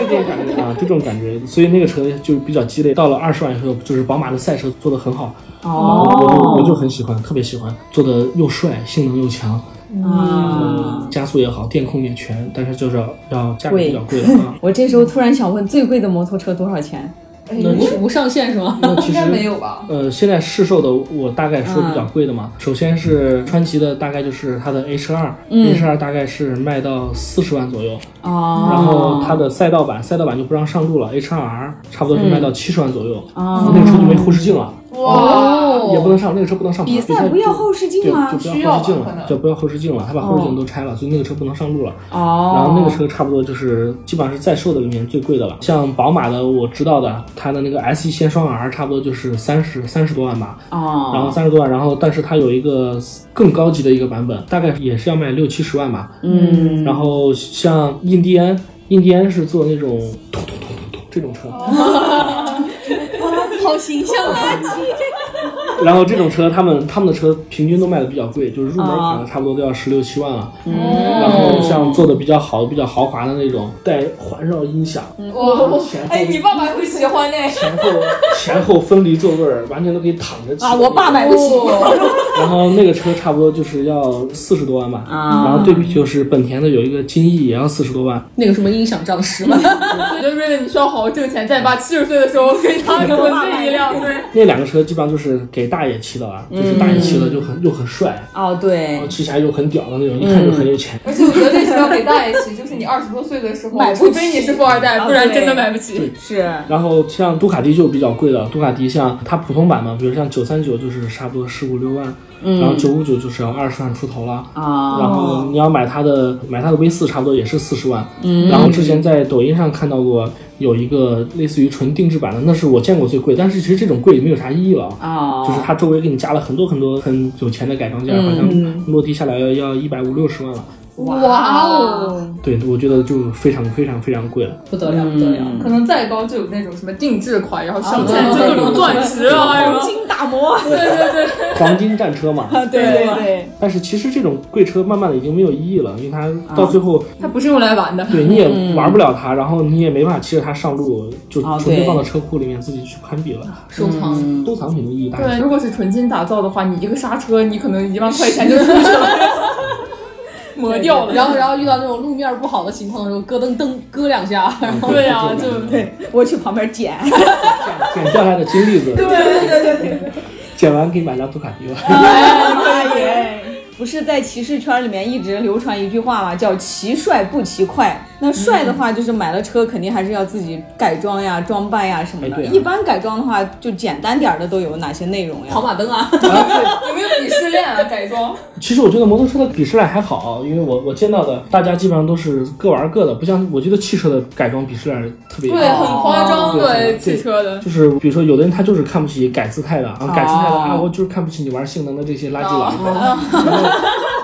G: 种感觉啊，就这种感觉，所以那个车就比较鸡肋。到了二十万以后，就是宝马的赛车做的很好，
B: 哦
G: 我就我就很喜欢，特别喜欢，做的又帅，性能又强，嗯，加速也好，电控也全，但是就是要要价格比较贵了啊。
B: 我这时候突然想问，最贵的摩托车多少钱？
G: 那其
F: 哎无上限是吗？
G: 那其实
E: 没有吧？
G: 呃，现在市售的我大概说比较贵的嘛，首先是川崎的，大概就是它的 H 二、h 二大概是卖到四十万左右，
B: 哦，
G: 然后它的赛道版，赛道版就不让上路了，H2R 差不多是卖到七十万左右，那个车就没后视镜了，
B: 哦
E: 哇，
G: 也不能上，那个车不能上牌
B: 比赛不要后视
G: 对，
B: 镜吗
G: 就？
E: 需
G: 不
E: 要吧
G: 要后视镜
E: 可能
G: 了，就不要后视镜了，他把后视镜都拆了，所以那个车不能上路了。
B: 哦，
G: 然后那个车差不多就是基本上是在售的里面最贵的了，像宝马的我知道的，它的那个 S 一线双 R 差不多就是三十三十多万吧，然后
B: 哦，
G: 三十多万，然后但是它有一个更高级的一个版本，大概也是要卖六七十万吧。
B: 嗯，
G: 然后像印第安，印第安是做那种咚咚咚咚咚这种车，
C: 好形象啊！
G: 然后这种车他们他们的车平均都卖的比较贵，就是入门
B: 哦
G: 款的差不多都要十六七万了。
B: 嗯
G: 然后像做的比较好、比较豪华的那种，带环绕音响，
B: 嗯
E: 哇，
G: 前后
E: 哎，你爸爸会喜欢那？
G: 前后前后分离座位儿，完全都可以躺着骑。
B: 啊，我爸买不起。
G: 然后那个车差不多就是要四十多万吧，
B: 啊
G: 然后对比就是本田的有一个金翼也要四十多万，
F: 那个什么音响涨十万，
E: 我觉得瑞瑞，你需要好好挣钱，在你爸七十岁的时候给他给我备一辆，对，
G: 那两个车基本上就是给大爷骑的啊，就是大爷骑的就很、又很帅，
B: 哦，
G: 然
B: 对
G: 后，骑起来又很屌的那种，
B: 嗯
G: 一看就很有钱。
E: 而且我觉得这是要给大爷骑，就是你二十多岁的时候，除非你是富二代，
B: 啊
E: 不然真的
B: 对
E: 买不起。
B: 是
G: 然后像杜卡迪就比较贵了，杜卡迪像它普通版嘛，比如像九三九就是差不多十五六万，然后九五九就是要二十万出头了。
B: 啊，
G: 然后你要买它的买它的 V 四，差不多也是四十万。嗯，然后之前在抖音上看到过有一个类似于纯定制版的，那是我见过最贵，但是其实这种贵也没有啥意义了啊。
B: 哦，
G: 就是它周围给你加了很多很多很有钱的改装件，好像落地下来要要一百五六十万了。
E: 哇哦，
G: 对，我觉得就非常非常非常贵了。
F: 不得了不得了。
E: 可能再高就有那种什么定制款，然后
H: 啊
E: 镶嵌就各种钻石啊，什么。
B: 金打磨，
E: 对对对，
G: 黄金战车嘛，
B: 对对对，
G: 但是其实这种贵车慢慢的已经没有意义了，因为
B: 啊
G: 它到 最后，
E: 它不是用来玩的。
G: 对你也玩不了它，然后你也没法骑着它上路，就
B: 嗯哦
G: 纯粹
B: 对嗯
G: 放到车库里面自己去堪比了，
E: 收藏。
G: 收藏品的意义大一
E: 对，
G: 些。
E: 嗯如果是纯金打造的话，你一个刹车，你可能一万块钱就出 去了，磨掉了。
F: 然后，然后遇到那种路面不好的情况的时候，咯噔噔咯两下，然后
E: 对呀，就
B: 啊我去旁边捡。
G: 剪掉它的金粒子，
B: 对对对对，
G: 剪完可以买辆杜卡迪了。
B: 哎耶！不是在骑士圈里面一直流传一句话嘛，叫“骑帅不骑快”。那帅的话，就是买了车肯定还是要自己改装呀、装扮呀什么
G: 哎
B: 的。
G: 对啊
B: 一般改装的话，就简单点儿的都有哪些内容呀？
F: 跑马灯啊，
E: 有没有鄙视链啊？改装？
G: 其实我觉得摩托车的鄙视链还好，因为我我见到的大家基本上都是各玩各的，不像我觉得汽车的改装鄙视链特别
E: 对，很夸张，对汽车的。
G: 就是比如说，有的人他就是看不起改姿态的，然后改姿态的、
B: 哦
G: 啊，我就是看不起你玩性能的这些垃圾佬。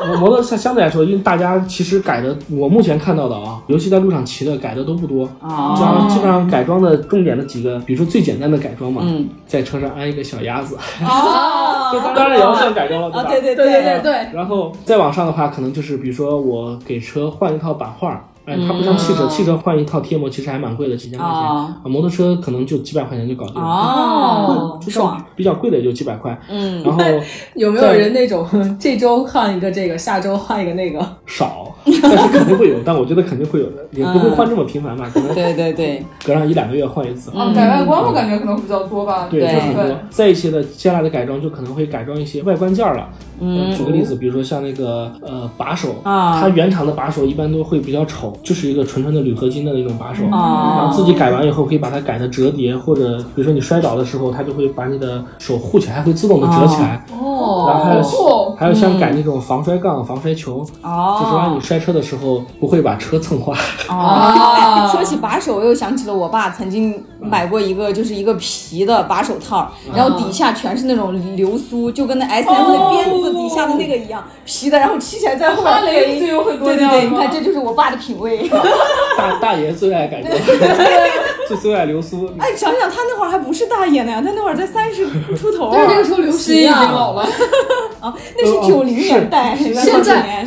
G: 然后摩托相相对来说，因为大家其实改的，我目前看到的啊，尤其在路上骑的改的都不多，
B: 啊，
G: 像基本上改装的重点的几个，比如说最简单的改装嘛，
B: 嗯
G: 在车上安一个小鸭子，
B: 啊
G: 这当然也要算改装了，对吧？
B: 哦对对对对对，
G: 然后再往上的话，可能就是比如说我给车换一套板画儿，哎，它不像汽车，汽车换一套贴膜其实还蛮贵的，几千块钱，
B: 嗯哦
G: 啊，摩托车可能就几百块钱就搞定了。
B: 哦，
G: 就像比较贵的也就几百块，嗯， 然后
F: 有没有人那种这周换一个这个，下周换一个那个？
G: 少，但是肯定会有，但我觉得肯定会有的，也
F: 嗯
G: 不会换这么频繁吧，可能
B: 对对对，
G: 隔上一两个月换一次。
H: 嗯
E: 啊，改外观我感觉可能会比较多吧。
G: 对，
B: 对
G: 就很
E: 对
G: 多。再一些的，接下来的改装就可能会改装一些外观件儿了。嗯，举个例子，比如说像那个呃把手
B: 啊
G: 它原厂的把手一般都会比较丑，就是一个纯纯的铝合金的那种把手。然
B: 哦
G: 后自己改完以后，可以把它改的折叠，或者比如说你摔倒的时候，它就会把你的手护起来，还会自动的折起来。哦，然后还有、
H: 哦
G: 还有像改那种防摔杠、防摔球，就是
B: 哦
G: 让你摔车的时候不会把车蹭 坏。
F: 啊
B: 哦， 说起把手，我又想起了我爸曾经买过一个，就是一个皮的把手
F: 啊
B: 套，然后底下全是那种流苏，就
F: 哦
B: 跟那 S M 的鞭子底下的那个一样，皮的，然后骑起来在后面飞。
H: 有很
B: 对对对，你看这就是我爸的品 味。
G: 大大爷最爱改 装，就最爱流苏。
B: 哎，想想他那会儿还不是大爷呢，他那会儿才三十出头啊，
F: 但是那个时候流行
E: 已经
F: 啊，
E: 老了，
B: 那
H: 哦
B: 是九零年代，
F: 现在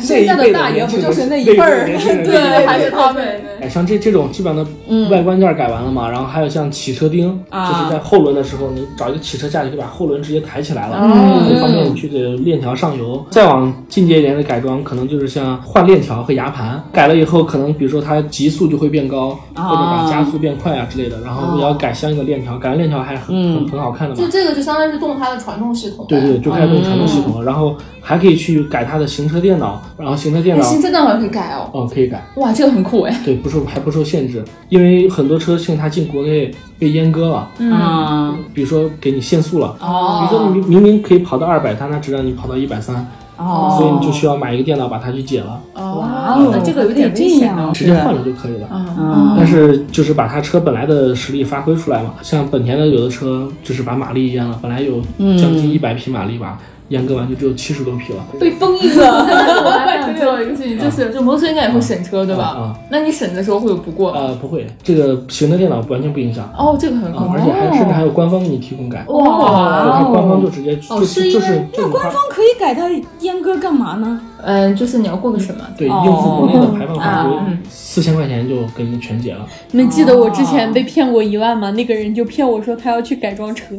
G: 这一
F: 现在
G: 辈的
F: 的大爷
G: 年
F: 不
G: 轻人
F: 就是那一
G: 那一
F: 辈
G: 辈
F: 儿
G: 的年轻 人？
H: 对，还是他们。
G: 哎，像这这种基本上
F: 嗯
G: 的外观件改完了嘛，然后还有像起车钉，
F: 啊
G: 就是在后轮的时候，你找一个起车架就可以把后轮直接抬起来了，
F: 哦
G: 就方
F: 嗯
G: 便你去给链条上油。再往进阶一点的改装，可能就是像换链条和牙盘，改了以后，可能比如说它极速就会变高，或者把加速变快啊之类的，然后也要改相应的链条，改完链条还很、
F: 嗯
G: 很很好看的嘛
H: 就。这个就相当于是动它的传动系统呗。
G: 对对，就开始用传动系
F: 嗯
G: 统了，然后还可以去改它的行车电脑，然后行车电
H: 哎
G: 脑，
H: 新增的好像可以改哦。
G: 哦，可以改。
H: 哇，这个很酷哎。
G: 对，不受还不受限制，因为很多车现在它进国内被阉割了，
B: 嗯，
G: 比如说给你限速了，比如
B: 哦
G: 说你明明可以跑到二百，但它只让你跑到一百三，
B: 哦，
G: 所以你就需要买一个电脑把它去解了，
B: 哦，这个有点危险啊，
G: 直接换了就可以了。
B: 嗯
G: 但是就是把它车本来的实力发挥出来嘛，像本田的有的车就是把马力阉了，本来有
B: 嗯
G: 将近一百匹马力吧，阉割完就只有七十多匹了。
F: 被封印了。
H: 我还想知道一个事情，啊
E: 啊
H: 就是就摩托车应该也会审车对
G: 啊
H: 吧
G: 啊？
H: 那你审的时候会有不过
E: 啊
H: 吗？
G: 呃，不会，这个行车电脑完全不影响。
H: 哦，这个很
G: 啊
H: 酷，
G: 而且还甚至还有官方给你提供
B: 哦
G: 改，
H: 哇。
G: 对它官方就直接就就是就是
B: 那官方可以改它阉割干嘛呢？
H: 嗯，就是你要过个审嘛。
G: 对，应
B: 哦
G: 付国内的排放法规
H: 嗯，
G: 四千块钱就给你全解了。
C: 你们记得我之前被骗过一万吗？那个人就骗我说他要去改装车，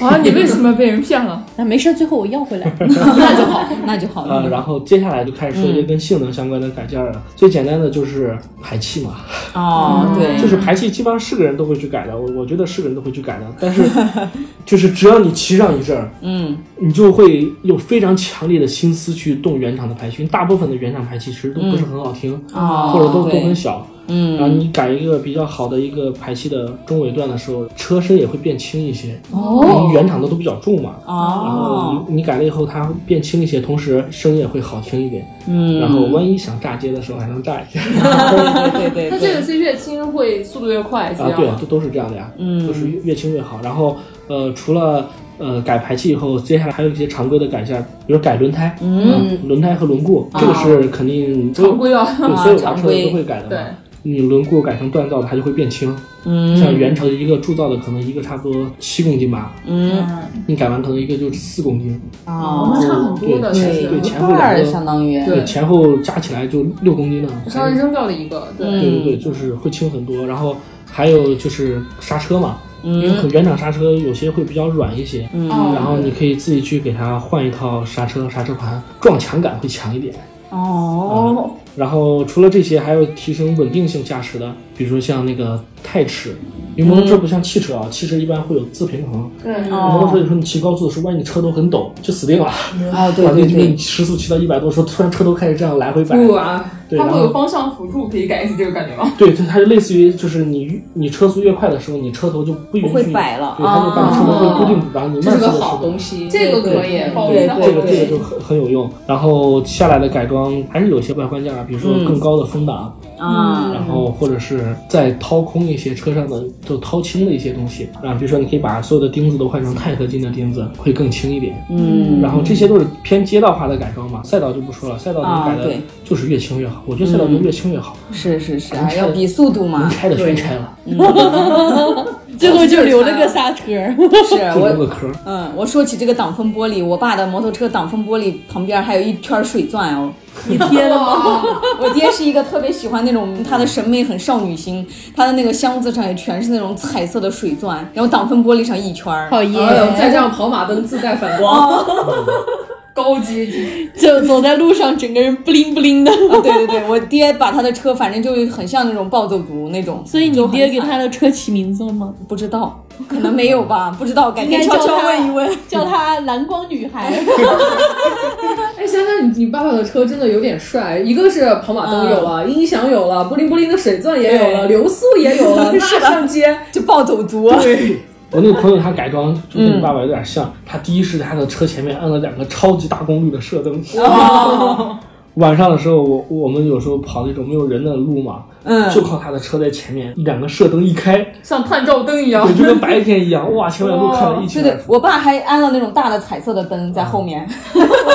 H: 啊，你为什么被人骗了？
C: 那没事儿，最后我要回来。
B: 那就好，那就好嗯
G: 呃，
B: 了。
G: 然后接下来就开始说一些跟性能相关的改件儿了。最简单的就是排气嘛，
B: 哦，对，
G: 就是排气，基本上是个人都会去改的。我我觉得是个人都会去改的，但是就是只要你骑上一阵儿，
B: 嗯
G: 你就会有非常强烈的心思去动原厂的排气。大部分的原厂排气其实都不是很好听，
B: 嗯哦
G: 或者都
B: 对
G: 都很小。然后
B: 嗯，
G: 你改一个比较好的一个排气的中尾段的时候，车身也会变轻一些。因为原厂的都比较重嘛。然后
B: 哦，
G: 你你改了以后，它变轻一些，同时声音也会好听一点。
B: 嗯，
G: 然后万一想炸街的时候还能炸一下。
B: 对对对
E: 那
B: 对
E: 这
B: 对，
E: 个是越轻会速度越快，这
G: 啊，
E: 样
G: 对，都都是这样的呀。
B: 嗯
G: 就是越越轻越好。然后呃，除了呃改排气以后，接下来还有一些常规的改件儿，比如改轮胎，嗯，轮胎和轮毂，这个是肯定
E: 啊常规啊。
G: 对，所有娃车
B: 规
G: 都会改的嘛。
E: 对
G: 你轮毂改成锻造，它就会变轻。
B: 嗯
G: 像原厂一个铸造的，可能一个差不多七公斤吧，
B: 嗯，
G: 你改完可能一个就四公斤。
B: 哦，
E: 差很多的
G: 对
E: 其
G: 前
E: 实
G: 对
B: 一
G: 前后
B: 半
G: 两
B: 儿
G: 个
B: 相当于，
G: 对，前后加起来就六公斤了。
E: 稍微扔掉了一个，对，
G: 对对
B: 嗯
G: 对，就是会轻很多。然后还有就是刹车嘛，因为
B: 嗯
G: 可原厂刹车有些会比较软一些，
E: 哦
B: 嗯，
G: 然后你可以自己去给它换一套刹车刹车盘，撞墙感会强一点。啊
B: 哦，
G: 然后除了这些，还有提升稳定性驾驶的，比如说像那个钛齿，
B: 嗯
G: 因为摩托车不像汽车啊，汽车一般会有自平衡。摩托车有时候你骑高速的时候，万一你车头很陡，就死定了。
B: 哦，对
G: 完
B: 对
G: 了因为
B: 对
G: 你，时速骑到一百多的时候，突然车头开始这样来回摆，
E: 啊，
G: 对，然后
E: 方向辅助可以改一次这个感觉吗？
G: 对，它它就类似于就是你你车速越快的时候，你车头就不允许
B: 不会摆了啊
G: 对，它就把车头会固定住，然后你慢速
F: 啊这是
G: 的
F: 个
G: 时
F: 好
G: 候
F: 东。西，
E: 这个可以，保
G: 对
E: 温的好
G: 这个这个
E: 对
G: 就很很有用，然后下来的改装还是有些外观件啊，比如说
B: 嗯
G: 更高的风挡，
B: 啊，
G: 然后或者是再掏空一些车上的就掏轻的一些东西啊，比如说你可以把所有的钉子都换成钛合金的钉子，会更轻一点。
B: 嗯，
G: 然后这些都是偏街道化的改装嘛，赛道就不说了，赛道
B: 啊
G: 你改的
B: 对嗯
G: 就是越轻越好，我觉得赛道就越轻越 好，
B: 是是是啊，要比速度嘛
G: 能，拆的全拆了，
C: 最后就留了个刹车。
B: 是
G: 就留
B: 我。
G: 个壳儿。
B: 嗯，我说起这个挡风玻璃，我爸的摩托车挡风玻璃旁边还有一圈水钻 哦，
C: 你贴的吗？
B: 我爹是一个特别喜欢那种，他的审美很少女心，他的那个箱子上也全是那种彩色的水钻，然后挡风玻璃上一圈儿。
C: 讨厌，
F: 哎呦，再这样跑马灯自带反光，
E: 高级，
C: 就走在路上，整个人不灵不灵的。
B: 啊，对对对，我爹把他的车反正就很像那种暴走族那种，
C: 所以你
B: 就很
C: 爹给
B: 惨
C: 他的车起名字了吗？
B: 不知 道，可能没有吧，不知道，改
C: 应
B: 天
C: 该
B: 悄
C: 叫
B: 悄
C: 他
B: 问一问。
C: 叫他蓝光女孩。
F: 哎，想想你你爸爸的车真的有点帅，一个是跑马灯有了，音响有了，布灵布灵的水钻也有了，
B: 对
F: 流速也有了，那上街
B: 就暴走族，
F: 对，
G: 我那个朋友他改装就跟你爸爸有点像，他第一是他的车前面安了两个超级大功率的射灯。 晚上的时候，我我们有时候跑那种没有人的路嘛，
B: 嗯
G: 就靠他的车在前面，两个射灯一开，
E: 像探照灯一样
G: 对，，就跟白天一样，哇，前面路看得一
B: 对
G: 清二
B: 对，
G: 楚。
B: 我爸还安了那种大的彩色的灯在后面，
F: 哦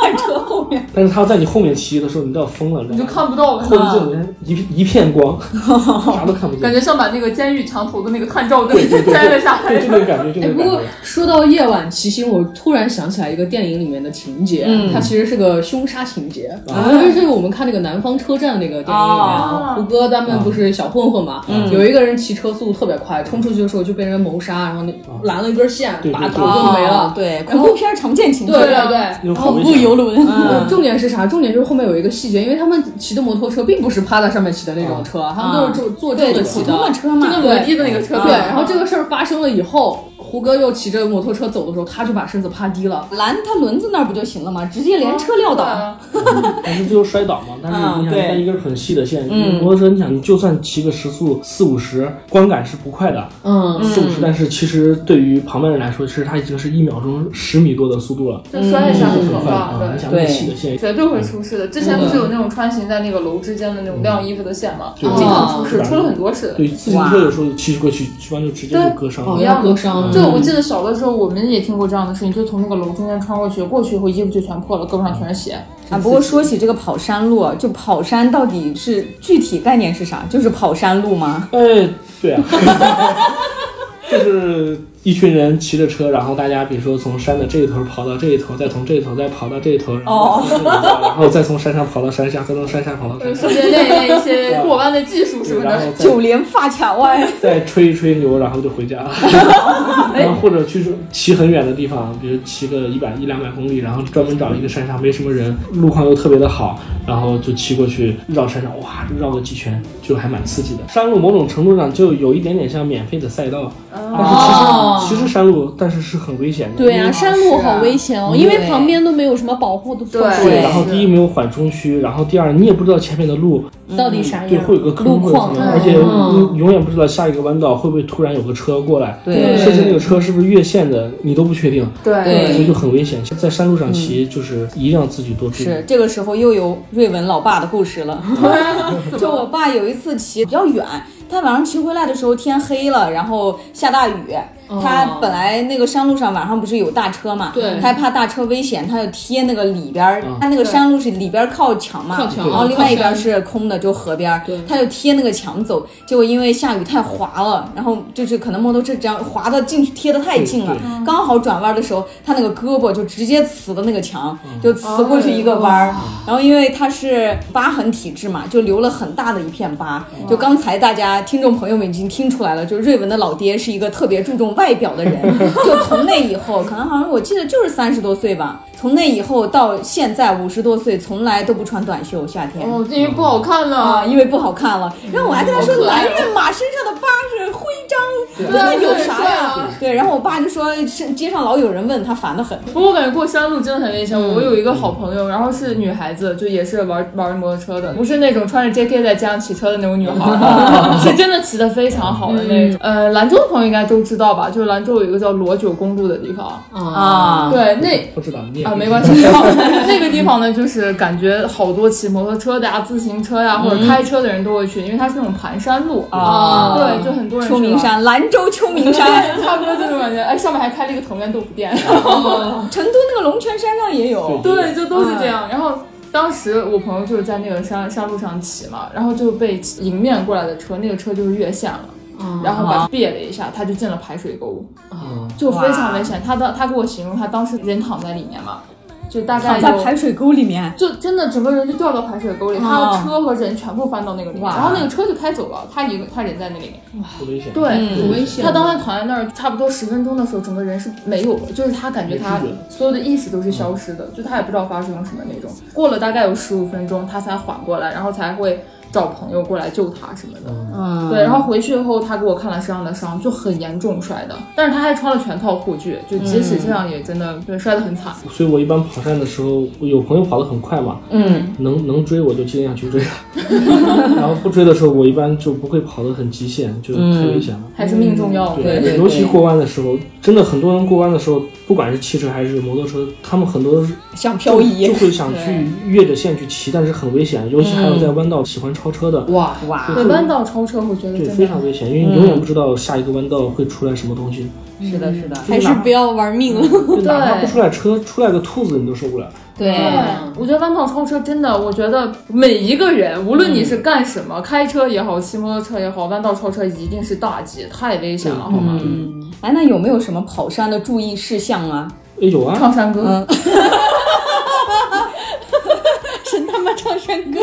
B: 在车后面。
G: 但是他在你后面骑的时候，你都要疯了，你
E: 你就
G: 知道吗
E: 看不到了，
G: 后面就人一片一片光，啥都看不见，
E: 感觉像把那个监狱墙头的那个探照灯摘了下
G: 对
E: 来
G: 就。那个感觉，就那个
F: 不
G: 感觉
F: 过。说到夜晚骑行，我突然想起来一个电影里面的情节，它其实是个凶杀情节，因为这个我们看那个《南方车站》那个电影里面，
B: 哦
F: 胡歌他们不是小混混嘛，有一个人骑车速度特别快，冲出去的时候就被人谋杀，然后那拦了一根线，
G: 对对对
F: 把头就没了。
B: 对，恐怖片儿常见情节。
F: 对对对，
E: 啊
G: 有
F: 然
G: 好
F: 后
G: 危险。
B: 轮。
F: 嗯重点是啥？重点就是后面有一个细节，因为他们骑的摩托车并不是趴在上面骑的那种车，他们都是坐坐正着骑的，
B: 通的车嘛，
E: 摩的那个车
F: 对，然后这个事儿发生了以后，胡歌又骑着摩托车走的时候，他就把身子趴低了。
B: 拦他轮子那儿不就行了吗？直接
E: 哦
B: 连车撂倒。
E: 啊
G: 嗯但是最后摔倒嘛，但是
E: 嗯
G: 你想，
B: 对
G: 它一根很细的线，
B: 嗯
G: 摩托车你想，你就算骑个时速四五十，观感是不快的，
F: 嗯，
G: 四五十，但是其实对于旁边人来说，其实它已经是一秒钟十米多的速度了，
E: 就摔一下很
G: 很
E: 可
G: 快
E: 怕，
G: 啊！
E: 对，
G: 你想那么细的线，嗯
E: 绝对会出事的。之前不是有那种穿行在那个楼之间的那种晾衣服的线吗？
G: 对
E: 经常出事，出了很多事。
G: 对自行车有时候骑过去，基本上就直接就割伤
F: 哦，
G: 了。
F: 要割伤了。
E: 就我记得小的时候，我们也听过这样的事情，就从那个楼中间穿过去，过去以后衣服就全破了，胳膊上全是血。
G: 嗯
B: 啊，不过说起这个跑山路啊，就跑山到底是具体概念是啥？就是跑山路吗？
G: 哎，对啊，就是一群人骑着车，然后大家比如说从山的这一头跑到这一头，再从这一头再跑到这一头，然后再从这一头然后再从山上跑到山下，再从山下跑到山上，
E: 顺便练一练一些 过弯的技术什么
G: 然后
E: 的。
G: 再
B: 九连发卡弯。
G: 再吹一吹牛，然后就回家，然后或者去骑很远的地方，比如骑个一百一两百公里，然后专门找一个山上没什么人，路况又特别的好，然后就骑过去绕山上，哇，绕个几圈，就还蛮刺激的。山路某种程度上就有一点点像免费的赛道，但是其实其实山路，但是是很危险的。
C: 对啊呀、山路好危险哦，因为旁边都没有什么保护的措施，
G: 对，然后第一没有缓冲区，然后第二你也不知道前面的路
C: 到底啥
G: 对，
C: 样？
G: 会有个
C: 哎路
G: 坑或者
C: 况
G: 怎么样，而且你永远不知道下一个弯道会不会突然有个车过来，
B: 对
G: 甚至那个车是不是越线的，你都不确定，
E: 对，
G: 所以就很危险。在山路上骑，就是一定要自己多注意。
B: 是这个时候又有瑞文老爸的故事了。
F: 啊
B: 就我爸有一次骑比较远，他晚上骑回来的时候天黑了，然后下大雨。他本来那个山路上晚上不是有大车嘛，
F: 哦对啊
B: 他还怕大车危险，他就贴那个里边儿，
G: 嗯
B: 他那个山路是里边儿靠墙嘛，
F: 靠墙啊
B: 然后另外一边儿
F: 靠山
B: 是空的，就河边儿
F: 对，
B: 他就贴那个墙走，结果因为下雨太滑了，然后就是可能摩托车这样滑的进去贴的太近了
G: 对，
B: 刚好转弯的时候，他那个胳膊就直接呲的那个墙，
F: 嗯
B: 就呲过去一个弯
E: 哦
B: 儿。然后因为他是疤痕体质嘛，就留了很大的一片疤。
E: 哦
B: 就刚才大家听众朋友们已经听出来了，就是瑞文的老爹是一个特别注重外表的人。 就从那以后，可能好像我记得就是三十多岁吧，从那以后到现在五十多岁，从来都不穿短袖，夏天。
E: 哦，这因为不好看
B: 啊，
E: 了。
B: 因为不好看了。然后我还跟他说，
E: 好可爱
B: 男
E: 啊
B: 人嘛，身上的疤是徽章，
E: 对啊
B: 那有啥
E: 对是
B: 呀
E: 啊？
B: 对，然后我爸就说，是街上老有人问他，烦得很。
E: 不过我感觉过山路真的很危险。
B: 嗯
E: 我有一个好朋友，然后是女孩子，就也是玩玩摩托车的，不是那种穿着 JK 在街上骑车的那种 女孩，是真的骑得非常好的那种。
B: 嗯
E: 呃，兰州的朋友应该都知道吧？就是兰州有一个叫罗九公路的地方，
B: 啊，
E: 对，那
G: 不知道你也
E: 啊，没关系。 然后那个地方呢，就是感觉好多骑摩托车的呀、自行车呀，或者开车的人都会去，因为它是那种盘山路
B: 啊
E: 对，就很多人去
B: 秋
E: 玩
B: 名。山，兰州秋名山，
E: 差不多这种感觉，哎，上面还开了一个藤原豆腐店，
B: 成都那个龙泉山上也有。
E: 对，就都是这样。然后当时我朋友就是在那个山山路上骑嘛，然后就被迎面过来的车，那个车就是越线了。
B: 嗯
E: 然后把他别了一下，他就进了排水沟，
G: 嗯
E: 就非常危险。他当他给我形容，他当时人躺在里面嘛，就大概
B: 躺在
E: 有
B: 排水沟里面，
E: 就真的整个人就掉到排水沟里，他的车和人全部翻到那个里面，
B: 哇
E: 然后那个车就开走了，他一个他人在那里面。
G: 不危险。
E: 对，
F: 很危险
E: 他当时躺在那儿差不多十分钟的时候，整个人是没有了，就是他感觉他
G: 没知觉
E: 所有的意识都是消失的，就他也不知道发生了什么那种。过了大概有十五分钟，他才缓过来，然后才会。找朋友过来救他什么的。
B: 嗯，
E: 对，然后回去后，他给我看了身上的伤，就很严重摔的，但是他还穿了全套护具，就即使这样也真的对摔得很惨。
G: 所以我一般跑山的时候，有朋友跑得很快嘛，
B: 嗯，
G: 能能追我就尽量去追 他，然后不追的时候，我一般就不会跑得很极限，就太危险了。
E: 还是命
G: 嗯
E: 重要，
F: 哦对对
G: 尤其过弯的时候，真的很多人过弯的时候，不管是汽车还是摩托车，他们很多都是
F: 想漂移
G: 就，会想去越着线去骑，但是很危险，尤其还有在弯道喜欢超车的，
F: 哇
B: 哇，
E: 对弯道超车，我觉得
G: 对，
E: 真
G: 非
E: 的
G: 常危险，因为你永远不知道下一个弯道会出来什么东西，
F: 是的，是的，
C: 还是不要玩命了。
G: 就哪怕不出来车，出来个兔子你都受不了。
B: 对，
E: 对，我觉得弯道超车真的，我觉得每一个人，无
G: 嗯
E: 论你是干什么，开车也好，骑摩托车也好，弯道超车一定是大忌，太危险
G: 嗯
E: 了，好吗？
F: 嗯
B: 哎，那有没有什么跑山的注意事项啊？
G: 哎，有啊，
E: 唱山歌，
C: 真他妈唱山歌，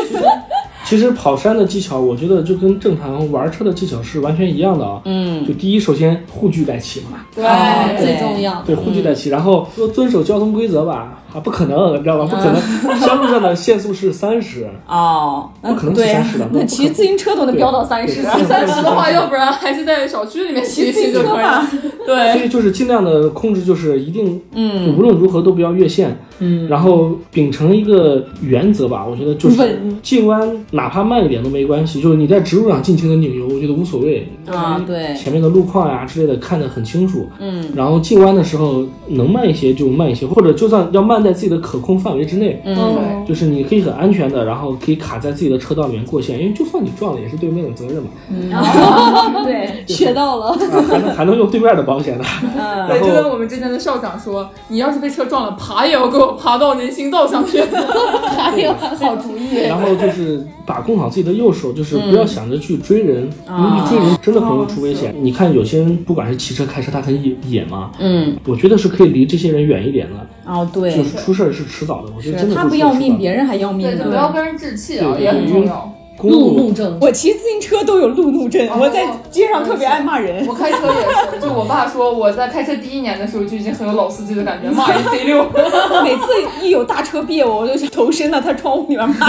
G: 其实跑山的技巧，我觉得就跟正常玩车的技巧是完全一样的啊。
B: 嗯，
G: 就第一，首先护具带齐嘛，
B: 哦对
C: 最重要。
G: 对，护具带齐，然后说遵守交通规则吧，啊，不可能，你知道吧？不可能， 山路上的限速是三十，
B: 哦，那
G: 不可能骑
B: 对
G: 三十的，
B: 那
G: 不
B: 骑自行车都能飙到三十，
G: 三十
E: 的话，要不然还是在小区里面骑骑就可以了。
G: 所以就是尽量的控制，就是一定，嗯，无论如何都不要越线，嗯，然后秉承一个原则吧，我觉得就是进弯哪怕慢一点都没关系，就是你在直路上尽情的拧油，我觉得无所谓
B: 啊对
G: 前面的路况呀、之类的看得很清楚，
B: 嗯，
G: 然后进弯的时候能慢一些就慢一些，或者就算要慢在自己的可控范围之内，
B: 嗯，
G: 就是你可以很安全的，然后可以卡在自己的车道里面过线，因为就算你撞了也是对面的责任嘛，
B: 对，
C: 学到了，
G: 啊还能还能用对面的保险呢，
B: 嗯
G: 然
E: 对，就
G: 后
E: 跟我们之前的校长说，你要是被车撞了，爬也要给我爬到人行道上去。
C: 还有好主意。
G: 然后就是把控好自己的右手，就是
B: 嗯
G: 不要想着去追人，
B: 啊
G: 因为一追人真的很
B: 哦
G: 容易出危险。你看有些人不管是骑车开车，他很野野嘛，
B: 嗯，
G: 我觉得是可以离这些人远一点的，
B: 哦对
G: 就，是出事儿是迟早的。我觉得真的
B: 他
G: 是
B: 不
G: 出
B: 要
G: 事儿
B: 命，
G: 迟
B: 别人还要命啊
E: 对，就不
B: 呢。
E: 要跟人置气啊，
G: 对
E: 也很重要。
G: 早的。
F: 路
G: 公
F: 怒
G: 路
F: 症，
B: 我骑自行车都有路怒症，我在街上特别爱骂人。
E: 我开车也是，就我爸说我在开车第一年的时候就已经很有老司机的感觉，骂人贼溜。
B: 每次一有大车别我，我就想投身到他窗户里面骂。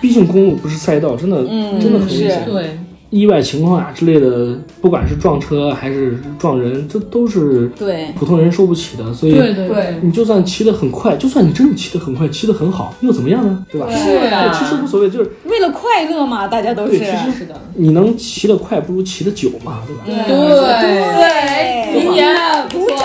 G: 毕竟公路不是赛道，真的
B: 嗯
G: 真的很危险。
F: 对，
G: 意外情况啊之类的，不管是撞车还是撞人，这都是
B: 对
G: 普通人受不起的。所以
F: 对对对，
E: 对，
G: 你就算骑得很快，就算你真的骑得很快，骑得很好，又怎么样呢？对吧？
B: 啊
F: 对
E: 啊
G: 对，其实无所谓，就是
B: 为了快乐嘛，大家都是
G: 对，。其实
F: 是的，
G: 你能骑得快，不如骑得久嘛，对吧？
E: 对，明年
B: 鼓掌。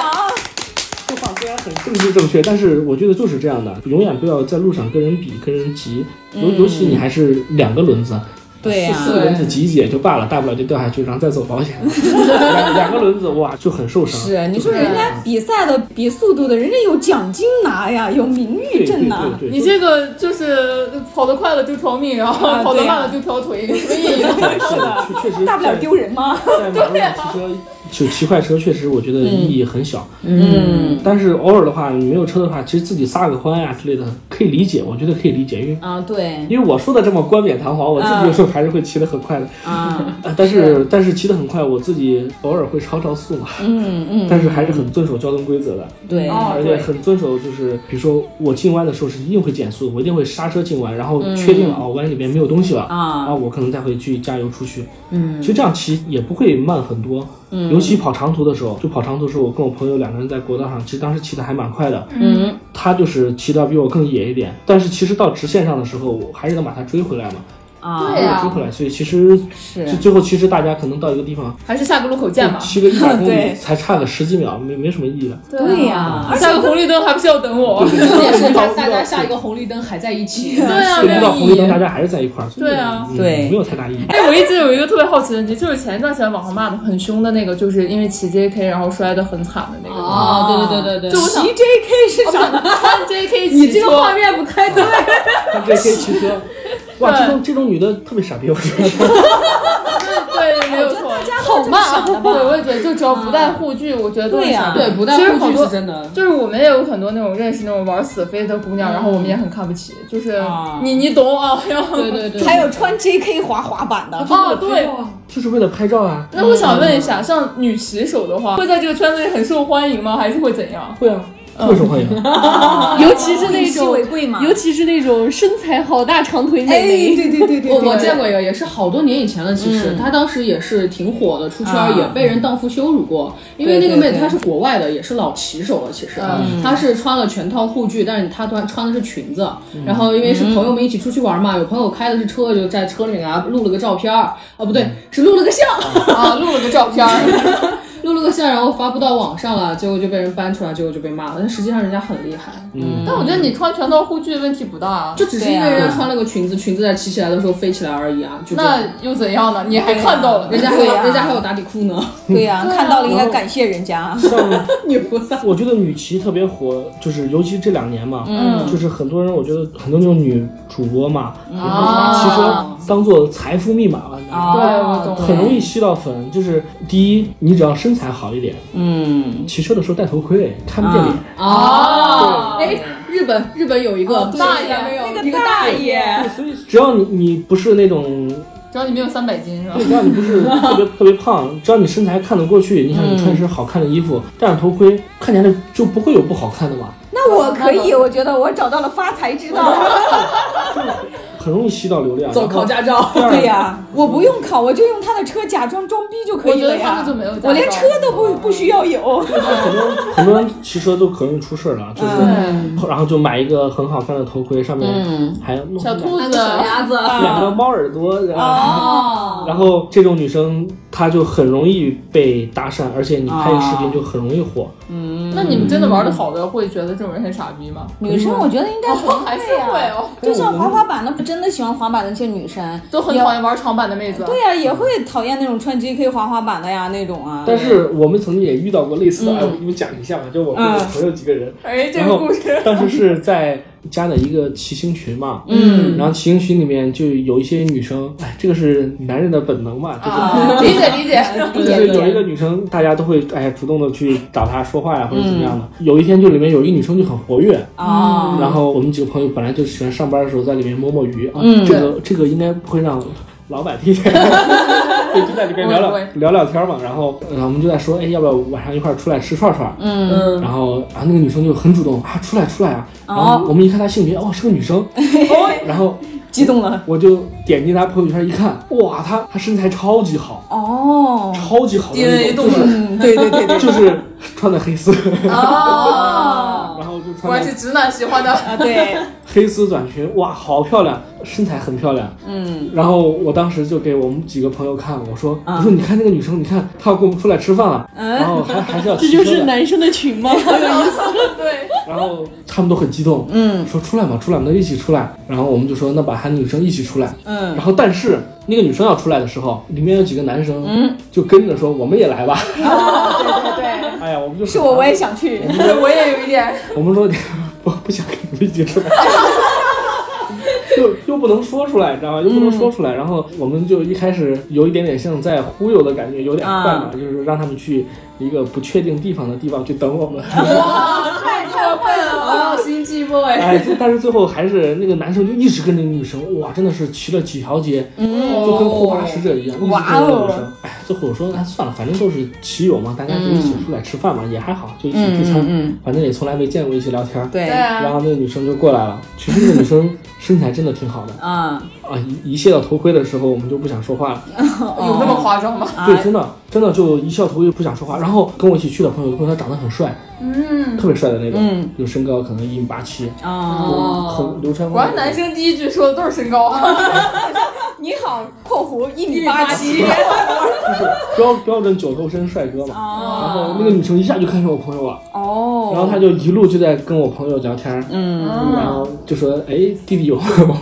G: 这话虽然很政治正确，但是我觉得就是这样的，永远不要在路上跟人比、跟人急，尤、尤其你还是两个轮子，
B: 嗯对啊呀
G: 四四个轮子挤一挤也就罢了，大不了就掉下去，然后再 走保险。两两个轮子哇就啊很受伤。
B: 是，啊你说人家比赛的比速度的，人家有奖金拿呀，有名誉
G: 对对
B: 证
G: 对
B: 拿。
G: 对，
E: 你这个就是跑得快了丢条命，然后
B: 啊
E: 跑得
B: 对呀
E: 慢了丢条腿，有什么意义啊 呢？
G: 对是的，确确实
B: 大不了
G: 在
B: 丢人啊嘛。
G: 在马路上骑车，就骑快车，确实我觉得意义很小。
B: 嗯
G: 但是偶尔的话，你没有车的话，其实自己撒个欢呀、之类的，可以理解，我觉得可以理解，因为
B: 啊，对
G: 因为我说的这么冠冕堂皇，我自
B: 嗯
G: 己有时候还是会骑得很快的。
B: 啊，
G: 呃但是但是骑得很快，我自己偶尔会超超速嘛，
B: 嗯嗯，
G: 但是还是很遵守交通规则的，
B: 对，
E: 哦
G: 而且
E: 对，
G: 很遵守就是，比如说我进弯的时候是一定会减速，我一定会刹车进弯，然后确定了、哦弯里面没有东西了
B: 啊
G: 我可能再会去加油出去。嗯，其实这样骑也不会慢很多，嗯，尤其跑长途的时候，就跑长途的时候，我跟我朋友两个人在国道上，其实当时骑得还蛮快的，
B: 嗯，
G: 他就是骑得比我更野一点，但是其实到直线上的时候，我还是能把他追回来嘛，
B: 啊，
E: 对呀
G: 追回来，所以其实
B: 是
G: 就最后其实大家可能到一个地方。
E: 还是下个路口见吧。
G: 骑个一百公
B: 对
G: 里才差个十几秒，没没什么意义了。
B: 对呀，
E: 下个红绿灯还不是要等我？
F: 重点
B: 哦
F: 是大大家下一个红绿灯还在一起，
E: 对 啊，
G: 就
E: 没
G: 遇到
E: 有
G: 红
E: 意
G: 绿灯，
E: 义。
G: 大家还是在一块儿，所以
E: 对啊
G: 嗯
B: 对
G: 没有太大意义。
E: 哎，我一直有一个特别好奇的问题，就是前一段时间网上骂的很凶的那个，就是因为骑 JK 然后摔得很惨的那个。
F: 啊，对对对对对，
E: 我想
B: 骑 JK
E: 哦
B: 是啥？
E: 穿 JK 骑车，
B: 面不开对，
G: 他 这些骑车，哇，
E: 对
G: 这种这种女的特别傻逼，我觉得。
E: 对，没有错，
B: 好
E: 骂。
B: 吧？
E: 对，我也觉得，就只要不带护具，我觉得都是
B: 对呀
E: 傻逼
F: 对不带
E: 其实
F: 护
E: 好
F: 具
E: 多
F: 是真的，
E: 就是我们也有很多那种认识那种玩死飞的姑
H: 嗯
E: 娘，然后我们也很看不起，就是、
B: 啊
E: 你你懂啊？ 然后
F: 对对对，
B: 还有穿 JK 滑滑板的，哦
E: 啊，对。
G: 就是为了拍照啊。
E: 那我想问一下，像女骑手的话，会在这个圈子里很受欢迎吗？还是会怎样？
G: 会啊，
E: 嗯
G: 特受欢迎。
C: 尤其是那
B: 稀
C: 种
B: 为贵嘛，
C: 尤其是那种身材好大、长腿
B: 哎，
C: 美
B: 对对
C: 眉，
B: 对对对，嗯
F: 我我见过一个，也是好多年以前了。其实她当时也是挺火的，出圈
B: 啊
F: 儿也被人荡妇羞辱过。因为
B: 对
F: 那个妹
B: 对嗯
F: 子
B: 对
F: 她是国外的，也是老骑手了。其实她是穿了全套护具，但是她穿穿的是裙子。
B: 嗯
F: 然后因为是朋友们一起出去玩嘛，有朋友开的是车，就在车里面给她录了个照片儿。哦，不对，
B: 嗯
F: 是录了个像。
H: 啊，录了个照片儿，
F: 录了个像，然后发布到网上了，结果就被人搬出来，结果就被骂了。但实际上人家很厉害，
G: 嗯，
H: 但我觉得你穿全套护具问题不大啊。
F: 就只是因为人家穿了个裙子，裙子在骑起来的时候飞起来而已啊。就这样
H: 那又怎样呢？你还看到了，
F: 人家还
B: 对
F: 有、
B: 啊
F: 人家还有打底裤呢，
B: 对啊呀，看到了应该感谢人家。
G: 像
F: 女菩萨。
G: 我觉得女骑特别火，就是尤其这两年嘛，
E: 嗯
G: 就是很多人，我觉得很多那种女主播嘛，然后
E: 哦
G: 把骑车当做财富密码了。
H: 啊对，我懂了。
G: 很容易吸到粉，就是第一，你只要身材好一点，
B: 嗯，
G: 骑车的时候戴头盔，看不见
E: 嗯
G: 脸。
E: 啊
H: 啊
F: 哦，哎，日本日本有一个大爷，一个大爷，
G: 对，所以只要你你不是那种，
H: 只要你没有三百斤是吧？
G: 对，只要你不是特别特别胖，只要你身材看得过去，你想你穿一身好看的衣服，戴上头盔，看起来就不会有不好看的嘛，
B: 那我可以，我觉得我找到了发财之道。
G: 很容易吸到流量。
F: 走
G: 然后
F: 考驾照，
G: 第二
B: 对呀，我不用考，我就用他的车假装装逼就可
H: 我
B: 以
H: 觉
B: 了
H: 得他
B: 呀
H: 们就。没有驾照。
B: 我连车都不不需要有。
G: 很多很多人骑车都可容易出事儿了，就是、
E: 嗯
G: 然后就买一个很好看的头盔，上面还弄
H: 小兔子，
F: 鸭子，
G: 两个猫耳朵，然后、
B: 哦，
G: 然后这种女生她就很容易被搭讪，而且你拍个视频就很容易火。
H: 那你们真的玩的好的会觉得这种人很傻逼吗？
B: 女生我觉得应该不
H: 还是
B: 会
H: 会
B: 啊。
H: 哦，
B: 就像滑滑板的，真的喜欢滑板的那些女生，
H: 都很讨厌玩长板的妹子。
B: 对呀、也会讨厌那种穿 JK 滑滑板的呀，那种啊。
G: 但是我们曾经也遇到过类似的，哎，我给你们讲一下吧，就我们朋友几个人，
H: 嗯 哎，这
G: 然
H: 个
G: 后
H: 故事，
G: 当时是在加的一个骑行群嘛，嗯，然后骑行群里面就有一些女生，哎，这个是男人的本能嘛，就是。
H: 啊 理解理解。
G: 就是有一个女生，大家都会哎主动的去找她说话呀，或者怎么样的。有一天就里面有一个女生就很活跃，
B: 啊，
G: 然后我们几个朋友本来就喜欢上班的时候在里面摸摸鱼啊，
B: 嗯
G: 这个这个应该不会让老板听 见。对，就在里面聊
H: 不会
G: 聊
H: 不
G: 聊聊天嘛，然后然后我们就在说，哎，要不要晚上一块儿出来吃串串？嗯，然后啊，那个女生就很主动啊，出来出来啊，然后我们一看她性别，哦，是个女 生，哦然后
B: 激动了。
G: 我就点进她朋友圈一看，哇，她她身材超级好，
B: 哦，
G: 超级好的那种，
B: 嗯，对对对对。
G: 就是就是穿的黑丝，
B: 哦，
G: 然后就
H: 果
G: 穿
H: 然
G: 的
H: 是直男喜欢的，
B: 啊对，
G: 黑丝短裙，哇，好漂亮，身材很漂亮。
B: 嗯，
G: 然后我当时就给我们几个朋友看，我说，
C: 啊
G: 我说你看那个女生，你看她要跟我们出来吃饭了，然后还还是 要
C: 这
G: 骑车
C: 就
G: 的
C: 是男生的群 吗？好有意思。
H: 对，
G: 然后他们都很激动，
B: 嗯
G: 说出来嘛，出来，我们就一起出来。然后我们就说，那把喊女生一起出来。然
B: 嗯，
G: 后但是那个女生要出来的时候，里面有几个男生，
C: 嗯
G: 就跟着说我们也来吧。
H: 对对
G: 哎呀，我们就是
B: 我我也想去。
H: 对，我也有一点。
G: 我们说不不想跟你们一起出来， 又又不能说出来，你知道吗？又不能说出来，然后我们就一开始有一点点像在忽悠的感觉，有点坏
F: 啊
G: 嘛，就是让他们去一个不确定地方的地方去等我们。
F: 哦，心机 boy，
G: 哎，最但是最后还是那个男生就一直跟那个女生，哇，真的是骑了几条街，
H: 嗯
G: 就跟护花使者一样，一直跟
B: 哇
G: 那个女
B: 哦
G: 生。哎，最后我说，哎，算了，反正都是骑友嘛，大家就一起出来吃饭嘛，也还好，就一起聚餐，反正也从来没见过，一起聊天儿。
B: 嗯对
H: 对，
G: 然
H: 啊，
G: 后那个女生就过来了，其实那个女生 身材真的挺好的
B: 啊，
G: 啊，一一卸到头盔的时候，我们就不想说话了。
H: 有那么夸张吗？
B: 啊
G: 对，真的真的就一卸头盔就不想说话。然后跟我一起去的朋友，朋友他长得很帅，嗯，特别帅的那种，
B: 嗯
G: 就身高可能一米八七，
B: 哦，
G: 很流川枫
H: 果
G: 那
H: 然
G: 种。
H: 男生第一句说的都是身高，
B: 你好，括弧一米八七，
G: 就是标标准九头身帅哥嘛。然
B: 哦
G: 后那个女生一下就看上我朋友了，
B: 哦，
G: 然后她就一路就在跟我朋友聊天，嗯，然后就说：“哎，弟弟有 我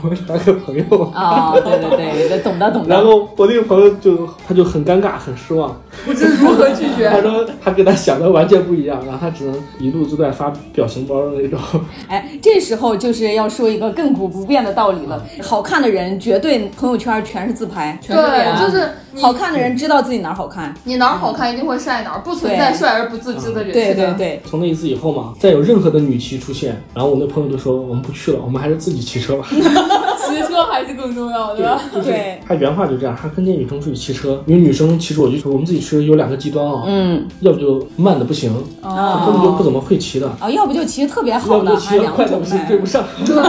G: 们来个朋友。”
B: 啊，对对对对，懂的懂
G: 然
B: 的，
G: 后我那个朋友就他就很尴尬很失望，
H: 不知 如何拒 绝。
G: 他说他跟他想的完全不一样，然后他只能一路就在发表情包的那种。
B: 哎，这时候就是要说一个亘古不变的道理了，好看的人绝对朋友圈全是自拍，
F: 全是
H: 对，
F: 脸
H: 就
F: 啊，
H: 是你
B: 好看的人知道自己哪儿好看，
H: 你哪儿好看一定会晒哪儿，不存在
B: 对嗯
H: 帅而不自知的人。
B: 对
H: 是
B: 对
H: 的，
B: 对，
G: 从那一次以后嘛，再有任何的女骑出现，然后我那朋友就说我们不去了，我们还是自己骑车吧。
H: 骑车
E: 车还是更重要的。
G: 就是
B: 对
G: 他原话就这样，他跟那女生出去骑车，因为女生骑着我就说我们自己骑车有两个极端啊、
B: 嗯，
G: 要不就慢的不行，
B: 哦
G: 根本就不怎么会骑的，
B: 啊，要不就骑得特别
G: 要
B: 好
G: 不
B: 的，
G: 就
B: 还
G: 骑得
B: 两
G: 快的
B: 种
G: 不行
B: 呗
G: 追 不上。
E: 对，确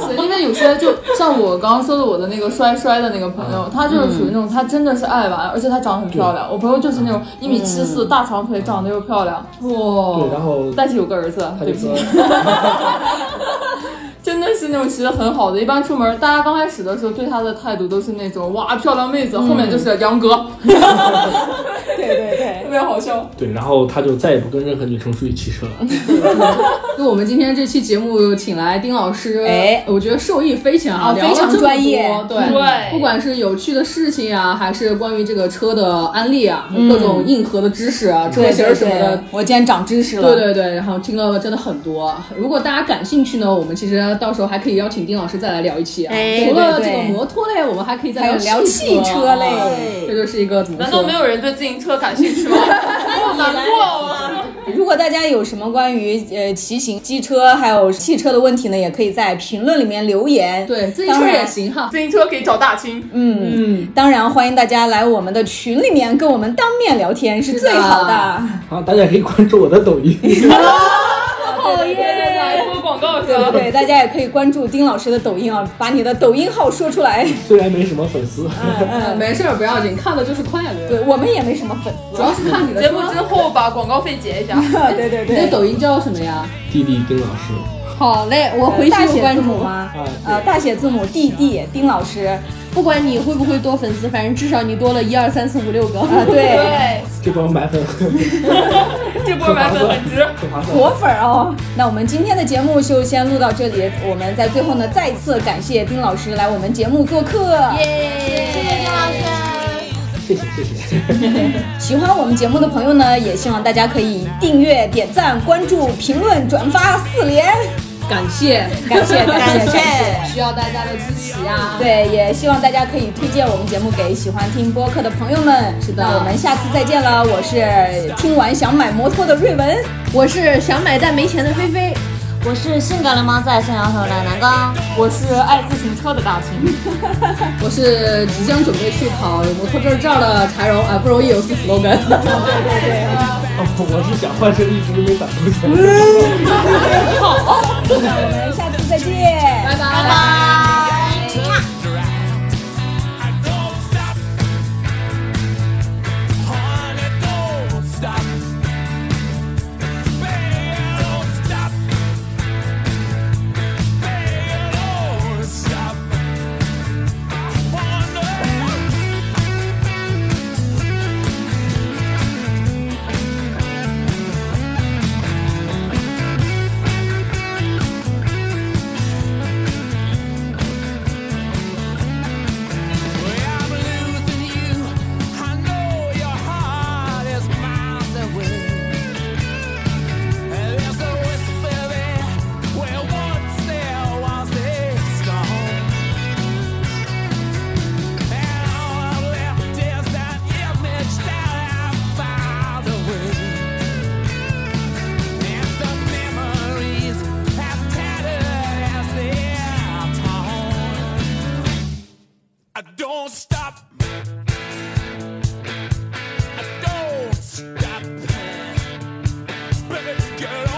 E: 实， 因为有些就像我刚刚说的，我的那个摔摔的那个朋
B: 嗯
E: 友，她就是属于那种，她真的是爱玩，而且她长得很漂亮。我朋友就是那种一米七
B: 嗯
E: 四，大长腿，长得又漂亮，
G: 对，
E: 哇！
G: 然后
E: 哦但是有个儿子，
G: 他
E: 对
G: 就
E: 不起
G: 说，，
E: 真的是那种骑得很好的。一般出门，大家刚开始的时候对她的态度都是那种哇漂亮妹子，后面就是杨哥，
B: 嗯 对对对
E: 特，别好笑。
G: 对，然后他就再也不跟任何女生出去骑车了。
F: 那我们今天这期节目请来丁老师，
B: 哎
F: 我觉得受益匪浅啊，
B: 啊
F: 聊了
B: 非常
F: 这么
B: 专业嗯
F: 多对，
E: 对
F: 不管是有趣的事情啊，还是关于这个车的案例啊，各种硬核的知识啊，车
B: 嗯对
F: 型
B: 对
F: 儿什么
B: 对
F: 的。，
B: 我今天长知识了。
F: 对对对，然后听了真的很多。如果大家感兴趣呢，我们其实到时候还可以邀请丁老师再来聊一期啊。
B: 哎
F: 除了
B: 对
F: 这
B: 对
F: 个摩托类，我们还可以再
B: 还有聊汽车
F: 车
B: 类。
F: 这就是一个怎么
E: 难道
F: 说？
E: 没有人对自行车感兴 趣吗？我好难过啊！
B: 如果大家有什么关于呃骑行、机车还有汽车的问题呢，也可以在评论里面留言。
F: 对，自行
B: 当
F: 车也
B: 然
F: 行哈。
E: 自行车可以找大清，
B: 嗯嗯，当然欢迎大家来我们的群里面跟我们当面聊天是最好的。
G: 好，大家可以关注我的抖音。
B: 哦耶！
E: 做广告是
B: 对对
E: 吧？
B: 对，大家也可以关注丁老师的抖音啊，把你的抖音号说出来。
G: 虽然没什么粉丝，
E: 嗯
F: 呃没事儿，不要紧，看的就是快乐。
B: 对我们也没什么粉丝啊
F: 主。要是看你的
E: 节目
F: 车
E: 之后把广告费结一下。
B: 对对
F: 哎你的
B: 对，
F: 抖音叫什么呀？
G: 弟弟丁老师
C: 好嘞，我回
B: 大
C: 去有
B: 写
C: 关
B: 字
C: 注
B: 母吗？
G: 啊，
B: 呃，大写字母 D D 丁老师啊、
C: 不管你会不会多粉丝，反正至少你多了一二三四五六个。
B: 呃 对，
G: 这波买粉
E: 这波买粉很值。
G: 很划算。
B: 果粉儿哦。那我们今天的节目就先录到这里，我们在最后呢再次感谢丁老师来我们节目做客。
G: 谢谢谢谢。
B: 喜欢我们节目的朋友呢，也希望大家可以订阅、点赞、关注、评论、转发四连，
F: 感 谢
B: 感谢感谢感谢。
F: 需要大家的支持啊！
B: 对，也希望大家可以推荐我们节目给喜欢听播客的朋友们。是
F: 的
B: 那我们下次再见了。我是听完想买摩托的瑞文，
C: 我是想买但没钱的菲菲。
D: 我是性感流氓在向阳头的南刚，
E: 我是爱自行车的大清，
F: 我是即将准备去考摩托证照的柴荣啊，不容易有次 slogan。
G: 哦，我是想换身一直没攒够钱。
B: 那我们下次再见。
F: 拜拜。
I: I don't stop. I don't stop. Baby, girl,